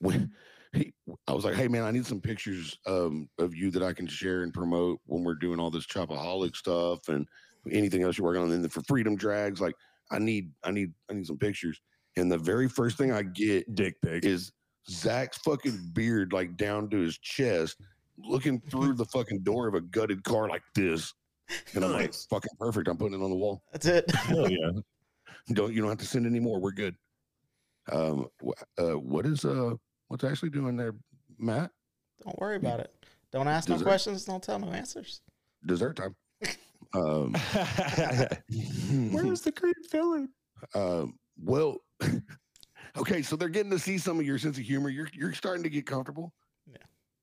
S3: when he, i was like hey man i need some pictures um of you that i can share and promote when we're doing all this chopaholic stuff and anything else you're working on and then for freedom drags like i need i need i need some pictures and the very first thing i get
S5: Dick pic.
S3: is zach's fucking beard like down to his chest looking through the fucking door of a gutted car like this and i'm like
S5: Nice.
S3: fucking perfect i'm putting it on the wall
S1: That's it.
S5: Hell yeah.
S3: don't you don't have to send any more. We're good. Um, wh- uh, what is uh, what's actually doing there, Matt?
S1: Don't worry about it. Don't ask no
S3: Dessert.
S1: questions. Don't tell no answers.
S3: Dessert time. Um,
S5: the cream filling?
S3: um, well, okay, so they're getting to see some of your sense of humor. You're you're starting to get comfortable.
S1: Yeah.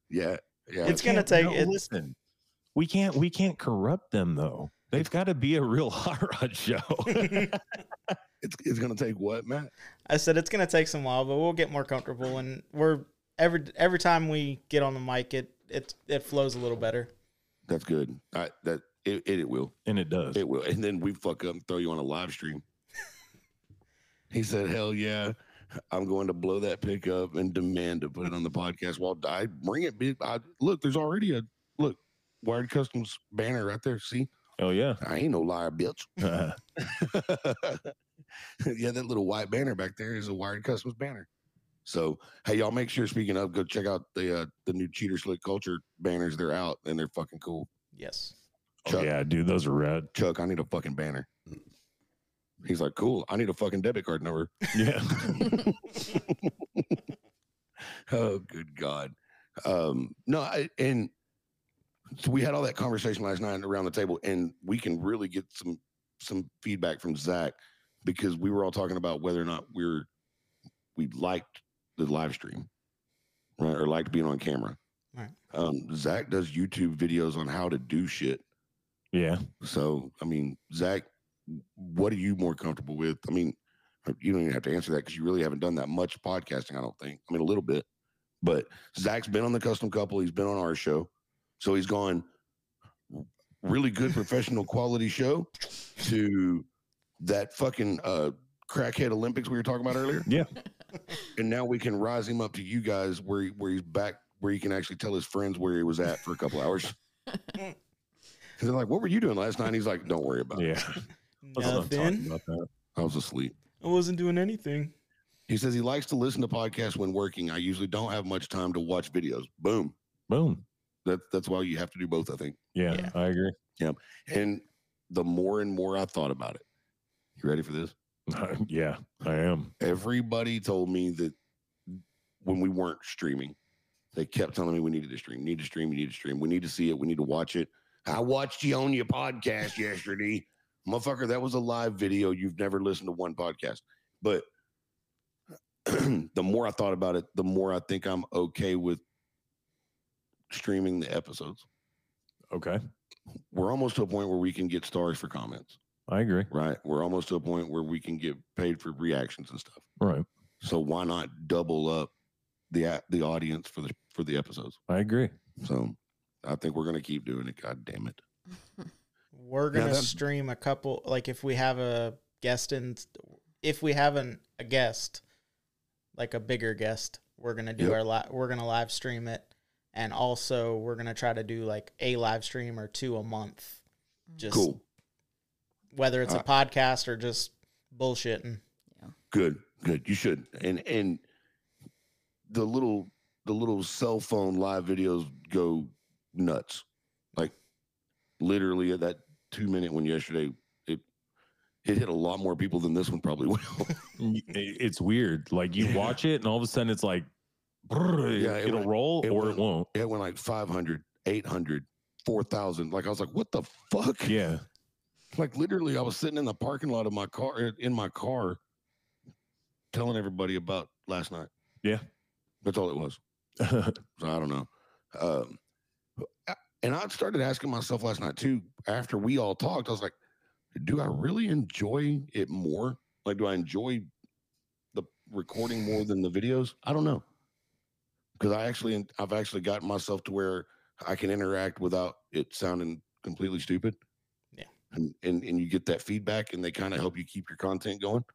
S3: Yeah, yeah.
S1: It's gonna take- it's-
S5: listen, we can't we can't corrupt them though. They've got to be a real hot rod show.
S3: it's it's gonna take what, Matt?
S1: I said it's gonna take some while, but we'll get more comfortable. And we're every every time we get on the mic, it it it flows a little better.
S3: That's good. I that it, it, it will
S5: and it does.
S3: it will, and then we fuck up and throw you on a live stream. he said, "Hell yeah." I'm going to blow that pick up and demand to put it on the podcast. While I bring it, big- I, look, there's already a look Wired Customs banner right there. See,
S5: Oh yeah. Oh,
S3: I ain't no liar, bitch. yeah, that little white banner back there is a Wired Customs banner. So, hey, y'all make sure. Speaking of, go check out the uh, the new Cheater Slick Culture banners. They're out and they're fucking cool.
S1: Yes.
S5: oh, yeah, dude, those are rad.
S3: Chuck, I need a fucking banner. He's like, cool. I need a fucking debit card number.
S5: Yeah.
S3: oh, good God. Um, no, I, and so we had all that conversation last night around the table, and we can really get some some feedback from Zach because we were all talking about whether or not we're we liked the live stream, right, or liked being on camera.
S1: Right.
S3: Um, Zach does YouTube videos on how to do shit.
S5: yeah.
S3: So, I mean, Zach, what are you more comfortable with? I mean, uh, you don't even have to answer that because you really haven't done that much podcasting, I don't think. I mean, a little bit, but Zach's been on the custom couple, he's been on our show. So he's gone r- really good professional quality show to that fucking uh, crackhead Olympics we were talking about earlier.
S5: Yeah.
S3: And now we can rise him up to you guys where, he- where he's back, where he can actually tell his friends where he was at for a couple hours. 'Cause They're like, what were you doing last night? He's like, don't worry about it.
S5: Yeah.
S3: That's what I'm talking
S1: Nothing.
S3: about that. I was asleep.
S1: I wasn't doing anything.
S3: He says he likes to listen to podcasts when working. I usually don't have much time to watch videos. Boom.
S5: Boom.
S3: That, that's why you have to do both, I think.
S5: Yeah,
S1: Yeah.
S5: I agree.
S3: And the more and more I thought about it, you ready for this?
S5: yeah, I am.
S3: Everybody told me that when we weren't streaming, they kept telling me we needed to stream, need to stream, you need to stream. We need to see it. We need to watch it. I watched you on your podcast yesterday. Motherfucker, that was a live video. You've never listened to one podcast. But the more I thought about it, the more I think I'm okay with streaming the episodes.
S5: Okay.
S3: We're almost to a point where we can get stars for comments,
S5: I agree.
S3: right? We're almost to a point where we can get paid for reactions and stuff.
S5: Right.
S3: So why not double up the a- the audience for the for the episodes?
S5: I agree.
S3: So I think we're gonna keep doing it. God damn it.
S1: We're
S3: Yeah,
S1: gonna
S3: that-
S1: stream a couple. Like if we have a guest in, if we have an, a guest, like a bigger guest, we're gonna do
S3: Yep.
S1: our li- we're gonna live stream it, and also we're gonna try to do like a live stream or two a month. Just
S3: Cool.
S1: whether it's a
S3: Uh,
S1: podcast or just bullshitting.
S3: Good. Good. You should. And and the little the little cell phone live videos go nuts. Like literally at that two minute one yesterday, it it hit a lot more people than this one probably will.
S5: Y- i- It's weird. Like you
S3: Yeah.
S5: watch it, and all of a sudden it's like,
S3: Yeah,
S5: yeah,
S3: it
S5: it will
S3: went-
S5: roll
S3: it
S5: or
S3: went-
S5: it won't.
S3: it went like 500, 800, 4,000. Like I was like, what the fuck?
S5: Yeah.
S3: Like literally, I was sitting in the parking lot of my car, in my car, telling everybody about last night.
S5: Yeah.
S3: That's all it was. So I don't know. Um, I- and I started asking myself last night too. After we all talked, I was like, "Do I really enjoy it more? Like, do I enjoy the recording more than the videos? I don't know, because I actually, I've actually gotten myself to where I can interact without it sounding completely stupid.
S1: Yeah.
S3: and and, and you get that feedback, and they kind of help you keep your content going.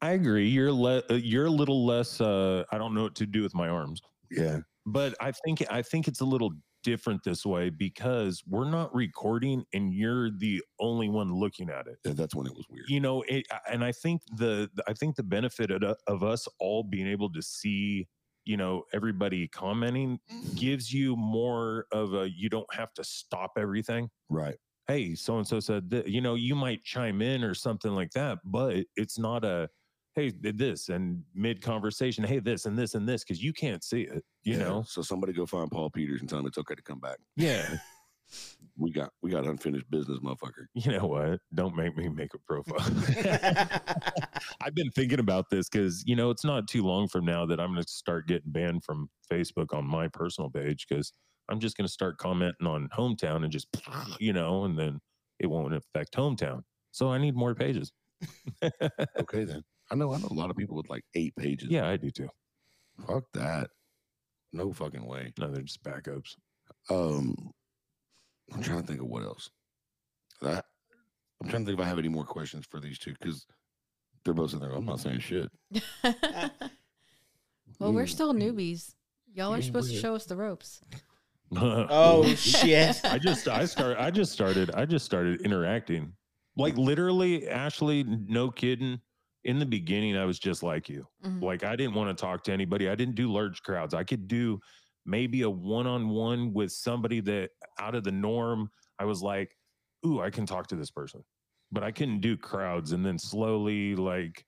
S5: I agree. You're le- uh, you're a little less. Uh, I don't know what to do with my arms,
S3: Yeah,
S5: but I think I think it's a little different this way because we're not recording, and you're the only one looking at it.
S3: that's when it was weird.
S5: you know it, and i think the i think the benefit of, of us all being able to see you know everybody commenting gives you more of a you don't have to stop everything
S3: Right.
S5: hey so and so said thi-" you know you might chime in or something like that but it's not a hey did this and mid conversation hey this and this and this because you can't see it you
S3: Yeah.
S5: know
S3: So somebody go find Paul Peters and tell him it's okay to come back.
S5: yeah
S3: we got we got unfinished business, motherfucker.
S5: you know what don't make me make a profile I've been thinking about this because you know it's not too long from now that I'm going to start getting banned from Facebook on my personal page because I'm just going to start commenting on hometown and just you know, and then it won't affect hometown. So I need more pages.
S3: Okay then. I know I know a lot of people with like eight pages.
S5: yeah, I do too.
S3: Fuck that. No fucking way.
S5: No, they're just backups.
S3: Um I'm trying to think of what else. That I'm trying to think if I have any more questions for these two because they're both in there. I'm not saying shit.
S2: Well, we're
S3: Mm.
S2: still newbies. Y'all are
S5: Mm,
S2: supposed to
S5: weird.
S2: show us the ropes.
S1: Oh shit!
S5: I just I start I just started I just started interacting. Like literally, Ashley, no kidding. In the beginning, I was just like you.
S2: Mhm.
S5: Like I didn't want to talk to anybody. I didn't do large crowds. I could do maybe a one-on-one with somebody that out of the norm. I was like, ooh, I can talk to this person. But I couldn't do crowds. And then slowly, like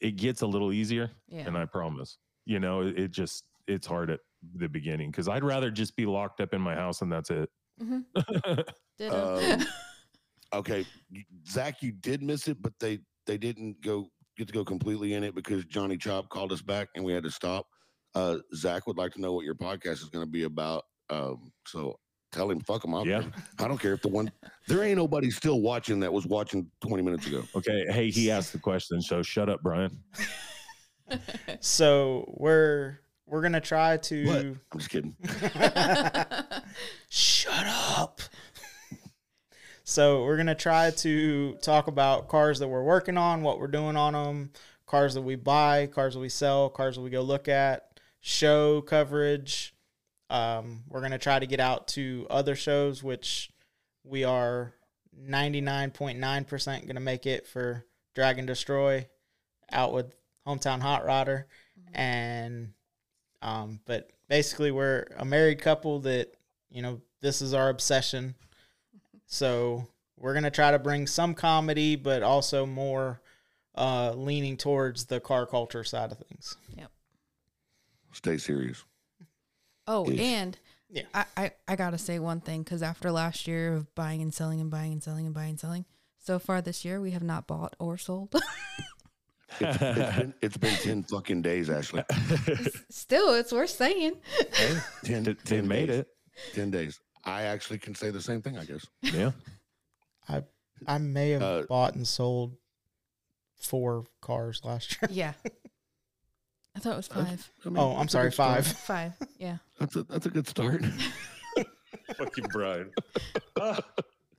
S5: it gets a little easier.
S2: Yeah.
S5: And I promise, you know, it, it just it's hard at the beginning because I'd rather just be locked up in my house and that's it.
S2: Mhm. Ditto.
S3: Um, okay, you- Zach, you did miss it, but they they didn't go get to go completely in it because Johnny Chop called us back and we had to stop. Uh, Zach would like to know what your podcast is going to be about. Um, so tell him, fuck him. I don't,
S5: Yeah.
S3: care. I don't care if the one there ain't nobody still watching that was watching 20 minutes ago.
S5: Okay. Hey, he asked the question, so shut up, Brian.
S1: So we're we're gonna try to
S3: I'm just kidding.
S1: shut up. so we're gonna try to talk about cars that we're working on, what we're doing on them, cars that we buy, cars that we sell, cars that we go look at, show coverage. Um, we're gonna try to get out to other shows, which we are ninety nine point nine percent gonna make it for Dragon Destroy out with hometown hot rodder and um but basically we're a married couple that you know this is our obsession so we're gonna try to bring some comedy but also more uh leaning towards the car culture side of things
S3: Stay serious.
S2: oh,
S3: Ish.
S2: and
S1: Yeah.
S2: I, I, I gotta say one thing because after last year of buying and selling and buying and selling and buying and selling, so far this year we have not bought or sold.
S3: It's, it's been it's been 10 fucking days, Ashley.
S2: Still, it's worth saying.
S5: Hey,
S3: 10,
S5: they, they
S3: 10
S5: made
S3: days.
S5: it.
S3: 10 days. I actually can say the same thing, I guess.
S5: Yeah.
S1: i may have
S3: Uh,
S1: bought and sold four cars last year
S2: Yeah. I thought it was
S3: Okay.
S2: five.
S3: I mean,
S1: oh i'm
S3: that's a
S1: sorry
S3: good start.
S1: five
S2: Five. Yeah.
S3: That's a, that's a good start.
S5: Fucking Brian.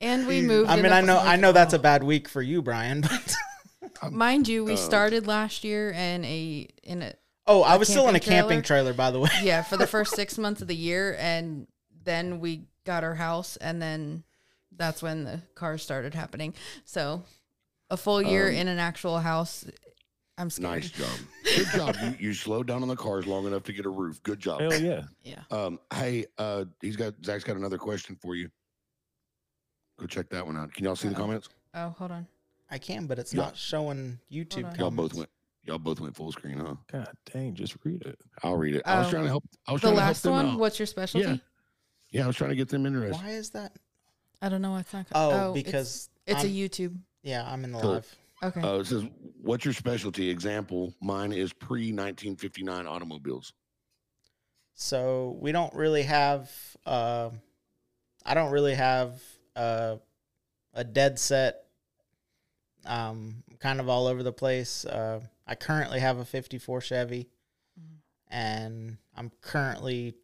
S2: And we moved.
S1: i
S2: in
S1: mean
S2: a
S1: i know i
S2: bunch-
S1: know that's a bad week for you brian but
S2: Mind you, we
S3: Um,
S2: started last year in a in a
S1: oh i was still in a
S2: camping
S1: camping trailer by the way
S2: yeah for the first six months of the year, and then we got our house, and then that's when the cars started happening. So a full year
S3: Um,
S2: in an actual house. I'm scared.
S3: Nice job. Good job. You, you slowed down on the cars long enough to get a roof. Good job.
S5: Hell yeah.
S2: Yeah.
S3: Um, hey, uh, he's got Zach's got another question for you. Go check that one out. Can y'all see the
S2: Uh-oh.
S3: comments?
S2: Oh, hold on.
S1: i can but it's
S3: Yeah.
S1: not showing youtube
S2: on.
S1: comments.
S3: Y'all both went. Y'all both went full screen, huh?
S5: God dang, just read it.
S3: I'll read it. I was
S2: Oh.
S3: trying to help. I was
S2: The
S3: trying
S2: last
S3: to help
S2: one.
S3: them out.
S2: What's your specialty?
S3: Yeah, I was trying to get them interested.
S1: why is that
S2: I don't know. It's not.
S1: Oh,
S2: it's-
S1: because
S2: it's,
S1: I'm-
S2: a YouTube.
S1: yeah, I'm in the
S3: Cool.
S1: live.
S2: Okay.
S3: Uh, it says, "What's your specialty?" Example: Mine is pre nineteen fifty nine automobiles.
S1: So we don't really have. Uh, I don't really have uh, a dead set. Um, kind of all over the place. Uh, I currently have a '54 Chevy,
S2: Mhm.
S1: and I'm currently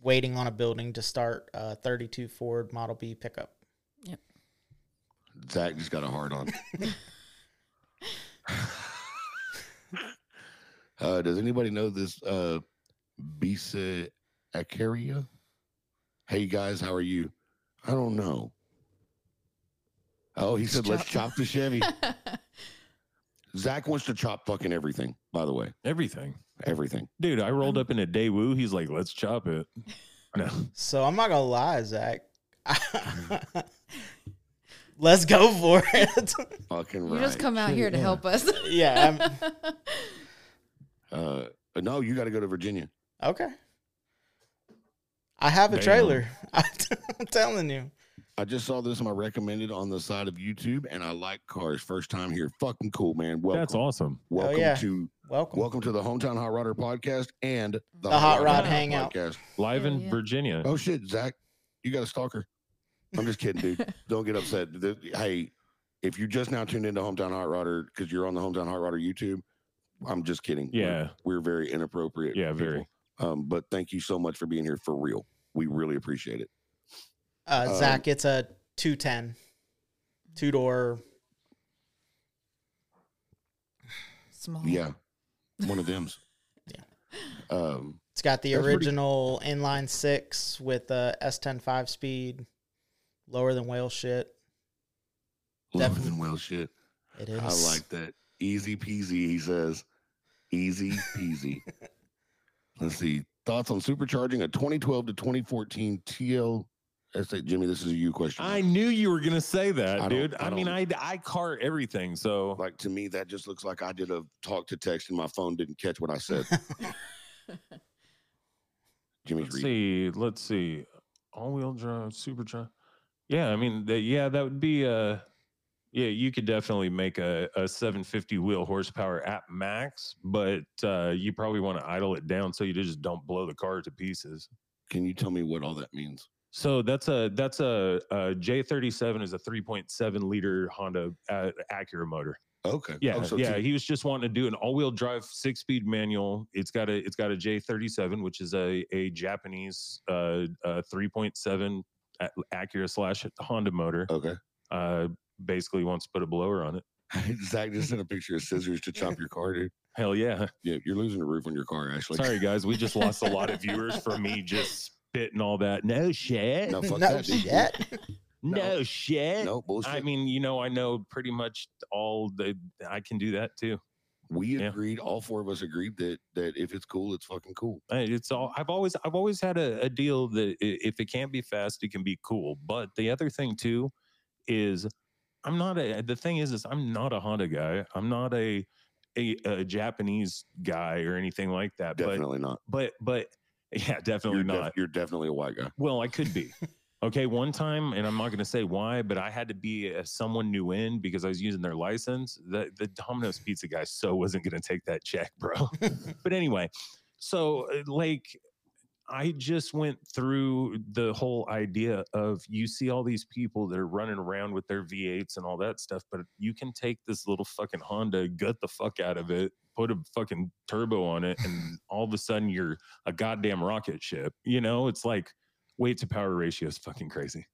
S1: waiting on a building to start a '32 Ford Model B pickup.
S3: Zach just got a hard on. uh, does anybody know this uh, Bisa Acaria? Hey guys, how are you? I don't know. Oh, he said, let's
S2: chop."
S3: chop the Chevy. Zach wants to chop fucking everything, by the way.
S5: Everything.
S3: Everything.
S5: Dude, I rolled up in a Daewoo. He's like, let's chop it. No.
S1: So I'm not gonna lie, Zach. Let's go for it.
S3: Fucking
S2: you
S3: right.
S2: just come out here to
S5: Yeah.
S2: help us.
S1: yeah. I'm,
S3: uh, no, you got to go to Virginia.
S1: Okay. I have a
S5: Damn.
S1: trailer. I'm telling you.
S3: I just saw this in my recommended on the side of YouTube, and I like cars. First time here. Fucking cool, man. Welcome.
S5: That's awesome.
S3: Welcome
S1: yeah.
S3: to
S1: Welcome.
S3: welcome to the hometown hot rodder podcast and
S2: The
S1: Hot Rod
S3: Rodder
S1: Hangout.
S3: podcast.
S5: Live
S2: Hell
S5: in
S2: yeah.
S5: Virginia.
S3: Oh shit, Zach, you got a stalker. I'm just kidding, dude. Don't get upset. The- hey, if you just now tuned into hometown hot rodder because you're on the hometown hot rodder YouTube, I'm just kidding. We're-
S5: Yeah.
S3: we're, very inappropriate.
S5: Yeah,
S3: people.
S5: very.
S3: Um, but thank you so much for being here for real. We really appreciate it.
S1: Uh,
S3: um,
S1: Zach, it's a 210, two door.
S2: Small.
S3: Yeah, one of them's.
S1: Oh. Yeah.
S3: Um,
S1: It's got the
S3: That's pretty-
S1: original inline six with a S10 five speed, lower than whale shit.
S3: lower
S1: Definitely.
S3: than well shit.
S1: It is.
S3: I like that. Easy peasy, he says. Easy peasy. Let's see. Thoughts on supercharging a 2012 to 2014 TL. That's it, Jimmy. This is a you question.
S5: I knew you were gonna say
S3: I
S5: that,
S3: don't-
S5: dude.
S3: I
S5: I, mean, I
S3: don't-
S5: I cart everything, so
S3: like to me, that just looks like I did a talk to text and my phone didn't catch what I said. Jimmy's
S5: let's
S3: reading.
S5: see. Let's see. All wheel drive, super drive. Yeah, I mean, that yeah, that would be uh yeah, you could definitely make a, a 750 wheel horsepower at max, but uh, you probably want to idle it down so you just don't blow the car to pieces.
S3: Can you tell me what all that means?
S5: So that's a that's a, a J37 is a 3.7 liter Honda uh, Acura motor.
S3: Okay.
S5: Yeah,
S3: Oh, so
S5: yeah.
S3: two-
S5: He was just wanting to do an all-wheel drive six-speed manual. It's got a it's got a J thirty seven, which is a a Japanese uh, uh three point seven Acura slash Honda motor.
S3: okay.
S5: Uh, basically wants to put a blower on it.
S3: Zach just sent a picture of scissors to chop your car, dude.
S5: Hell yeah!
S3: Yeah, you're losing the roof on your car, Ashley.
S5: Sorry guys, we just lost a lot of viewers for me just spitting all that. No shit.
S3: No,
S5: No,
S3: fuck
S1: no
S3: that, dude.
S1: shit.
S3: no.
S5: shit.
S3: No bullshit.
S5: I mean, you know, I know pretty much all the. I can do that too.
S3: we
S5: yeah.
S3: agreed. All four of us agreed that that if it's cool, it's fucking cool.
S5: Uh, it's all i've always i've always had a, a deal that i- if it can't be fast it can be cool but the other thing too is i'm not a the thing is is i'm not a honda guy i'm not a a, a japanese guy or anything like that
S3: Definitely not.
S5: but but but yeah definitely
S3: You're, def-
S5: not
S3: you're definitely a white guy.
S5: well, I could be. Okay, one time, and I'm not going to say why, but I had to be uh, someone new in because I was using their license. The, the Domino's Pizza guy so wasn't going to take that check, bro. but anyway, so uh, like, I just went through the whole idea of you see all these people that are running around with their V8s and all that stuff, but you can take this little fucking Honda, gut the fuck out of it, put a fucking turbo on it, and all of a sudden you're a goddamn rocket ship. You know, it's like weight to power ratio is fucking crazy.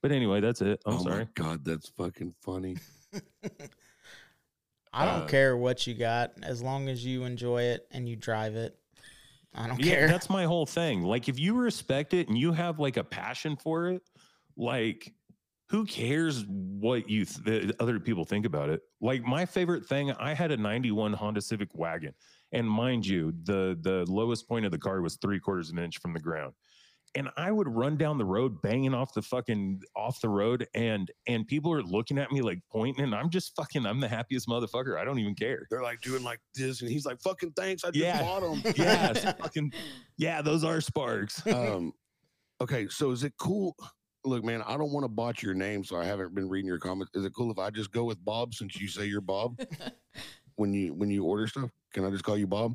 S5: But anyway, that's it. I'm
S3: oh
S5: sorry.
S3: my god, that's fucking funny.
S1: I don't
S5: Uh,
S1: care what you got as long as you enjoy it and you drive it. I don't
S5: Yeah,
S1: care.
S5: that's my whole thing. Like, if you respect it and you have like a passion for it, like, who cares what you th- the other people think about it? Like, my favorite thing, I had a '91 Honda Civic wagon, and mind you, the the lowest point of the car was three quarters of an inch from the ground. And I would run down the road, banging off the fucking off the road, and and people are looking at me like pointing, and I'm just fucking, I'm the happiest motherfucker. I don't even care.
S3: They're like doing like this, and he's like, "Fucking thanks, I just
S5: Yeah.
S3: bought them."
S5: Yeah, it's fucking, yeah, those are sparks.
S3: um, okay, so is it cool? Look, man, I don't want to botch your name, so I haven't been reading your comments. Is it cool if I just go with Bob since you say you're Bob when you when you order stuff? Can I just call you Bob?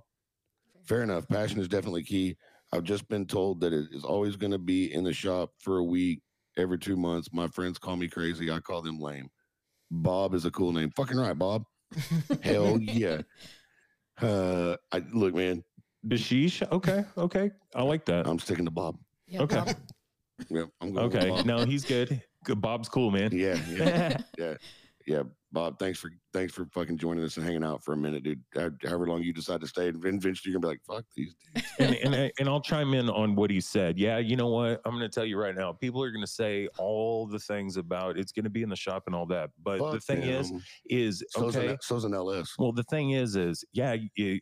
S3: Fair enough. Passion is definitely key. I've just been told that it is always going to be in the shop for a week every two months. My friends call me crazy. I call them lame. Bob is a cool name. Fucking right, Bob. Hell yeah. Uh, I look, man.
S5: Bashish. Okay. Okay. I like that.
S3: I'm sticking to Bob.
S2: Yeah,
S5: Okay.
S2: Bob.
S3: Yep, I'm going. with
S5: Okay.
S3: Bob.
S5: No, he's good. Good. Bob's cool, man.
S3: Um, Yeah, yeah, yeah. Bob, thanks for thanks for fucking joining us and hanging out for a minute, dude. How- However long you decide to stay, and eventually you're gonna be like, "Fuck these." Dudes.
S5: and and, I, and I'll chime in on what he said. Yeah, you know what? I'm going to tell you right now. People are going to say all the things about it's going to be in the shop and all that. But the
S3: Fuck
S5: thing is,
S3: them.
S5: is
S3: so's,
S5: okay.
S3: an, so's an LS.
S5: Well, the thing is, is yeah, y- y-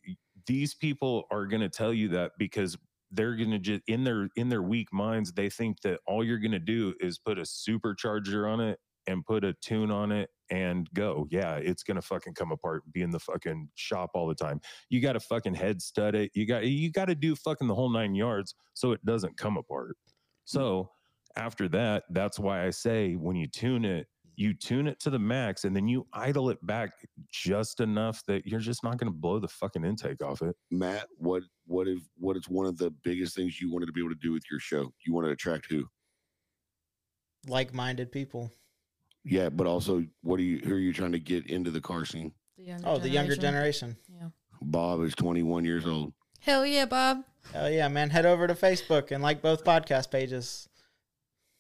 S5: these people are going to tell you that because they're going to just in their in their weak minds, they think that all you're going to do is put a supercharger on it and put a tune on it and go. Yeah, it's going to fucking come apart, be in the fucking shop all the time. You got to fucking head stud it. You got you got to do fucking the whole nine yards so it doesn't come apart. So after that, that's why I say when you tune it. You tune it to the max and then you idle it back just enough that you're just not going to blow the fucking intake off it.
S3: Matt, what what if what is one of the biggest things you wanted to be able to do with your show? You wanted to attract who?
S1: like minded people.
S3: Yeah, but also, what are you? Who are you trying to get into the car scene?
S2: The younger
S1: Oh, the younger generation.
S2: Yeah.
S3: Bob is 21 years old.
S2: Hell yeah, Bob.
S1: Oh yeah, man. Head over to Facebook and like both podcast pages.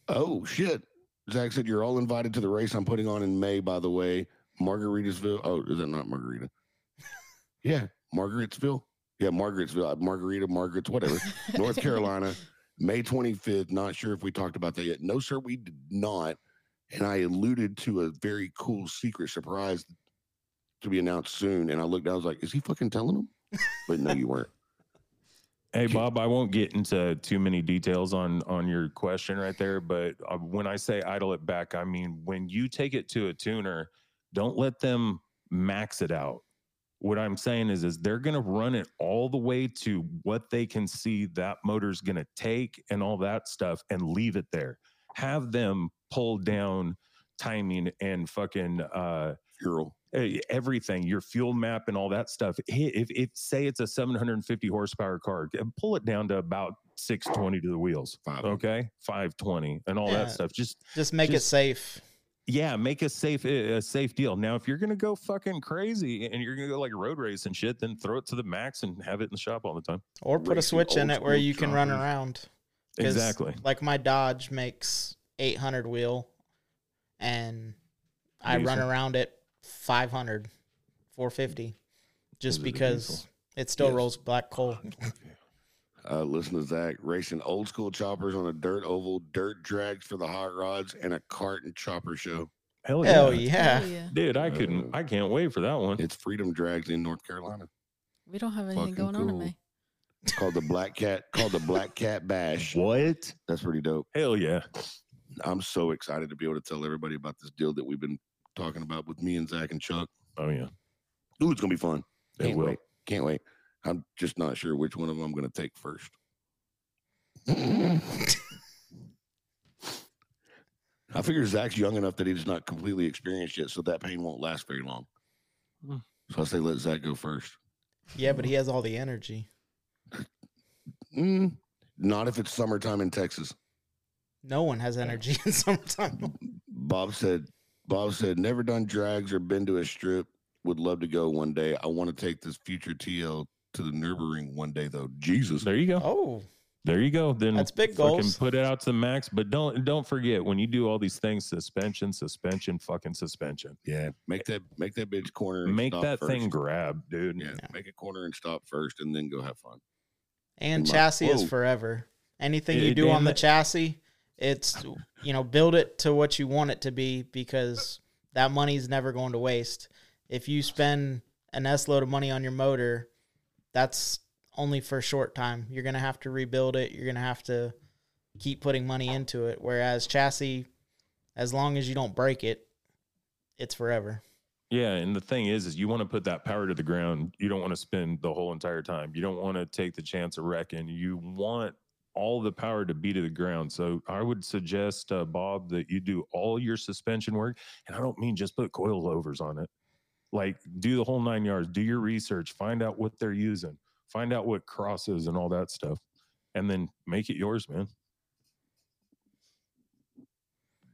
S3: Oh shit! Zach said you're all invited to the race I'm putting on in May. By the way, Margaritasville. Oh, is that not Margarita? yeah, Margaritsville. Yeah, Margarettsville, uh, Margarita, Margaret's, whatever. North Carolina, May 25th. Not sure if we talked about that yet. No, sir, we did not. And I alluded to a very cool secret surprise to be announced soon. And I looked, I was like, is he fucking telling them? But no, you weren't.
S5: Hey Bob, I won't get into too many details on on your question right there, but uh, when I say idle it back, I mean when you take it to a tuner, don't let them max it out. What I'm saying is is they're going to run it all the way to what they can see that motor's going to take and all that stuff and leave it there. Have them pull down timing and fucking uh
S3: Hero.
S5: eh, everything, your fuel map and all that stuff. Hey, If, if say it's a 750 horsepower car, g- pull it down to about 620 to the wheels.
S3: Five.
S5: Okay, 520 and all
S1: Yeah.
S5: that stuff. Just
S1: Just make it
S5: Just-
S1: safe.
S5: yeah, make a safe eh, a a safe deal. Now, if you're gonna go fucking crazy and you're gonna go like road race and shit, then throw it to the max and have it in the shop all the time.
S1: Or put a
S3: Racing
S1: switch in
S3: old
S1: it where
S3: school
S1: you can run
S3: choppers.
S1: around. 'Cause,
S5: Exactly.
S1: Like my Dodge makes 800 wheel, and I run
S5: Diesel.
S1: around it 500, 450,
S5: Is
S1: just
S5: it a
S1: because
S5: diesel?
S1: it still
S3: Yes.
S1: rolls black coal.
S3: Uh, listen to Zach racing old school choppers on a dirt oval, dirt drags for the hot rods, and a cart and chopper show.
S5: Hell yeah.
S1: Hell yeah.
S2: Hell Oh, yeah.
S5: Dude, I couldn't.
S3: Uh,
S5: I can't wait for that one.
S3: It's Freedom Drags in North Carolina.
S2: We don't have anything
S3: Fucking
S2: going on in
S3: cool.
S2: May.
S3: It's called the Black Cat. Called the Black Cat Bash.
S5: What?
S3: That's pretty dope.
S5: Hell yeah.
S3: I'm so excited to be able to tell everybody about this deal that we've been talking about with me and Zach and Chuck.
S5: Oh yeah.
S3: Ooh, it's gonna be fun.
S5: It
S3: Can't
S5: will.
S3: wait. Can't wait. I'm just not sure which one of them I'm gonna take first. I figure Zach's young enough that he's not completely experienced yet, so that pain won't last very long.
S5: Hmm.
S3: So I say let Zach go first.
S1: Yeah, but he has all the energy.
S3: Mm, not if it's summertime in Texas.
S1: No one has energy in summertime.
S3: Bob said, Bob said, never done drags or been to a strip. Would love to go one day. I want to take this future TL to the Nürburgring one day, though. Jesus.
S5: There you go.
S1: Oh,
S5: There you go. Then
S1: That's big
S5: fucking
S1: goals.
S5: Put it out to the max, but don't don't forget when you do all these things: suspension, suspension, fucking suspension.
S3: Yeah. Make that make that bitch corner. and
S5: Make
S3: stop
S5: that
S3: first.
S5: thing grab, dude.
S3: Yeah, make a corner and stop first, and then go have fun.
S1: and
S3: And my-
S1: chassis is
S3: whoa.
S1: forever. Anything
S5: Yeah,
S1: you do on
S5: damn
S1: the
S5: it.
S1: chassis, it's you know build it to what you want it to be because that money's never going to waste. If you spend an S load of money on your motor, that's only for a short time. You're gonna have to rebuild it. You're gonna have to keep putting money into it. Whereas chassis, as long as you don't break it, it's forever.
S5: Yeah, and the thing is, is you want to put that power to the ground. You don't want to spend the whole entire time. You don't want to take the chance of wrecking. You want all the power to be to the ground. So I would suggest, uh, Bob, that you do all your suspension work, and I don't mean just put coilovers on it. Like do the whole nine yards. Do your research. Find out what they're using. Find out what crosses and all that stuff, and then make it yours, man.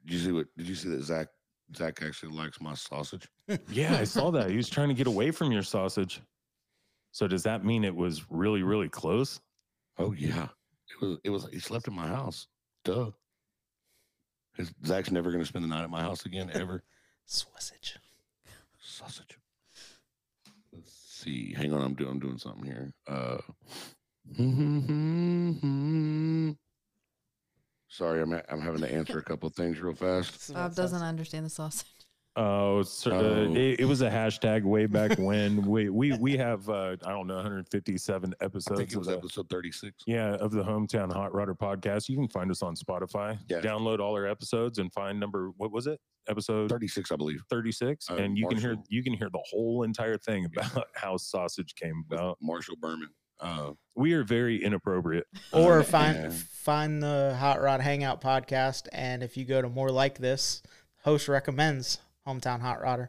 S3: Did you see what? Did you see that Zach Zach actually likes my sausage?
S5: Yeah, I saw that. He was trying to get away from your sausage. So does that mean it was really, really close?
S3: Oh yeah, it was it was he slept in my house. Duh. His, Zach's never gonna spend the night at my house again ever.
S1: Sausage.
S3: sausage. Let's see. Hang on, I'm doing I'm doing something here. Uh Sorry, I'm I'm having to answer a couple of things real fast.
S1: This is what
S2: Bob
S1: it
S2: doesn't
S1: sounds-
S2: understand the sausage.
S5: Oh, so,
S3: Oh.
S5: Uh, it, it was a hashtag way back when. we we we have uh, I don't know 157
S3: I
S5: episodes.
S3: think it
S5: of
S3: was
S5: the-
S3: episode 36.
S5: yeah, of the hometown hot rodder podcast. You can find us on Spotify.
S3: Yeah.
S5: Download all our episodes and find number what was it? Episode
S3: 36, I believe.
S5: 36,
S3: Uh,
S5: and you can hear
S3: Marshall.
S5: you can hear the whole entire thing about how sausage came
S3: With
S5: about.
S3: Marshall Berman. Uh,
S5: We are very inappropriate.
S1: Or
S3: Um,
S1: find
S3: and-
S1: find the Hot Rod Hangout podcast, and if you go to more like this, host recommends hometown hot rodder.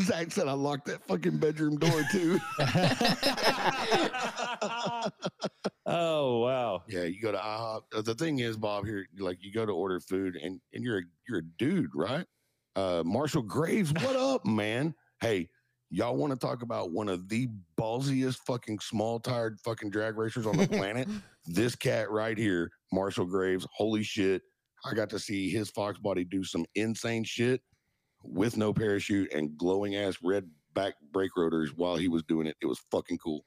S3: Zach said I locked that fucking bedroom door too.
S5: oh wow.
S3: yeah, you go to IHOP. Uh, The thing is, Bob, here, like you go to order food, and and you're a, you're a dude, right? Uh, Marshall Graves, what up, man? Hey, y'all want to talk about one of the ballsiest fucking small tired fucking drag racers on the planet? this cat right here, Marshall Graves. Holy shit! I got to see his fox body do some insane shit with no parachute and glowing ass red back brake rotors while he was doing it. It was fucking cool.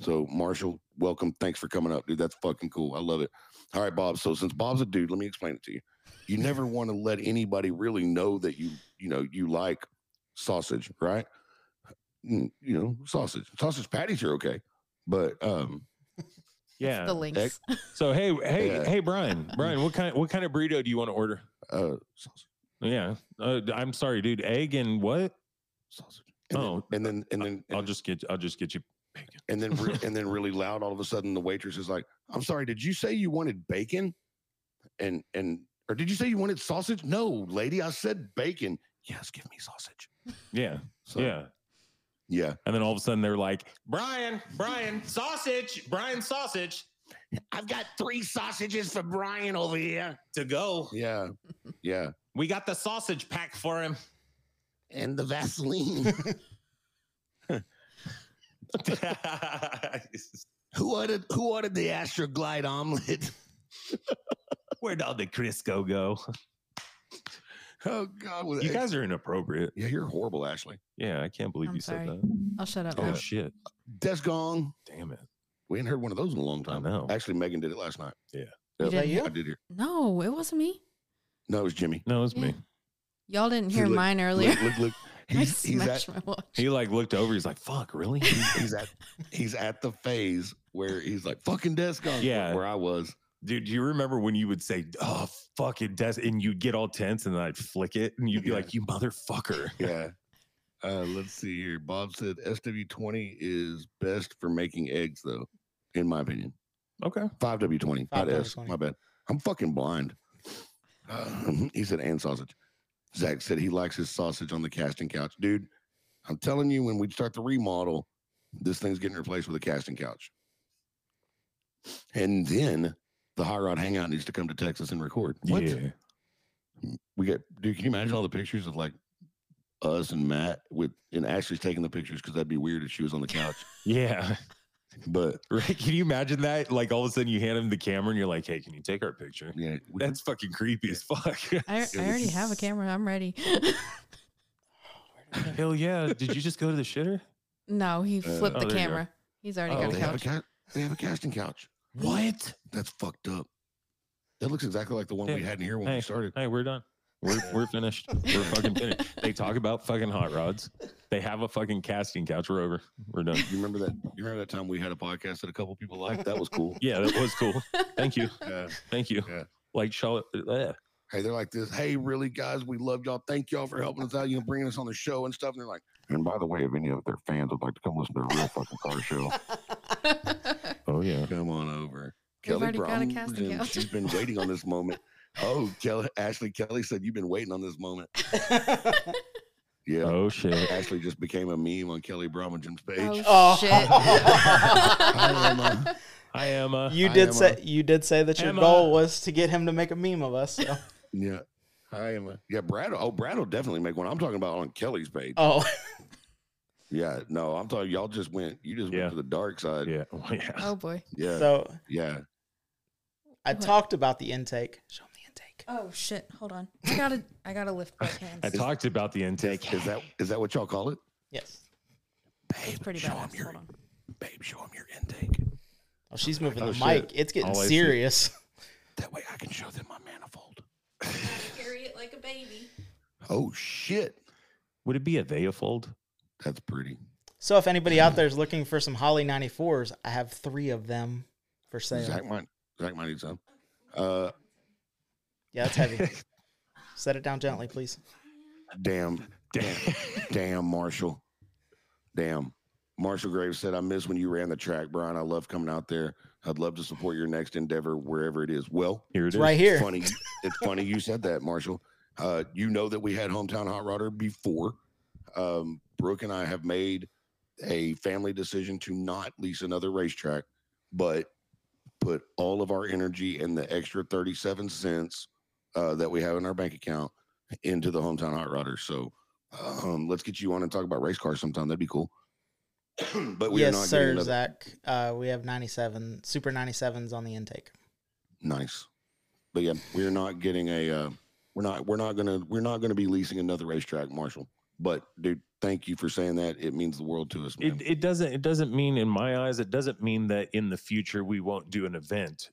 S3: So Marshall, welcome. Thanks for coming up, dude. That's fucking cool. I love it. All right, Bob. So since Bob's a dude, let me explain it to you. You never want to let anybody really know that you, you know, you like sausage, right? Mm, You know, sausage. Sausage patties are okay. But um Uh,
S5: Yeah.
S2: The links.
S5: so hey, hey,
S3: Yeah.
S5: hey, Brian, Brian, what kind what kind of burrito do you want to order?
S3: uh sausage.
S5: Yeah. Uh, I'm sorry, dude. Egg and what?
S3: Sausage. And then-
S5: Oh,
S3: and then and then and
S5: I'll
S3: then-
S5: just get I'll just get you bacon.
S3: and then re- and then really loud all of a sudden the waitress is like i'm sorry did you say you wanted bacon and and or did you say you wanted sausage no lady i said bacon yes give me sausage
S5: Yeah.
S3: so
S5: yeah.
S3: yeah
S5: And then all of a sudden they're like, Brian, Brian, sausage, Brian, sausage
S3: i've got three sausages for brian over here
S5: to go.
S3: yeah yeah
S5: We got the sausage pack for him.
S3: and the vaseline who ordered who ordered the astroglide omelet
S5: Where'd all the Crisco go?
S3: oh god well,
S5: You
S3: hey-
S5: guys are inappropriate.
S3: yeah you're horrible ashley
S5: Yeah, I can't believe
S2: I'm
S5: you
S2: sorry.
S5: said that.
S2: I'll shut up.
S5: Oh
S2: now.
S5: shit.
S3: that's gone
S5: Damn it.
S3: we ain't heard one of those in a long
S5: I
S3: time
S5: know.
S3: actually megan did it last night
S2: You
S1: Yeah,
S2: didn't
S1: you-
S2: hear-
S3: i did hear
S2: No, it wasn't me.
S3: no it was jimmy
S5: No, it's
S2: Yeah.
S5: me.
S2: Y'all didn't
S3: See,
S2: hear
S3: look-
S2: mine earlier.
S3: Look, look, look. He's,
S2: I
S3: he's, at,
S2: smashed my watch.
S5: He like looked over. He's like, "Fuck, really?"
S3: he's, he's at he's at the phase where he's like fucking desk on
S5: Yeah.
S3: where I was.
S5: Dude, do you remember when you would say, "Oh, fucking desk," and you'd get all tense, and then I'd flick it, and you'd be
S3: Yeah.
S5: like, "You motherfucker!"
S3: Yeah. Uh, let's see here. Bob said SW20 is best for making eggs, though, in my opinion.
S5: Okay.
S3: 5W20, not S.
S1: 5W20.
S3: My bad. I'm fucking blind. Um, he said, and sausage. Zach said he likes his sausage on the casting couch. Dude, I'm telling you, when we start the remodel, this thing's getting replaced with a casting couch. And then the High Rod Hangout needs to come to Texas and record. What?
S5: Yeah.
S3: We got, dude, can you imagine all the pictures of like us and Matt with, and Ashley's taking the pictures because that'd be weird if she was on the couch.
S5: Yeah.
S3: But
S5: Right? Can you imagine that? Like all of a sudden you hand him the camera and you're like, hey, can you take our picture?
S3: yeah, we-
S5: That's fucking creepy as fuck.
S2: I, I already have a camera. I'm ready.
S5: Hell yeah. Did you just go to the shitter?
S2: no, he
S3: Uh,
S2: flipped
S5: oh,
S2: the
S5: there you are.
S2: camera. He's already
S5: Oh,
S2: got a
S3: they, have a
S2: couch.
S3: ca- they have a casting couch.
S5: What?
S3: That's fucked up. That looks exactly like the one we
S5: Yeah.
S3: had in here when
S5: Hey.
S3: we started.
S5: Hey, we're done. We're, we're finished. We're fucking finished. They talk about fucking hot rods. They have a fucking casting couch. We're over. We're done.
S3: You remember that? You remember that time we had a podcast that a couple people liked? That was cool.
S5: Yeah, that was cool. Thank you.
S3: Yeah.
S5: Thank you.
S3: Yeah.
S5: Like Charlotte. Yeah.
S3: Hey, they're like this. Hey, really, guys, we love y'all. Thank y'all for helping us out. You know, bringing us on the show and stuff. And they're like, and by the way, if any of their fans would like to come listen to a real fucking car show,
S5: Oh, yeah.
S3: come on over.
S2: We've
S3: Kelly
S2: already got a
S3: Brown,
S2: casting couch.
S3: she's been waiting on this moment. Oh, Kelly, Ashley Kelly said you've been waiting on this moment. Yeah.
S5: Oh, shit.
S3: Ashley just became a meme on Kelly Brown and Jim's page.
S2: Oh,
S3: am,
S2: shit.
S5: Hi, Emma.
S1: you
S3: I
S1: did
S3: am
S1: say
S3: a-
S1: you did say that your
S5: Emma.
S1: goal was to get him to make a meme of us. so-
S3: Yeah. Hi, Emma. Yeah, Brad. Oh, Brad will definitely make one. I'm talking about on Kelly's page.
S1: Oh,
S3: Yeah. No, I'm talking. Y'all just went. You just
S5: Yeah.
S3: went to the dark side. Yeah.
S5: Yeah. Oh, yeah.
S2: oh boy.
S3: Yeah.
S1: so
S3: yeah.
S1: I
S2: What?
S1: talked about the intake. Show him the intake.
S2: Oh shit. Hold on. I gotta I gotta lift both hands.
S5: I talked about the intake.
S3: Is that is that what y'all call it?
S1: Yes.
S3: Babe,
S2: It's pretty
S3: show
S2: bad.
S3: him your
S2: Hold on.
S3: babe. Show him your intake.
S1: Oh, she's moving
S5: Oh,
S1: the
S5: shit.
S1: mic. It's getting
S5: All I see-
S1: serious.
S3: That way I can show them my manifold.
S2: Carry it like a baby.
S3: Oh shit.
S5: Would it be a theifold?
S3: That's pretty.
S1: So if anybody out there is looking for some Holly 94s, I have three of them for sale.
S3: Zach might Zach might need some. Uh,
S1: Yeah, that's heavy. Set it down gently, please.
S3: damn, damn, damn, Marshall. Damn. Marshall Graves said, I miss when you ran the track, Brian. I love coming out there. I'd love to support your next endeavor wherever it is. Well,
S5: Here it
S1: It's
S5: is.
S1: right here.
S3: funny. it's funny you said that, Marshall. Uh, you know that we had hometown hot rodder before. Um, Brooke and I have made a family decision to not lease another racetrack, but put all of our energy and the extra thirty-seven cents uh, that we have in our bank account into the hometown hot rodder. So um, let's get you on and talk about race cars sometime. That'd be cool. but we are
S1: yes,
S3: not
S1: sir,
S3: getting another.
S1: Zach. Uh, we have 97 super 97s on the intake.
S3: Nice. But yeah, we're not getting a uh, we're not we're not gonna we're not gonna be leasing another racetrack, Marshall. But dude, thank you for saying that. It means the world to us, man.
S5: It, it doesn't. It doesn't mean, in my eyes, it doesn't mean that in the future we won't do an event.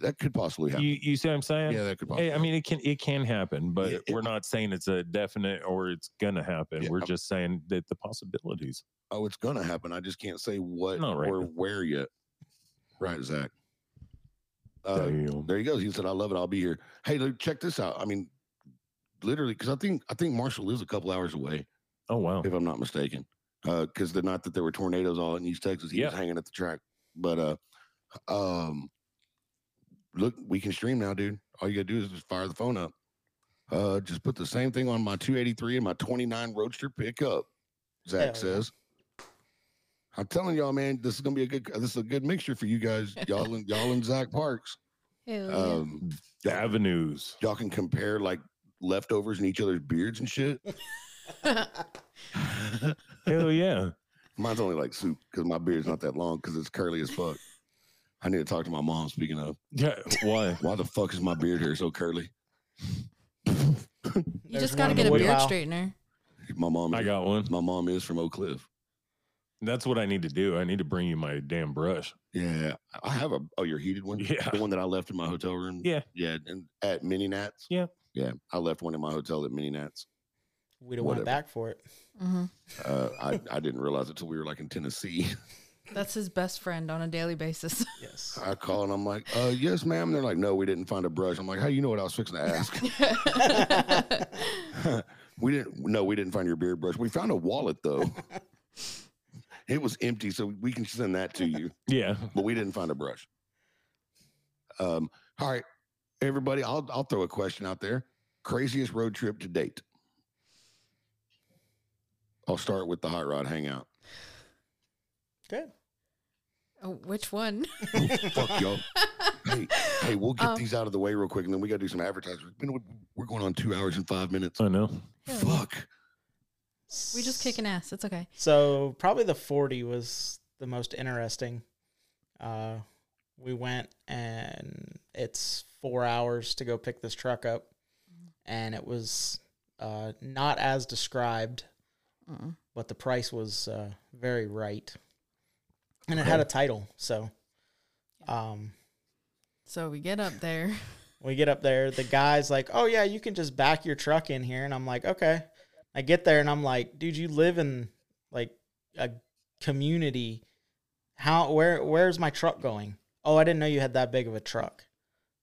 S3: that could possibly happen.
S5: You, you see what I'm saying?
S3: yeah, that could possibly.
S5: Hey, I mean, it can it can happen, but
S3: Yeah, it-
S5: we're not saying it's a definite or it's gonna happen.
S3: Yeah,
S5: we're
S3: I'm-
S5: just saying that the possibilities.
S3: oh, it's gonna happen. I just can't say what
S5: No, right.
S3: or where yet. Right, Zach. Uh,
S5: Damn.
S3: there he goes. He said, "I love it. I'll be here." Hey, look, check this out. I mean, literally, because I think I think Marshall lives a couple hours away,
S5: Oh wow.
S3: if I'm not mistaken. Because the night that there were tornadoes all in East Texas, he was
S5: Yeah.
S3: hanging at the track. But uh, um, look, we can stream now, dude. All you gotta do is just fire the phone up. Uh, just put the same thing on my 283 and my 29 Roadster pickup. Zach
S1: Hell yeah.
S3: says. I'm telling y'all, man, this is gonna be a good. This is a good mixture for you guys, y'all and y'all and Zach Parks.
S2: Hell Oh, yeah.
S3: Um,
S5: The avenues.
S3: y'all can compare like leftovers in each other's beards and shit.
S5: Hell yeah.
S3: Mine's only like soup because my beard's not that long because it's curly as fuck. I need to talk to my mom. Speaking of,
S5: Yeah. Why?
S3: why the fuck is my beard hair so curly?
S2: you
S1: There's
S2: just gotta
S1: one in
S2: get
S1: the
S2: a beard
S1: woodpile.
S2: straightener.
S3: My mom.
S5: I got one.
S3: My mom is from Oak Cliff.
S5: That's what I need to do. I need to bring you my damn brush.
S3: Yeah, I have a. Oh, your heated one.
S5: Yeah.
S3: the one that I left in my hotel room.
S5: Yeah.
S3: yeah, and at Mini Nats.
S5: Yeah.
S3: yeah. I left one in my hotel at Mini Nats.
S1: We don't
S3: Whatever.
S1: want back for it.
S2: hmm
S3: Uh, I I didn't realize it till we were like in Tennessee.
S2: That's his best friend on a daily basis.
S1: Yes.
S3: I call and I'm like, uh, yes, ma'am. They're like, no, we didn't find a brush. I'm like, how you know what I was fixing to ask? we didn't. No, we didn't find your beard brush. We found a wallet though. it was empty, so we can send that to you.
S5: Yeah.
S3: But we didn't find a brush. Um. All right, everybody. I'll I'll throw a question out there. Craziest road trip to date. I'll start with the hot rod hangout.
S1: Good.
S2: Oh, Which one?
S3: Fuck y'all. Hey, hey, we'll get
S2: Um,
S3: these out of the way real quick, and then we got to do some advertisers. You know what? We're going on two hours and five minutes.
S5: I know.
S2: Hell yeah.
S3: Fuck.
S2: We just kicking ass. It's okay.
S1: So probably the 40 was the most interesting. Uh, we went and it's four hours to go pick this truck up, and it was uh, not as described,
S2: Mm.
S1: but the price was uh, very right, and it had a title. So, um,
S2: So we get up there.
S1: we get up there. The guy's like, "Oh yeah, you can just back your truck in here," and I'm like, "Okay." I get there and I'm like, "Dude, you live in like a community. How where where's my truck going? Oh, I didn't know you had that big of a truck."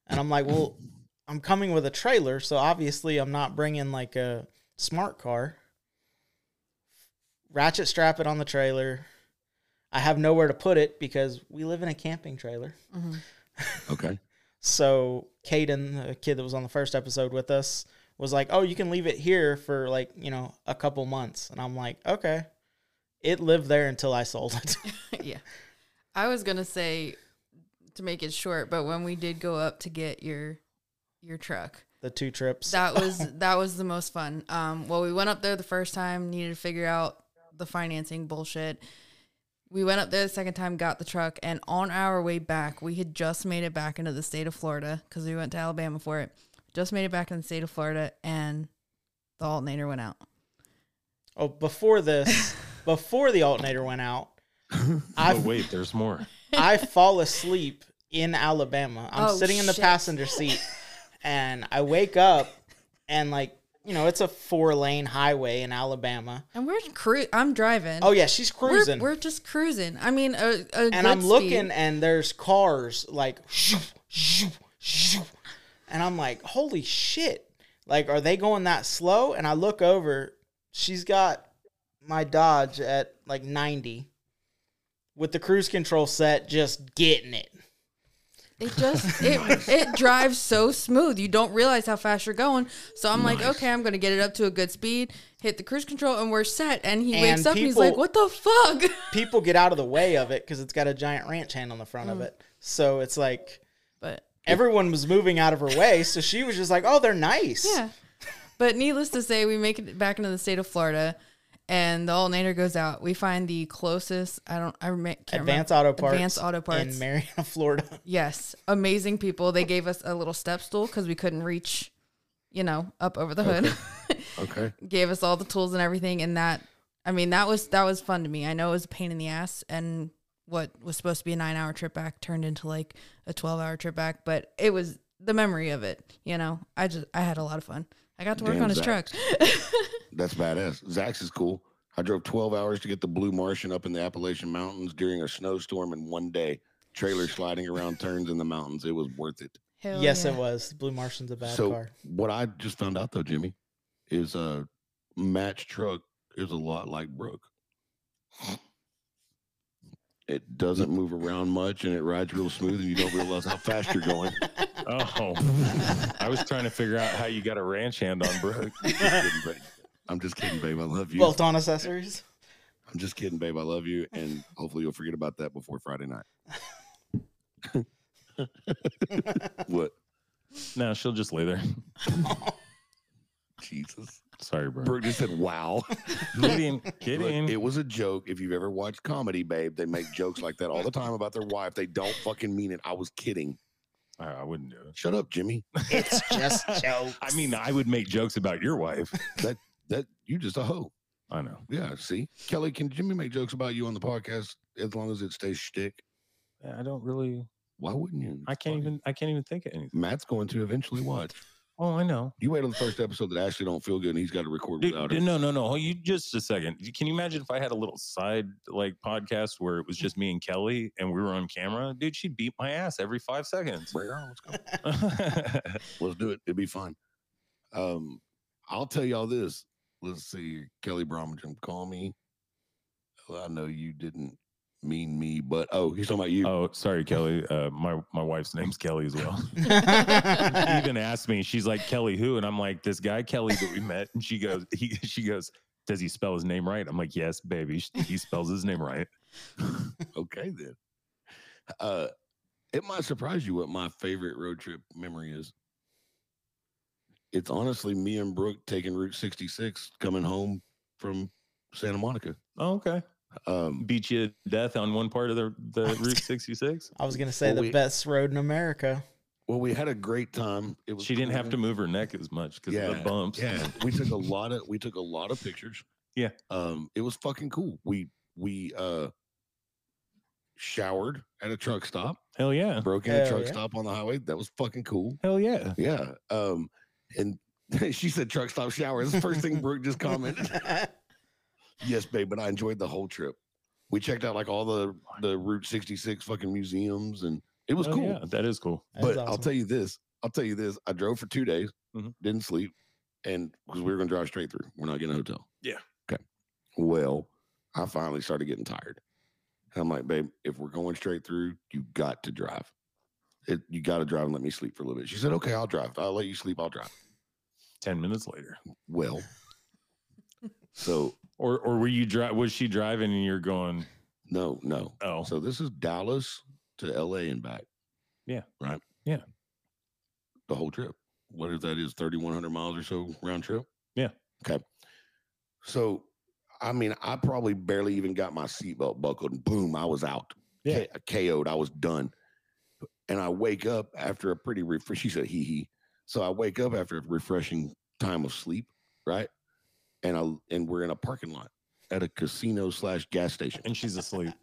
S1: And I'm like, "Well, I'm coming with a trailer, so obviously I'm not bringing like a smart car. Ratchet strap it on the trailer. I have nowhere to put it because we live in a camping trailer."
S2: Mhm.
S3: Okay.
S1: So Caden, the kid that was on the first episode with us, was like, "Oh, you can leave it here for like you know a couple months," and I'm like, "Okay." It lived there until I sold it.
S2: yeah. I was gonna say to make it short, but when we did go up to get your your truck,
S1: the two trips.
S2: that was that was the most fun. Um, well, we went up there the first time, needed to figure out the financing bullshit. We went up there the second time, got the truck, and on our way back, we had just made it back into the state of Florida because we went to Alabama for it. Just made it back in the state of Florida, and the alternator went out.
S1: oh, before this, before the alternator went out,
S5: Oh
S1: I
S5: wait, there's more.
S1: I fall asleep in Alabama. I'm
S2: Oh,
S1: sitting in the
S2: shit.
S1: passenger seat, and I wake up, and like you know, it's a four lane highway in Alabama.
S2: And we're cru- I'm driving.
S1: Oh yeah, she's
S2: We're-
S1: cruising.
S2: We're, just cruising. I mean, a, a good
S1: and I'm looking,
S2: speed.
S1: and there's cars like, shoo, shoo, shoo. and I'm like, holy shit! Like, are they going that slow? And I look over, she's got my Dodge at like 90 with the cruise control set, just getting it.
S2: It just it it drives so smooth. You don't realize how fast you're going. So I'm like, okay, I'm gonna get it up to a good speed, hit the cruise control, and we're set. And he wakes
S1: And
S2: up and he's
S1: people-
S2: like, what the fuck?
S1: People get out of the way of it because it's got a giant ranch hand on the front
S2: Mm.
S1: of it, so it's like
S2: But
S1: everyone was moving out of her way, so she was just like, oh, they're nice.
S2: yeah. But needless to say, we make it back into the state of Florida, and the alternator goes out. We find the closest. I don't. I rem- can't
S1: Advanced
S2: remember.
S1: Auto Parts,
S2: Advanced Auto Parts.
S1: in Marietta, Florida.
S2: yes, amazing people. They gave us a little step stool because we couldn't reach. you know, up over the hood.
S3: Okay.
S2: Gave us all the tools and everything and that I mean, that was that was fun to me. I know it was a pain in the ass and what was supposed to be a 9-hour trip back turned into like a 12-hour trip back, but it was the memory of it, you know. I just I had a lot of fun. I got to work
S3: Damn,
S2: on his truck.
S3: Zach. That's badass. Zax is cool. I drove 12 hours to get the Blue Martian up in the Appalachian Mountains during a snowstorm in one day. Trailer sliding around turns in the mountains. It was worth it.
S2: Hell
S1: yes,
S2: yeah.
S1: it was. Blue Martian's a bad
S3: so
S1: car.
S3: what I just found out though, Jimmy, is uh, Match Truck is a lot like Brooke. It doesn't move around much and it rides real smooth, and you don't realize how fast you're going.
S5: Oh, I was trying to figure out how you got a ranch hand on Brooke.
S3: I'm just kidding, babe. I'm just kidding, babe. I love you.
S1: Bolt on accessories.
S3: I'm just kidding, babe. I love you, and hopefully you'll forget about that before Friday night. what?
S5: No, she'll just lay there.
S3: Jesus.
S5: Sorry, bro.
S3: Brooke just said, "Wow."
S5: Kidding,
S3: Look,
S5: kidding.
S3: it was a joke. If you've ever watched comedy, babe, they make jokes like that all the time about their wife. They don't fucking mean it. I was kidding.
S5: I, I wouldn't do it.
S3: Shut up, Jimmy.
S1: It's just jokes.
S5: I mean, I would make jokes about your wife.
S3: That you just a hoe.
S5: I know.
S3: Yeah. See, Kelly, can Jimmy make jokes about you on the podcast as long as it stays shtick?
S5: I don't really.
S3: Why wouldn't you?
S5: I
S3: It's
S5: can't
S3: funny.
S5: even. I can't even think of anything.
S3: Matt's going to eventually watch.
S5: Oh, I know.
S3: You wait on the first episode that Ashley don't feel good, and he's got to record
S5: Dude,
S3: without
S5: dude,
S3: her.
S5: no, no, no. Hold You just a second. You- Can you imagine if I had a little side like podcast where it was just me and Kelly and we were on camera? Dude, she'd beat my ass every five seconds.
S3: Bring her on, Let's go. Let's do it. It'd be fun. Um, I'll tell y'all this. Let's see. Kelly Bromagem, call me. Well, I know you didn't mean me, but oh, he's talking about you.
S5: oh, sorry, Kelly. Uh, my my wife's name's Kelly as well. She even asked me. She's like Kelly who, and I'm like this guy Kelly that we met. And she goes, he, she goes, does he spell his name right? I'm like, yes, baby. sh- He spells his name right.
S3: Okay then. Uh, it might surprise you what my favorite road trip memory is. It's honestly me and Brooke taking Route 66 coming home from Santa Monica.
S5: Oh, okay.
S3: Um,
S5: Beat you to death on one part of the the Route 66.
S1: I was gonna say
S3: Well,
S1: the
S3: we-
S1: best road in America.
S3: well, we had a great time. It was
S5: She didn't have to
S3: cool.
S5: move her neck as much because of
S3: Yeah,
S5: the bumps.
S3: Yeah, we took a lot of we took a lot of pictures.
S5: Yeah.
S3: Um, it was fucking cool. We we uh showered at a truck stop,
S5: Hell yeah.
S3: broke in a
S1: Hell
S3: truck
S1: yeah.
S3: stop on the highway. That was fucking cool.
S5: Hell yeah.
S3: Yeah. Um, and she said truck stop shower. That's the first thing Brooke just commented. yes, babe, but I enjoyed the whole trip. We checked out like all the the Route 66 fucking museums and it was
S5: Hell
S3: cool.
S5: yeah, That is cool.
S1: That was
S3: But I'll
S1: awesome.
S3: tell you this. I'll tell you this. I drove for two days,
S5: Mhm.
S3: didn't sleep, and because we were going to drive straight through, we're not getting a hotel.
S5: Yeah.
S3: Okay. Well, I finally started getting tired. And I'm like, babe, if we're going straight through, you got to drive. It, you got to drive and let me sleep for a little bit. She said, okay, I'll drive. I'll let you sleep. I'll drive.
S5: 10 minutes later.
S3: Well, so
S5: Or or were you dri was she driving and you're going,
S3: no, no.
S5: "Oh,
S3: So this is Dallas to LA and back.
S5: Yeah.
S3: Right?
S5: Yeah.
S3: The whole trip. What if that is 3,100 miles or so round trip?
S5: Yeah.
S3: Okay. So, I mean, I probably barely even got my seatbelt buckled and boom, I was out.
S5: Yeah.
S3: K- KO'd. I was done. And I wake up after a pretty, ref- she said, hee hee. So I wake up after a refreshing time of sleep, right? And I and we're in a parking lot at a casino slash gas station,
S5: and she's asleep."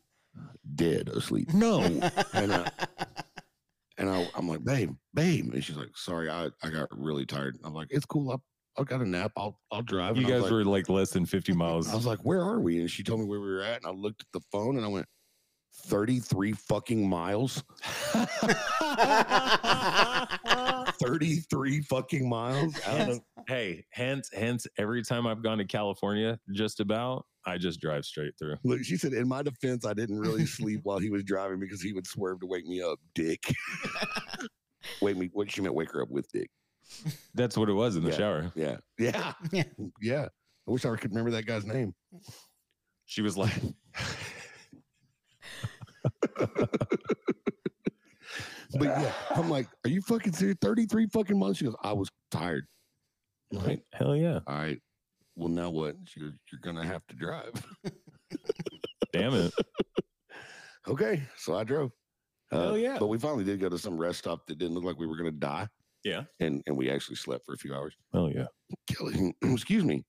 S3: dead asleep. No, and uh, I, and I, I'm like, babe, babe, and she's like, sorry, I, I got really tired. I'm like, it's cool. I, I got a nap. I'll I'll drive.
S5: You
S3: And I
S5: guys
S3: was like,
S5: were like less than 50 miles.
S3: I was like, where are we? And she told me where we were at, and I looked at the phone, and I went, thirty three fucking miles. Thirty three fucking miles. Out of,
S5: hey, hence hence every time I've gone to California, just about, I just drive straight through.
S3: look, she said, in my defense, I didn't really sleep while he was driving because he would swerve to wake me up, dick. wake me. What she meant, wake her up with dick.
S5: That's what it was in the
S3: Yeah.
S5: shower.
S3: Yeah. Yeah.
S1: Yeah.
S3: Yeah. I wish I could remember that guy's name.
S5: She was like,
S3: But yeah, I'm like, are you fucking serious? 33 fucking months? She goes, I was tired. I'm like,
S5: "Hell yeah.
S3: All right. Well, now what? She goes, you're going to have to drive.
S5: Damn it.
S3: okay. So Uh, I drove.
S5: Hell yeah.
S3: But we finally did go to some rest stop that didn't look like we were going to die.
S5: Yeah.
S3: and and we actually slept for a few hours.
S5: Oh yeah.
S3: Kelly, excuse me.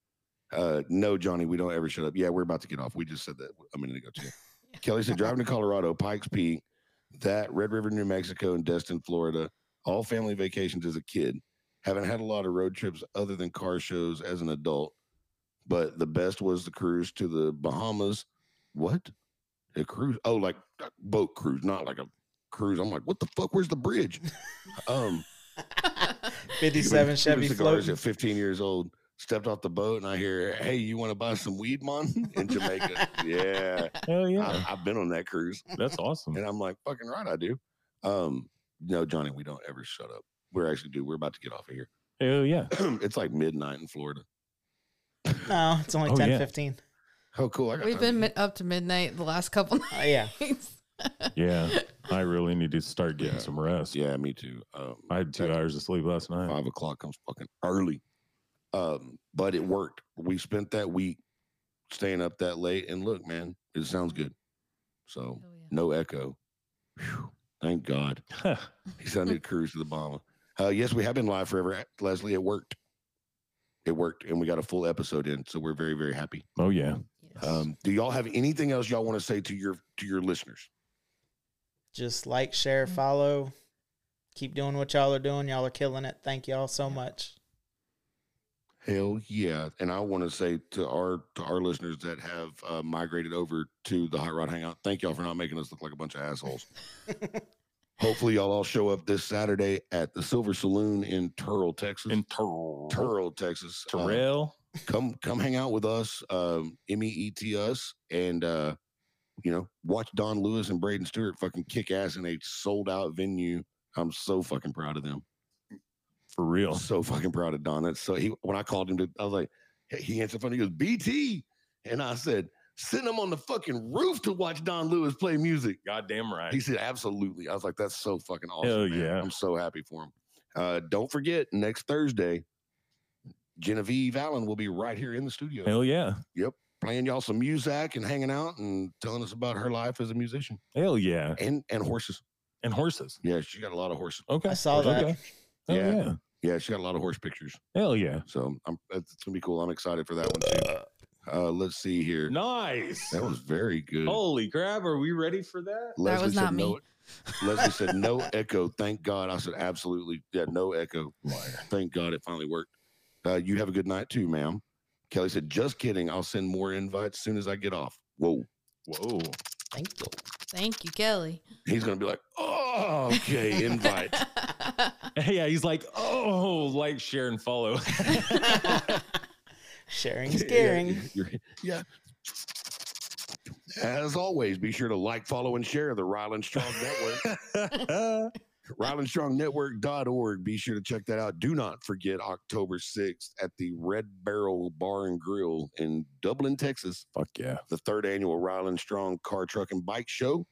S3: Uh, no, Johnny, we don't ever shut up. Yeah, we're about to get off. We just said that a minute ago too. Kelly said driving to Colorado, Pikes Peak, that Red River, New Mexico, and Destin, Florida, all family vacations as a kid. Haven't had a lot of road trips other than car shows as an adult, but the best was the cruise to the Bahamas. What? A cruise? Oh, like a boat cruise, not like a cruise. I'm like, what the fuck? Where's the bridge? um,
S1: Fifty-seven
S3: Cuban-
S1: Chevy
S3: Cuban cigars
S1: floating.
S3: at 15 years old. Stepped off the boat and I hear, "Hey, you want to buy some weed, mon?" in Jamaica. yeah,
S5: Hell yeah. Hmm.
S3: I, I've been on that cruise,
S5: That's awesome.
S3: and I'm like, "Fucking right, I do." Um, no, Johnny, we don't ever shut up. We're actually do. We're about to get off of here.
S5: Hell yeah.
S3: it's like midnight in Florida.
S1: No, it's only
S5: Oh,
S1: ten
S5: yeah.
S1: fifteen.
S3: Oh, cool. I got
S2: We've
S3: time.
S2: been mi- up to midnight the last couple
S1: Oh yeah.
S2: nights.
S5: Yeah. I really need to start getting
S3: Yeah.
S5: some rest.
S3: Yeah, me too. Um,
S5: I had two
S3: that's-
S5: hours of sleep last night.
S3: five o'clock comes fucking early. Um, but it worked. We spent that week staying up that late, and look, man, it sounds good. So
S2: Oh, yeah.
S3: no echo. Phew, thank God. He sounded cruise to the bomb. Uh, yes, we have been live forever, Uh, Leslie. It worked. It worked, and we got a full episode in, so we're very, very happy.
S5: oh yeah.
S2: Yes.
S3: Um, do y'all have anything else y'all want to say to your to your listeners?
S1: Just like, share, follow. Keep doing what y'all are doing. Y'all are killing it. Thank y'all so much.
S3: Hell yeah! And I want to say to our to our listeners that have uh, migrated over to the Hot Rod Hangout, thank y'all for not making us look like a bunch of assholes. Hopefully, y'all all show up this Saturday at the Silver Saloon in Turl, Texas.
S5: And Terrell.
S3: Turl, Texas. Uh,
S5: Terrell.
S3: come come hang out with us, um, M E E T us, and uh, you know watch Don Lewis and Braden Stewart fucking kick ass in a sold out venue. I'm so fucking proud of them.
S5: For real.
S3: So fucking proud of Don. That's so he when I called him, to, I was like, he- he answered phone. He goes, BT, and I said, send him on the fucking roof to watch Don Lewis play music.
S5: Goddamn right.
S3: He said, absolutely. I was like, that's so fucking awesome.
S5: Hell
S3: man.
S5: yeah.
S3: I'm so happy for him. Uh, don't forget, next Thursday, Genevieve Allen will be right here in the studio
S5: Hell yeah.
S3: playing y'all some music and hanging out and telling us about her life as a musician
S5: Hell yeah.
S3: and and horses.
S5: And horses.
S3: Yeah, she got a lot of horse.
S5: Okay.
S1: I saw that.
S5: Okay. Hell
S3: Yeah.
S5: yeah.
S3: Yeah, she got a lot of horse pictures.
S5: Hell yeah.
S3: So I'm, it's gonna be cool. I'm excited for that one too. Uh, let's see here.
S5: Nice.
S3: That was very good.
S5: Holy crap. Are we ready for that?
S2: Oh, That was
S3: said
S2: not me.
S3: No, Leslie said no echo. Thank God. I said absolutely. Yeah, no echo. Thank God it finally worked. Uh, you have a good night too, ma'am. Kelly said, just kidding. I'll send more invites soon as I get off. Whoa.
S5: Whoa.
S1: Thank you.
S2: Thank you, Kelly.
S3: He's gonna be like, oh, okay, invite.
S5: Yeah. He's like, oh, like, share, and follow.
S1: Sharing's caring.
S3: Yeah, you're- yeah. As always, be sure to like, follow, and share the Ryland Strong Network. RylandStrongNetwork.org. Be sure to check that out. Do not forget October 6th at the Red Barrel Bar and Grill in Dublin, Texas,
S5: Fuck yeah.
S3: the third annual Ryland Strong Car, Truck, and Bike Show.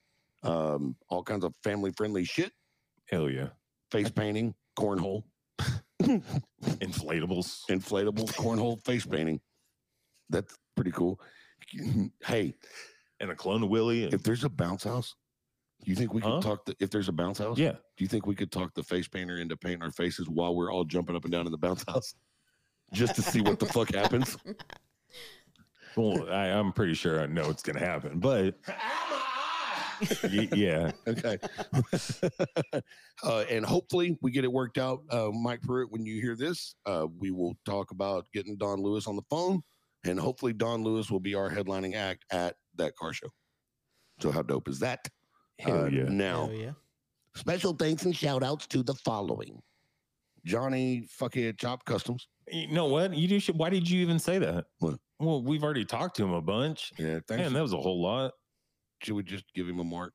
S3: Um, all kinds of family friendly shit,
S5: Hell yeah.
S3: face painting, cornhole,
S5: Inflatables.
S3: inflatable cornhole face painting. That's pretty cool. hey,
S5: And a clone of Willie.
S3: If
S5: And,
S3: there's a bounce house, you think we could
S5: Huh?
S3: talk? The, if there's a bounce house,
S5: yeah.
S3: do you think we could talk the face painter into painting our faces while we're all jumping up and down in the bounce house, just to see what the fuck happens?
S5: Well, I, I'm pretty sure I know it's going to happen, but y- yeah.
S3: Okay. uh, and hopefully we get it worked out. Uh, Mike Pruitt, when you hear this, uh, we will talk about getting Don Lewis on the phone, and hopefully Don Lewis will be our headlining act at that car show. So how dope is that?
S5: Hell
S3: Uh,
S5: yeah.
S3: Now.
S1: Hell yeah.
S3: Special thanks and shout outs to the following Johnny fucking Chop Customs.
S5: You know what? You do should, why did you even say that?
S3: What?
S5: Well, we've already talked to him a bunch.
S3: Yeah,
S5: Man, that was a whole lot.
S3: Should we just give him a mark?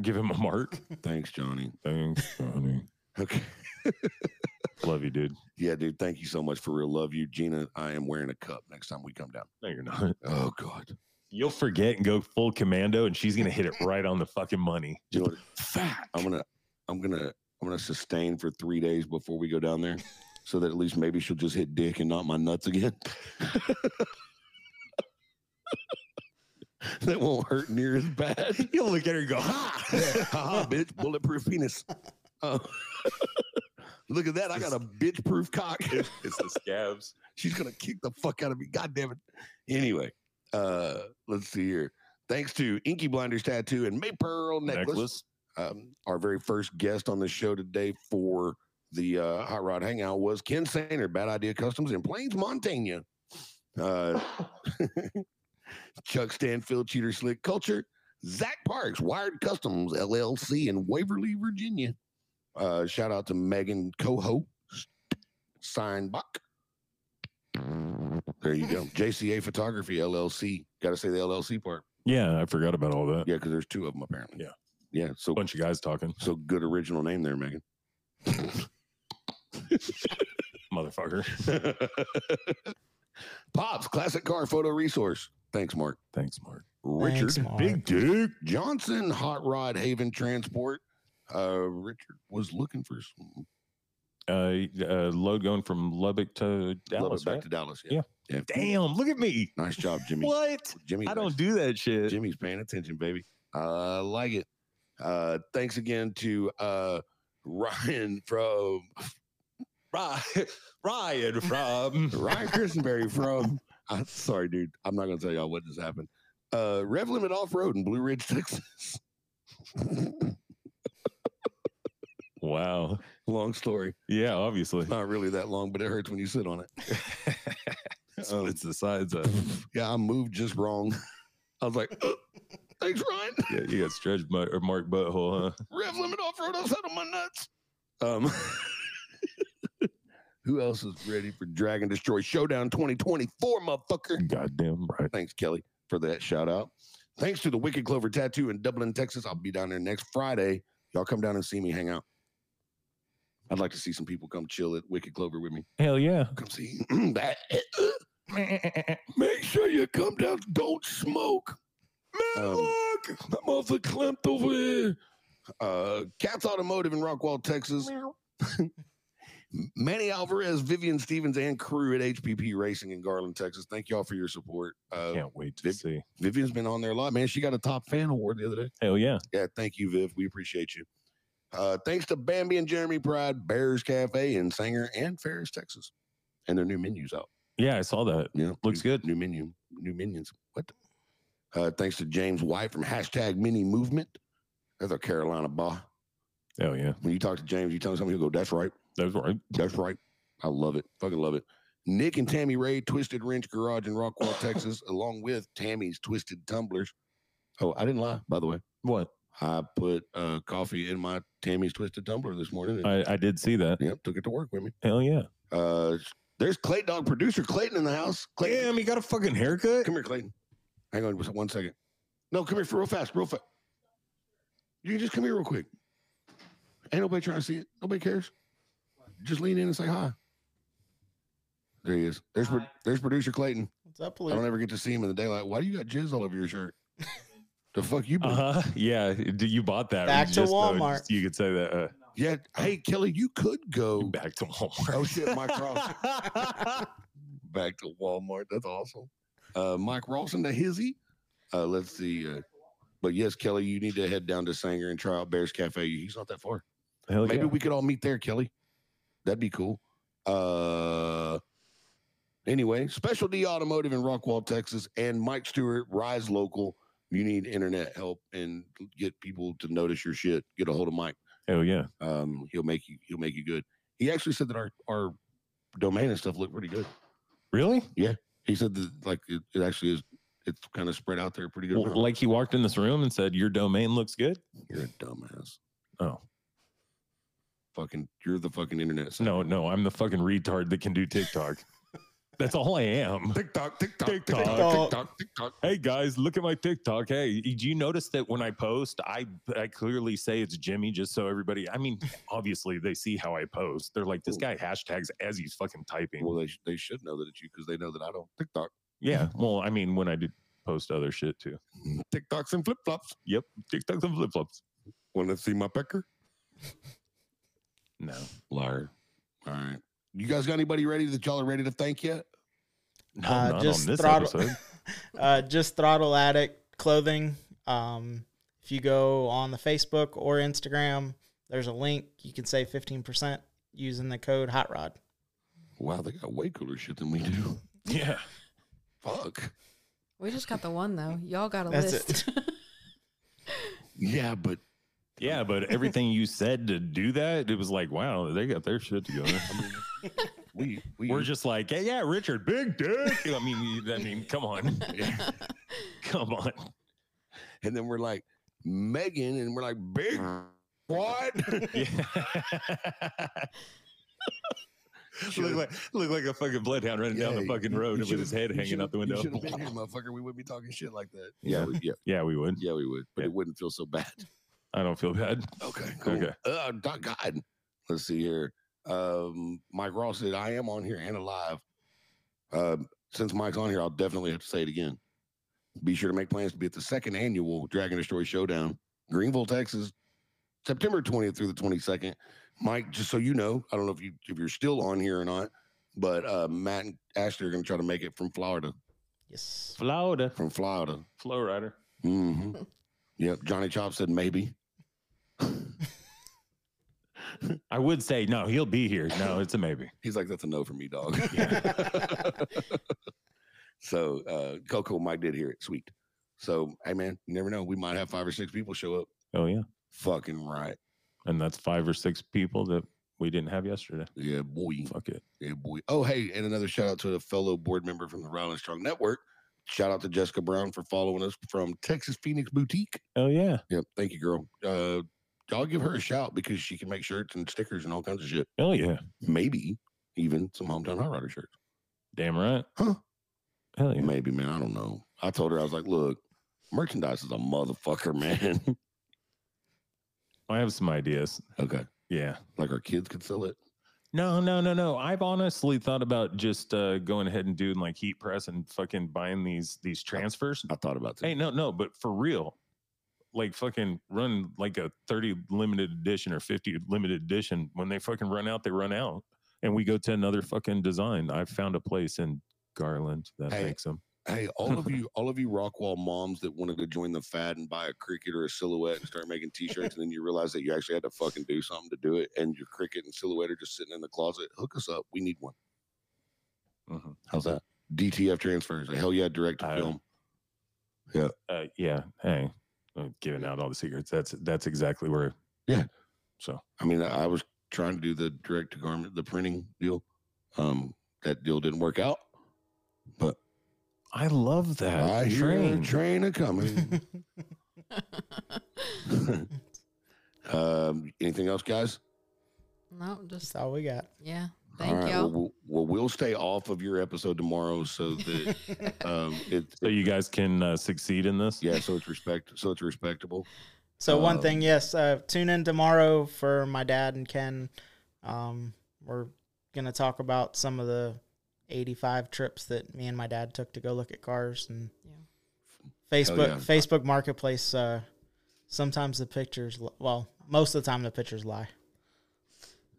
S5: Give him a mark.
S3: Thanks, Johnny.
S5: Thanks, Johnny.
S3: Okay.
S5: Love you, dude.
S3: Yeah, dude. Thank you so much for real. Love you, Gina. I am wearing a cup next time we come down.
S5: No, you're not.
S3: Oh, God.
S5: You'll forget and go full commando, and she's gonna hit it right on the fucking money.
S3: You know what? I'm gonna, I'm gonna, I'm gonna sustain for three days before we go down there, so that at least maybe she'll just hit dick and not my nuts again. that won't hurt near as bad. You'll look at her and go, "Ha, ha, ha bitch, bulletproof penis." Uh, Look at that. I got a bitch proof cock.
S10: It's, it's the scabs.
S3: She's gonna kick the fuck out of me. God damn it. Anyway, uh, let's see here. Thanks to Inky Blinders Tattoo and Maypearl Necklace,
S5: necklace.
S3: Um, our very first guest on the show today for the uh, Hot Rod Hangout was Ken Sainer, Bad Idea Customs in Plains, Montana. Uh, Chuck Stanfield, Cheater Slick Culture, Zach Parks, Wired Customs LLC in Waverly, Virginia. Uh, shout out to Megan Coho, Steinbach. There you go. JCA Photography LLC. Got to say the LLC part.
S5: Yeah, I forgot about all that.
S3: Yeah, because there's two of them apparently.
S5: Yeah.
S3: Yeah. So
S5: A bunch of guys talking,
S3: so good original name there, Megan.
S5: motherfucker.
S3: Pops, classic car photo resource. Thanks, Mark.
S5: Thanks, Mark.
S3: Richard,
S1: Thanks, Mark.
S3: Big Duke Johnson, Hot Rod Haven Transport. Uh, Richard was looking for some
S5: Uh, uh, load going from Lubbock to Dallas.
S3: Love it back
S5: right?
S3: to Dallas. Yeah.
S5: Damn, look at me.
S3: Nice job, Jimmy.
S5: What?
S3: Jimmy,
S5: I
S3: nice
S5: don't do that shit.
S3: Jimmy's paying attention, baby. I like it. Uh, thanks again to uh, Ryan from
S10: Ryan, Ryan from
S3: Ryan Christenberry from. I'm sorry, dude. I'm not gonna tell y'all what just happened. Uh, Rev Limit Off Road in Blue Ridge, Texas.
S5: Wow.
S3: long story.
S5: Yeah, obviously.
S3: Not really that long, but it hurts when you sit on it.
S5: It's Oh, it's the sides of.
S3: Yeah, I moved just wrong. I was like, thanks, Ryan.
S5: Yeah, you got stretch mark, or mark butthole, huh?
S3: Rev Limit Off Road outside of my nuts. Um, who else is ready for Dragon Destroy Showdown 2024, motherfucker?
S5: Goddamn right.
S3: Thanks, Kelly, for that shout out. Thanks to the Wicked Clover Tattoo in Dublin, Texas. I'll be down there next Friday. Y'all come down and see me hang out. I'd like to see some people come chill at Wicked Clover with me.
S5: Hell yeah.
S3: Come see that. Make sure you come down. Don't smoke. Man,
S5: Um,
S3: look, I'm off the clamped over here. Uh, Cats Automotive in Rockwall, Texas. Manny Alvarez, Vivian Stevens, and crew at HPP Racing in Garland, Texas. Thank y'all for your support. Uh,
S5: Can't wait to
S3: Viv-
S5: see.
S3: Vivian's been on there a lot, man. She got a top fan award the other day.
S5: Hell yeah.
S3: Yeah, thank you, Viv. We appreciate you. Uh, thanks to Bambi and Jeremy Pride, Bears Cafe in Sanger and Ferris, Texas, and their new menus out.
S5: Yeah, I saw that.
S3: Yeah,
S5: Looks
S3: new-
S5: good.
S3: New menu, new minions. What? the- Uh, thanks to James White from hashtag Mini Movement. That's a Carolina bar.
S5: Hell yeah.
S3: When you talk to James, you tell him something, he'll go, "That's right,
S5: That's right.
S3: that's right." I love it, fucking love it. Nick and Tammy Ray, Twisted Wrench Garage in Rockwall, Texas, along with Tammy's Twisted Tumblers. Oh, I didn't lie, by the way.
S5: What?
S3: I put uh, coffee in my Tammy's Twisted Tumbler this morning. And,
S5: I, I did see that.
S3: yep, took it to work with me.
S5: Hell yeah.
S3: Uh, there's Clay Dog producer Clayton in the house. Clayton,
S5: he got a fucking haircut.
S3: Come here, Clayton. Hang on just one second. No, come here for real fast, real fast. You can just come here real quick. Ain't nobody trying to see it. Nobody cares. Just lean in and say hi. There he is. There's pro- there's producer Clayton.
S1: What's up,
S3: I don't
S1: Luke?
S3: ever get to see him in the daylight. Why do you got jizz all over your shirt? the fuck you been?
S5: Uh huh. Yeah. d- You bought that.
S1: Back to
S5: just, uh,
S1: Walmart.
S5: just- you could say that. Uh,
S3: Yeah. Hey, Kelly, you could go
S5: back to Walmart.
S3: Oh, shit, my cross.
S5: cross.
S3: back to Walmart. That's awesome. Uh, Mike Rawson to Hizzy. Uh, let's see. Uh, but yes, Kelly, you need to head down to Sanger and try out Bears Cafe. He's not that far.
S5: Hell
S3: Maybe
S5: Oh, yeah.
S3: we could all meet there, Kelly. That'd be cool. Uh, anyway, Special D Automotive in Rockwall, Texas, and Mike Stewart, Rise Local. You need internet help and get people to notice your shit. Get a hold of Mike.
S5: Hell yeah.
S3: Um, he'll make you. He'll make you good. He actually said that our our domain and stuff look pretty good.
S5: Really?
S3: He said that like it, it actually is. It's kind of spread out there pretty good.
S5: Well,
S3: amount.
S5: like he walked in this room and said, "Your domain looks good."
S3: you're a dumbass.
S5: Oh
S3: Fucking, you're the fucking internet.
S5: no, no, I'm the fucking retard that can do TikTok. That's all I am.
S3: TikTok, TikTok, TikTok,
S5: TikTok.
S3: TikTok, TikTok, TikTok.
S5: Hey guys, look at my TikTok. Hey, do you notice that when I post, I I clearly say it's Jimmy, just so everybody. I mean, obviously they see how I post. They're like, this guy hashtags as he's fucking typing.
S3: Well, they sh- they should know that it's you because they know that I don't TikTok,
S5: yeah. Well, I mean, when I did post other shit too.
S3: TikToks and flip flops.
S5: Yep. TikToks and flip flops.
S3: Want to see my pecker?
S5: No.
S3: Liar. All right. You guys got anybody ready that y'all are ready to thank yet?
S5: No,
S1: Uh,
S5: not
S1: just
S5: on this
S1: throttle,
S5: episode.
S1: uh, just throttle addict clothing. Um, if you go on the Facebook or Instagram, there's a link. You can save fifteen percent using the code Hot Rod.
S3: Wow, they got way cooler shit than we do.
S5: Yeah.
S3: Fuck.
S2: We just got the one though. Y'all got a
S1: That's
S2: list.
S3: Yeah, but
S5: Yeah, but everything you said to do that, it was like, wow, they got their shit together. I mean,
S3: we we
S5: we're just like, hey, yeah, Richard, big dick. I mean, we- I mean, come on, come on.
S3: and then we're like Megan, and we're like big what?
S5: Yeah. look like look like a fucking bloodhound running down the
S3: Yeah,
S5: fucking
S3: you-
S5: road
S3: you
S5: with his
S3: should've-
S5: head
S3: you
S5: hanging out
S3: should've-
S5: the window.
S3: You should have been here, motherfucker. We wouldn't be talking shit like that.
S5: Yeah.
S3: we- yeah,
S5: Yeah, we would.
S3: yeah, we would, but
S5: Yeah.
S3: it wouldn't feel so bad.
S5: I don't feel bad.
S3: Okay, cool.
S5: Okay.
S3: Uh, doc God. Let's see here. Um, Mike Ross said, I am on here and alive. Um, since Mike's on here, I'll definitely have to say it again. Be sure to make plans to be at the second annual Dragon Destroy Showdown, Greenville, Texas, September 20th through the 22nd. Mike, just so you know, I don't know if you if you're still on here or not, but uh, Matt and Ashley are going to try to make it from Florida.
S1: Yes.
S5: Florida,
S3: From Florida.
S5: flow rider.
S3: hmm yep. Johnny Chop said maybe.
S5: I would say no. He'll be here. No, it's a maybe.
S3: He's like, that's a no for me, dog. so uh Coco Mike did hear it. Sweet. So hey man, you never know. We might have five or six people show up.
S5: Oh yeah,
S3: Fucking right.
S5: and that's five or six people that we didn't have yesterday.
S3: Yeah, boy.
S5: Fuck it.
S3: Yeah, boy. Oh, hey, and another shout out to a fellow board member from the Rowland Strong Network. Shout out to Jessica Brown for following us from Texas Phoenix Boutique.
S5: Oh yeah,
S3: Yep. Thank you, girl. Uh y'all give her a shout because she can make shirts and stickers and all kinds of shit.
S5: oh yeah.
S3: Maybe even some hometown high rider shirts.
S5: Damn right.
S3: Huh.
S5: Hell yeah.
S3: Maybe, man. I don't know. I told her, I was like, look, merchandise is a motherfucker, man.
S5: I have some ideas.
S3: okay.
S5: Yeah.
S3: Like our kids could sell it.
S5: No, no, no, no. I've honestly thought about just uh, going ahead and doing like heat press and fucking buying these these transfers.
S3: I thought about that.
S5: Hey, no, no, but for real, like fucking run like a thirty limited edition or fifty limited edition. When they fucking run out, they run out, and we go to another fucking design. I found a place in Garland that
S3: Hey.
S5: makes them.
S3: Hey, all of you, all of you Rockwall moms that wanted to join the fad and buy a cricket or a silhouette and start making t-shirts, and then you realize that you actually had to fucking do something to do it, and your cricket and silhouette are just sitting in the closet. Hook us up. We need one.
S5: Mhm.
S3: How's that? DTF transfers. Hell yeah, direct to
S5: I-
S3: film.
S5: Uh, yeah. Hey, I'm giving out all the secrets. That's that's exactly where.
S3: Yeah.
S5: So
S3: I mean, I I was trying to do the direct to garment, the printing deal. Um, that deal didn't work out, but
S5: I love that.
S3: I hear a
S5: train.
S3: train a coming. um, anything else, guys?
S2: no,
S1: That's
S2: just
S1: all we got.
S2: yeah. Thank
S3: Well,
S2: y'all.
S3: we'll, well, we'll stay off of your episode tomorrow so that um, it,
S5: So you guys can uh, succeed in this.
S3: yeah, so it's respect, so it's respectable.
S1: So one
S3: Um,
S1: thing, yes, uh, tune in tomorrow for my dad and Ken. Um, we're gonna talk about some of the eighty-five trips that me and my dad took to go look at cars and Facebook
S3: yeah.
S1: Facebook Marketplace. Uh, sometimes the pictures, li- well, most of the time the pictures lie.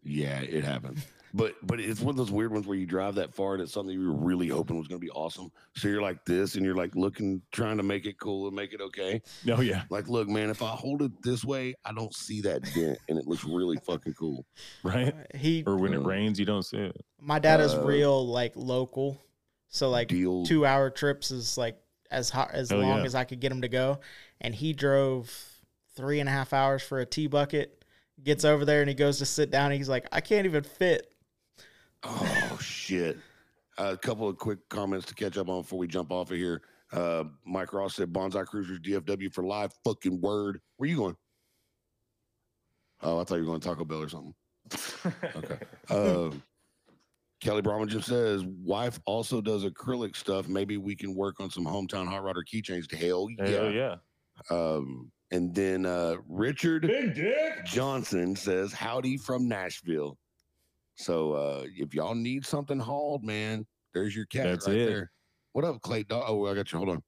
S3: Yeah, it happens. But but it's one of those weird ones where you drive that far and it's something you were really hoping was going to be awesome. So you're like this, and you're like looking, trying to make it cool and make it okay.
S5: No. Oh, yeah.
S3: Like, look, man, if I hold it this way, I don't see that dent, and it looks really fucking cool.
S5: Right.
S1: He,
S5: Or when it
S3: Uh,
S5: rains, you don't see it.
S1: my dad is
S3: uh,
S1: real like local, so like
S3: Deal.
S1: two hour trips is like as hot as
S5: Hell
S1: long
S5: yeah.
S1: as I could get him to go. And he drove three and a half hours for a tea bucket, gets over there and he goes to sit down. And he's like, I can't even fit.
S3: Oh shit! a couple of quick comments to catch up on before we jump off of here. Uh, Mike Ross said Bonsai Cruisers DFW for live fucking word. Where you going? Oh, I thought you were going to Taco Bell or something. Okay. Uh, Kelly Bromagen says wife also does acrylic stuff. Maybe we can work on some hometown hot rodder keychains. Hell yeah!
S5: Hell yeah.
S3: Um, and then uh, Richard Johnson says, Howdy from Nashville. So uh, if y'all need something hauled, man, there's your cat
S5: That's
S3: right
S5: it.
S3: there. What up, Clay Dog? Oh, I got you. Hold on.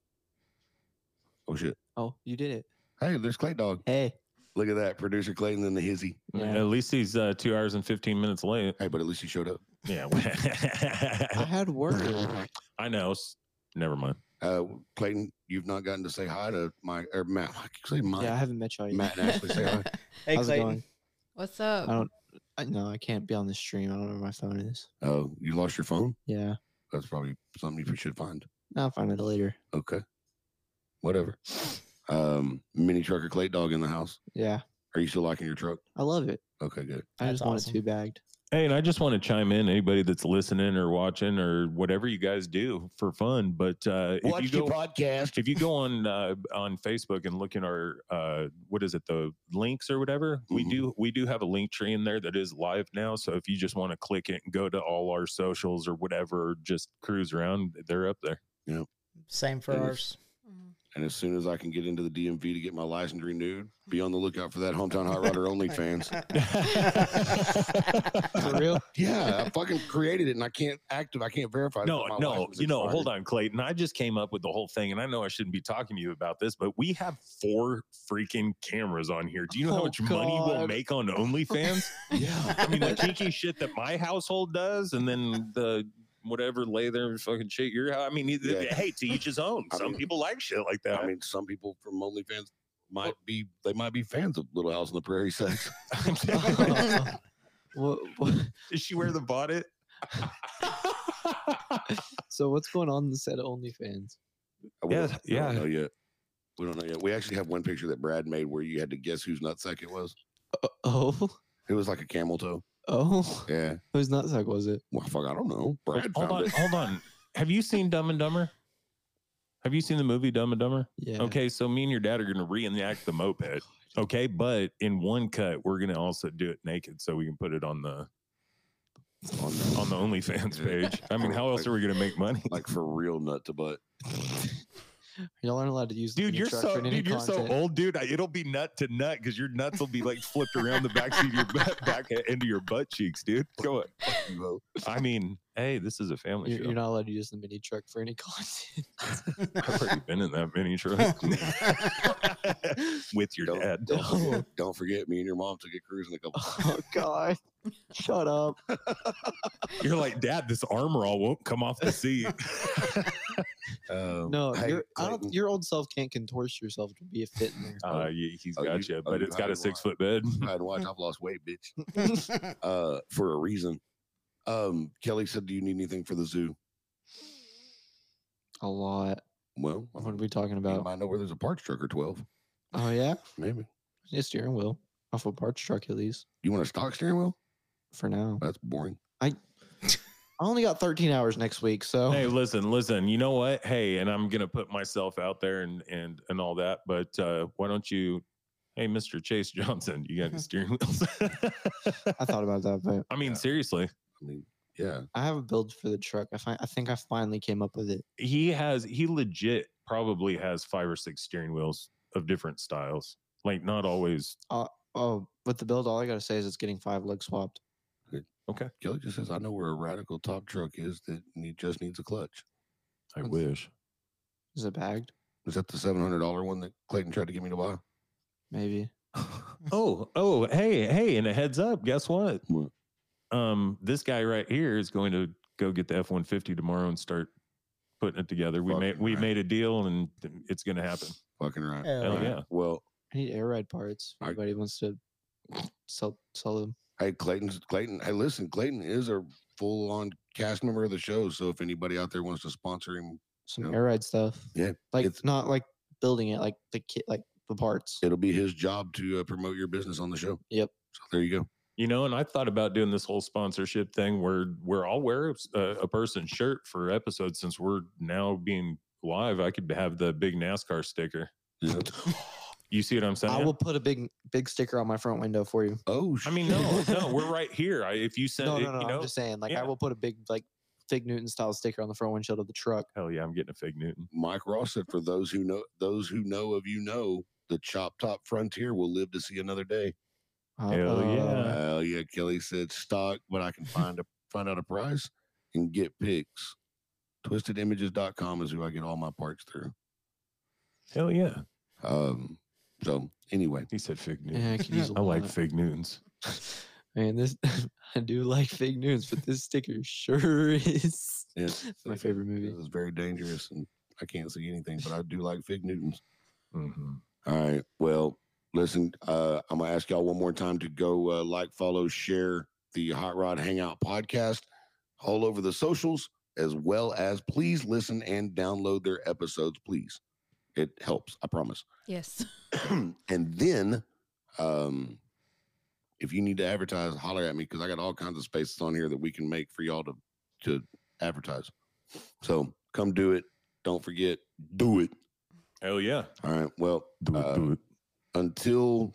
S3: Oh, shit.
S11: Oh, you did it.
S3: Hey, there's Clay Dog.
S11: Hey.
S3: Look at that. Producer Clayton and the hizzy.
S11: Yeah.
S5: At least he's uh, two hours and fifteen minutes late.
S3: Hey, but at least he showed up.
S5: Yeah.
S11: I had work.
S5: I know. S- Never mind.
S3: Uh, Clayton, you've not gotten to say hi to my or Matt. I keep saying Mike.
S11: yeah, I haven't met y'all yet.
S3: Matt and Ashley say hi.
S1: Hey,
S11: How's it
S1: Clayton.
S11: going?
S2: What's up?
S11: I don't I, no, I can't be on the stream. I don't know where my phone is.
S3: Oh, you lost your phone?
S11: Yeah.
S3: That's probably something you should find.
S11: I'll find it later.
S3: Okay. Whatever. Um, mini trucker Clay Dog in the house.
S11: Yeah.
S3: Are you still liking your truck?
S11: I love it.
S3: Okay, good.
S11: I just want it to be bagged.
S5: Hey, and I just want to chime in anybody that's listening or watching or whatever you guys do for fun. But uh,
S3: Watch
S5: if
S3: the
S5: you go,
S3: podcast.
S5: if you go on uh, on Facebook and look in our uh, what is it the links or whatever, we do we do have a link tree in there that is live now. So if you just want to click it and go to all our socials or whatever, just cruise around, they're up there.
S3: Yeah.
S1: Same for
S3: It is.
S1: ours.
S3: And as soon as I can get into the DMV to get my license renewed, be on the lookout for that hometown hot rodder only fans.
S11: For real?
S3: yeah, I fucking created it and I can't active. I can't verify.
S5: No,
S3: that my
S5: no,
S3: license
S5: you know,
S3: expired.
S5: hold on, Clayton. I just came up with the whole thing, and I know I shouldn't be talking to you about this, but we have four freaking cameras on here. Do you know how
S11: Oh,
S5: much money we'll
S11: God.
S5: make on OnlyFans?
S3: yeah,
S5: I mean, the kinky shit that my household does, and then the whatever lay there and fucking shit your house. I mean, either-
S3: Yeah.
S5: hey, to each his own.
S3: I
S5: Some
S3: mean-
S5: people like shit like that.
S3: I mean, some people from OnlyFans might be they might be fans of Little House on the Prairie sex.
S11: What, what,
S5: Did she wear the bonnet?
S11: so what's going on instead of OnlyFans?
S3: We don't-
S5: Yeah,
S3: we don't
S5: yeah.
S3: know yet. We don't know yet. We actually have one picture that Brad made where you had to guess whose nutsack it was.
S11: Oh,
S3: It was like a camel toe.
S11: oh,
S3: Yeah.
S11: whose nutsack was it?
S3: Well, fuck, I don't know. Brad
S5: hold
S3: found
S5: on,
S3: it.
S5: hold on. Have you seen Dumb and Dumber? Have you seen the movie Dumb and Dumber?
S11: Yeah.
S5: Okay, so me and your dad are going to reenact the moped. Okay, but in one cut, we're going to also do it naked so we can put it on the on the, on the OnlyFans page. I mean, how else are we going to make money?
S3: Like for real nut to butt.
S11: Y'all aren't allowed to use
S5: Dude,
S11: the
S5: you're
S11: instruction
S5: so
S11: in any
S5: dude, you're so
S11: content.
S5: old, dude. I- It'll be nut to nut because your nuts will be like flipped around the backseat of your butt, back into your butt cheeks, dude. Go on.
S3: You know?
S5: I mean, hey, this is a family
S11: You're,
S5: show.
S11: you're not allowed to use the mini truck for any content.
S5: I've already been in that mini truck with your
S3: Don't-
S5: dad.
S3: Don't, forget, don't forget, me and your mom took a cruise in a couple.
S11: oh God, shut up.
S5: You're like, Dad, this armor all won't come off the seat.
S3: Um,
S11: No,
S3: hey,
S11: your I don't,
S3: Clayton,
S11: your old self can't contort yourself to be a fit in there.
S5: Uh, he- he's
S3: Oh,
S5: got
S3: you-
S5: you,
S3: oh,
S5: but
S3: you
S5: it's got
S3: had
S5: a
S3: one.
S5: six foot bed.
S3: I had to watch. I've lost weight, bitch. Uh, for a reason. Um, Kelly said, "Do you need anything for the zoo?"
S11: a lot.
S3: Well, I
S11: What are
S3: mean,
S11: we talking
S3: you
S11: about?
S3: might know where there's a parts truck or twelve,
S11: Oh yeah,
S3: maybe.
S11: yeah, steering wheel off a parts truck at least
S3: You want a stock steering wheel?
S11: for now.
S3: That's boring.
S11: I only got 13 hours next week, so
S5: Hey, listen, listen. You know what? Hey, and I'm gonna put myself out there and and and all that. But uh, why don't you? Hey, Mr. Chase Johnson, you got any steering wheels?
S11: I thought about that, but
S5: I mean, seriously,
S3: I mean, yeah.
S11: I have a build for the truck. I fi- I think I finally came up with it.
S5: he has he legit probably has five or six steering wheels of different styles. Like not always.
S11: Oh, with the build, all I gotta say is it's getting five lug swapped.
S3: Kelly just says, "I know where a radical top truck is that need, just needs a clutch."
S5: I wish.
S11: Is it bagged?
S3: Is that the seven hundred dollar one that Clayton tried to get me to buy?
S11: Maybe.
S5: oh, oh, hey, hey, and a heads up, guess what?
S3: What?
S5: Um, this guy right here is going to go get the F one fifty tomorrow and start putting it together. We made
S3: Fucking
S5: we
S3: right.
S5: made a deal and it's gonna happen.
S3: Fucking right.
S1: Hell
S5: Hell
S3: All right.
S5: yeah.
S3: Well,
S11: I need air ride parts.
S3: I-
S11: Everybody wants to sell sell them.
S3: Hey, Clayton's Clayton. Hey, listen, Clayton is a full on cast member of the show. So if anybody out there wants to sponsor him,
S11: Some
S3: Yep.
S11: air ride stuff.
S3: Yeah,
S11: Like
S3: it's-
S11: not like building it, like the kit like the parts.
S3: it'll be his job to uh, promote your business on the show.
S11: Yep.
S3: So there you go.
S5: You know, and I thought about doing this whole sponsorship thing where where I'll wear a, a person's shirt for episodes since we're now being live. I could have the big NASCAR sticker.
S3: Yeah.
S5: You see what I'm saying?
S11: I will put a big big sticker on my front window for you.
S3: Oh,
S5: I mean, no, no, we're right here. I, if you send,
S11: No,
S5: it,
S11: no, no.
S5: you know,
S11: I'm just saying, like
S5: yeah.
S11: I will put a big like Fig Newton style sticker on the front windshield of the truck.
S5: hell yeah, I'm getting a fig Newton.
S3: Mike Ross said, for those who know, those who know of you know, the chop top frontier will live to see another day.
S5: Hell
S6: Uh-huh.
S5: yeah.
S11: Uh,
S3: Hell yeah, Kelly said stock, but I can find a find out a price and get pics. Twistedimages.com is who I get all my parts through.
S5: Hell yeah.
S3: Um, so anyway,
S5: He said fig Newton.
S11: Yeah, I could use a
S5: I like
S11: walnut.
S5: fig Newtons.
S11: Man, this I do like fake news, but this sticker sure is
S3: yeah,
S11: my
S3: so-
S11: favorite movie.
S3: This is very dangerous, and I can't see anything, but I do like Fig Newtons.
S5: Mhm.
S3: All right. Well, Listen, uh, I'm gonna ask y'all one more time to go uh, like, follow, share the Hot Rod Hangout podcast all over the socials, as well as please listen and download their episodes, please. It helps, I promise.
S2: Yes.
S3: and then, um, if you need to advertise, holler at me because I got all kinds of spaces on here that we can make for y'all to to advertise. So come do it. Don't forget, do it.
S5: Hell yeah.
S3: All right. Well, uh, until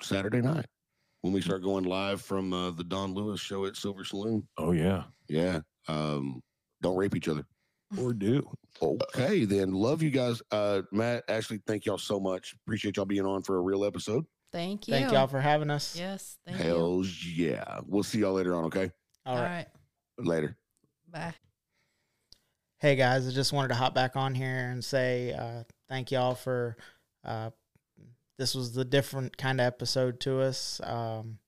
S3: Saturday night when we start going live from uh, the Don Lewis show at Silver Saloon.
S5: Oh yeah.
S3: Yeah. Um, don't rape each other.
S5: Or do.
S3: Okay, then. Love you guys. Uh, Matt, Ashley, thank y'all so much. Appreciate y'all being on for a real episode.
S2: Thank you.
S1: Thank y'all for having us.
S2: Yes. Thank you.
S3: Hells yeah. We'll see y'all later on, okay?
S1: All right.
S3: Later.
S2: Bye.
S1: Hey guys, I just wanted to hop back on here and say uh, thank y'all for uh, this was the different kind of episode to us. Um,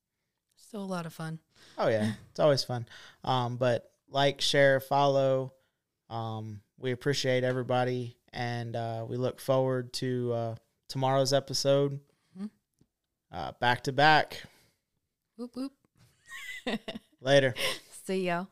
S2: Still a lot of fun.
S1: Oh yeah, it's always fun. Um, but like, share, follow. Um, we appreciate everybody, and uh, we look forward to uh, tomorrow's episode.
S2: Mhm.
S1: Uh, back to back.
S2: Whoop whoop.
S1: Later.
S2: See y'all.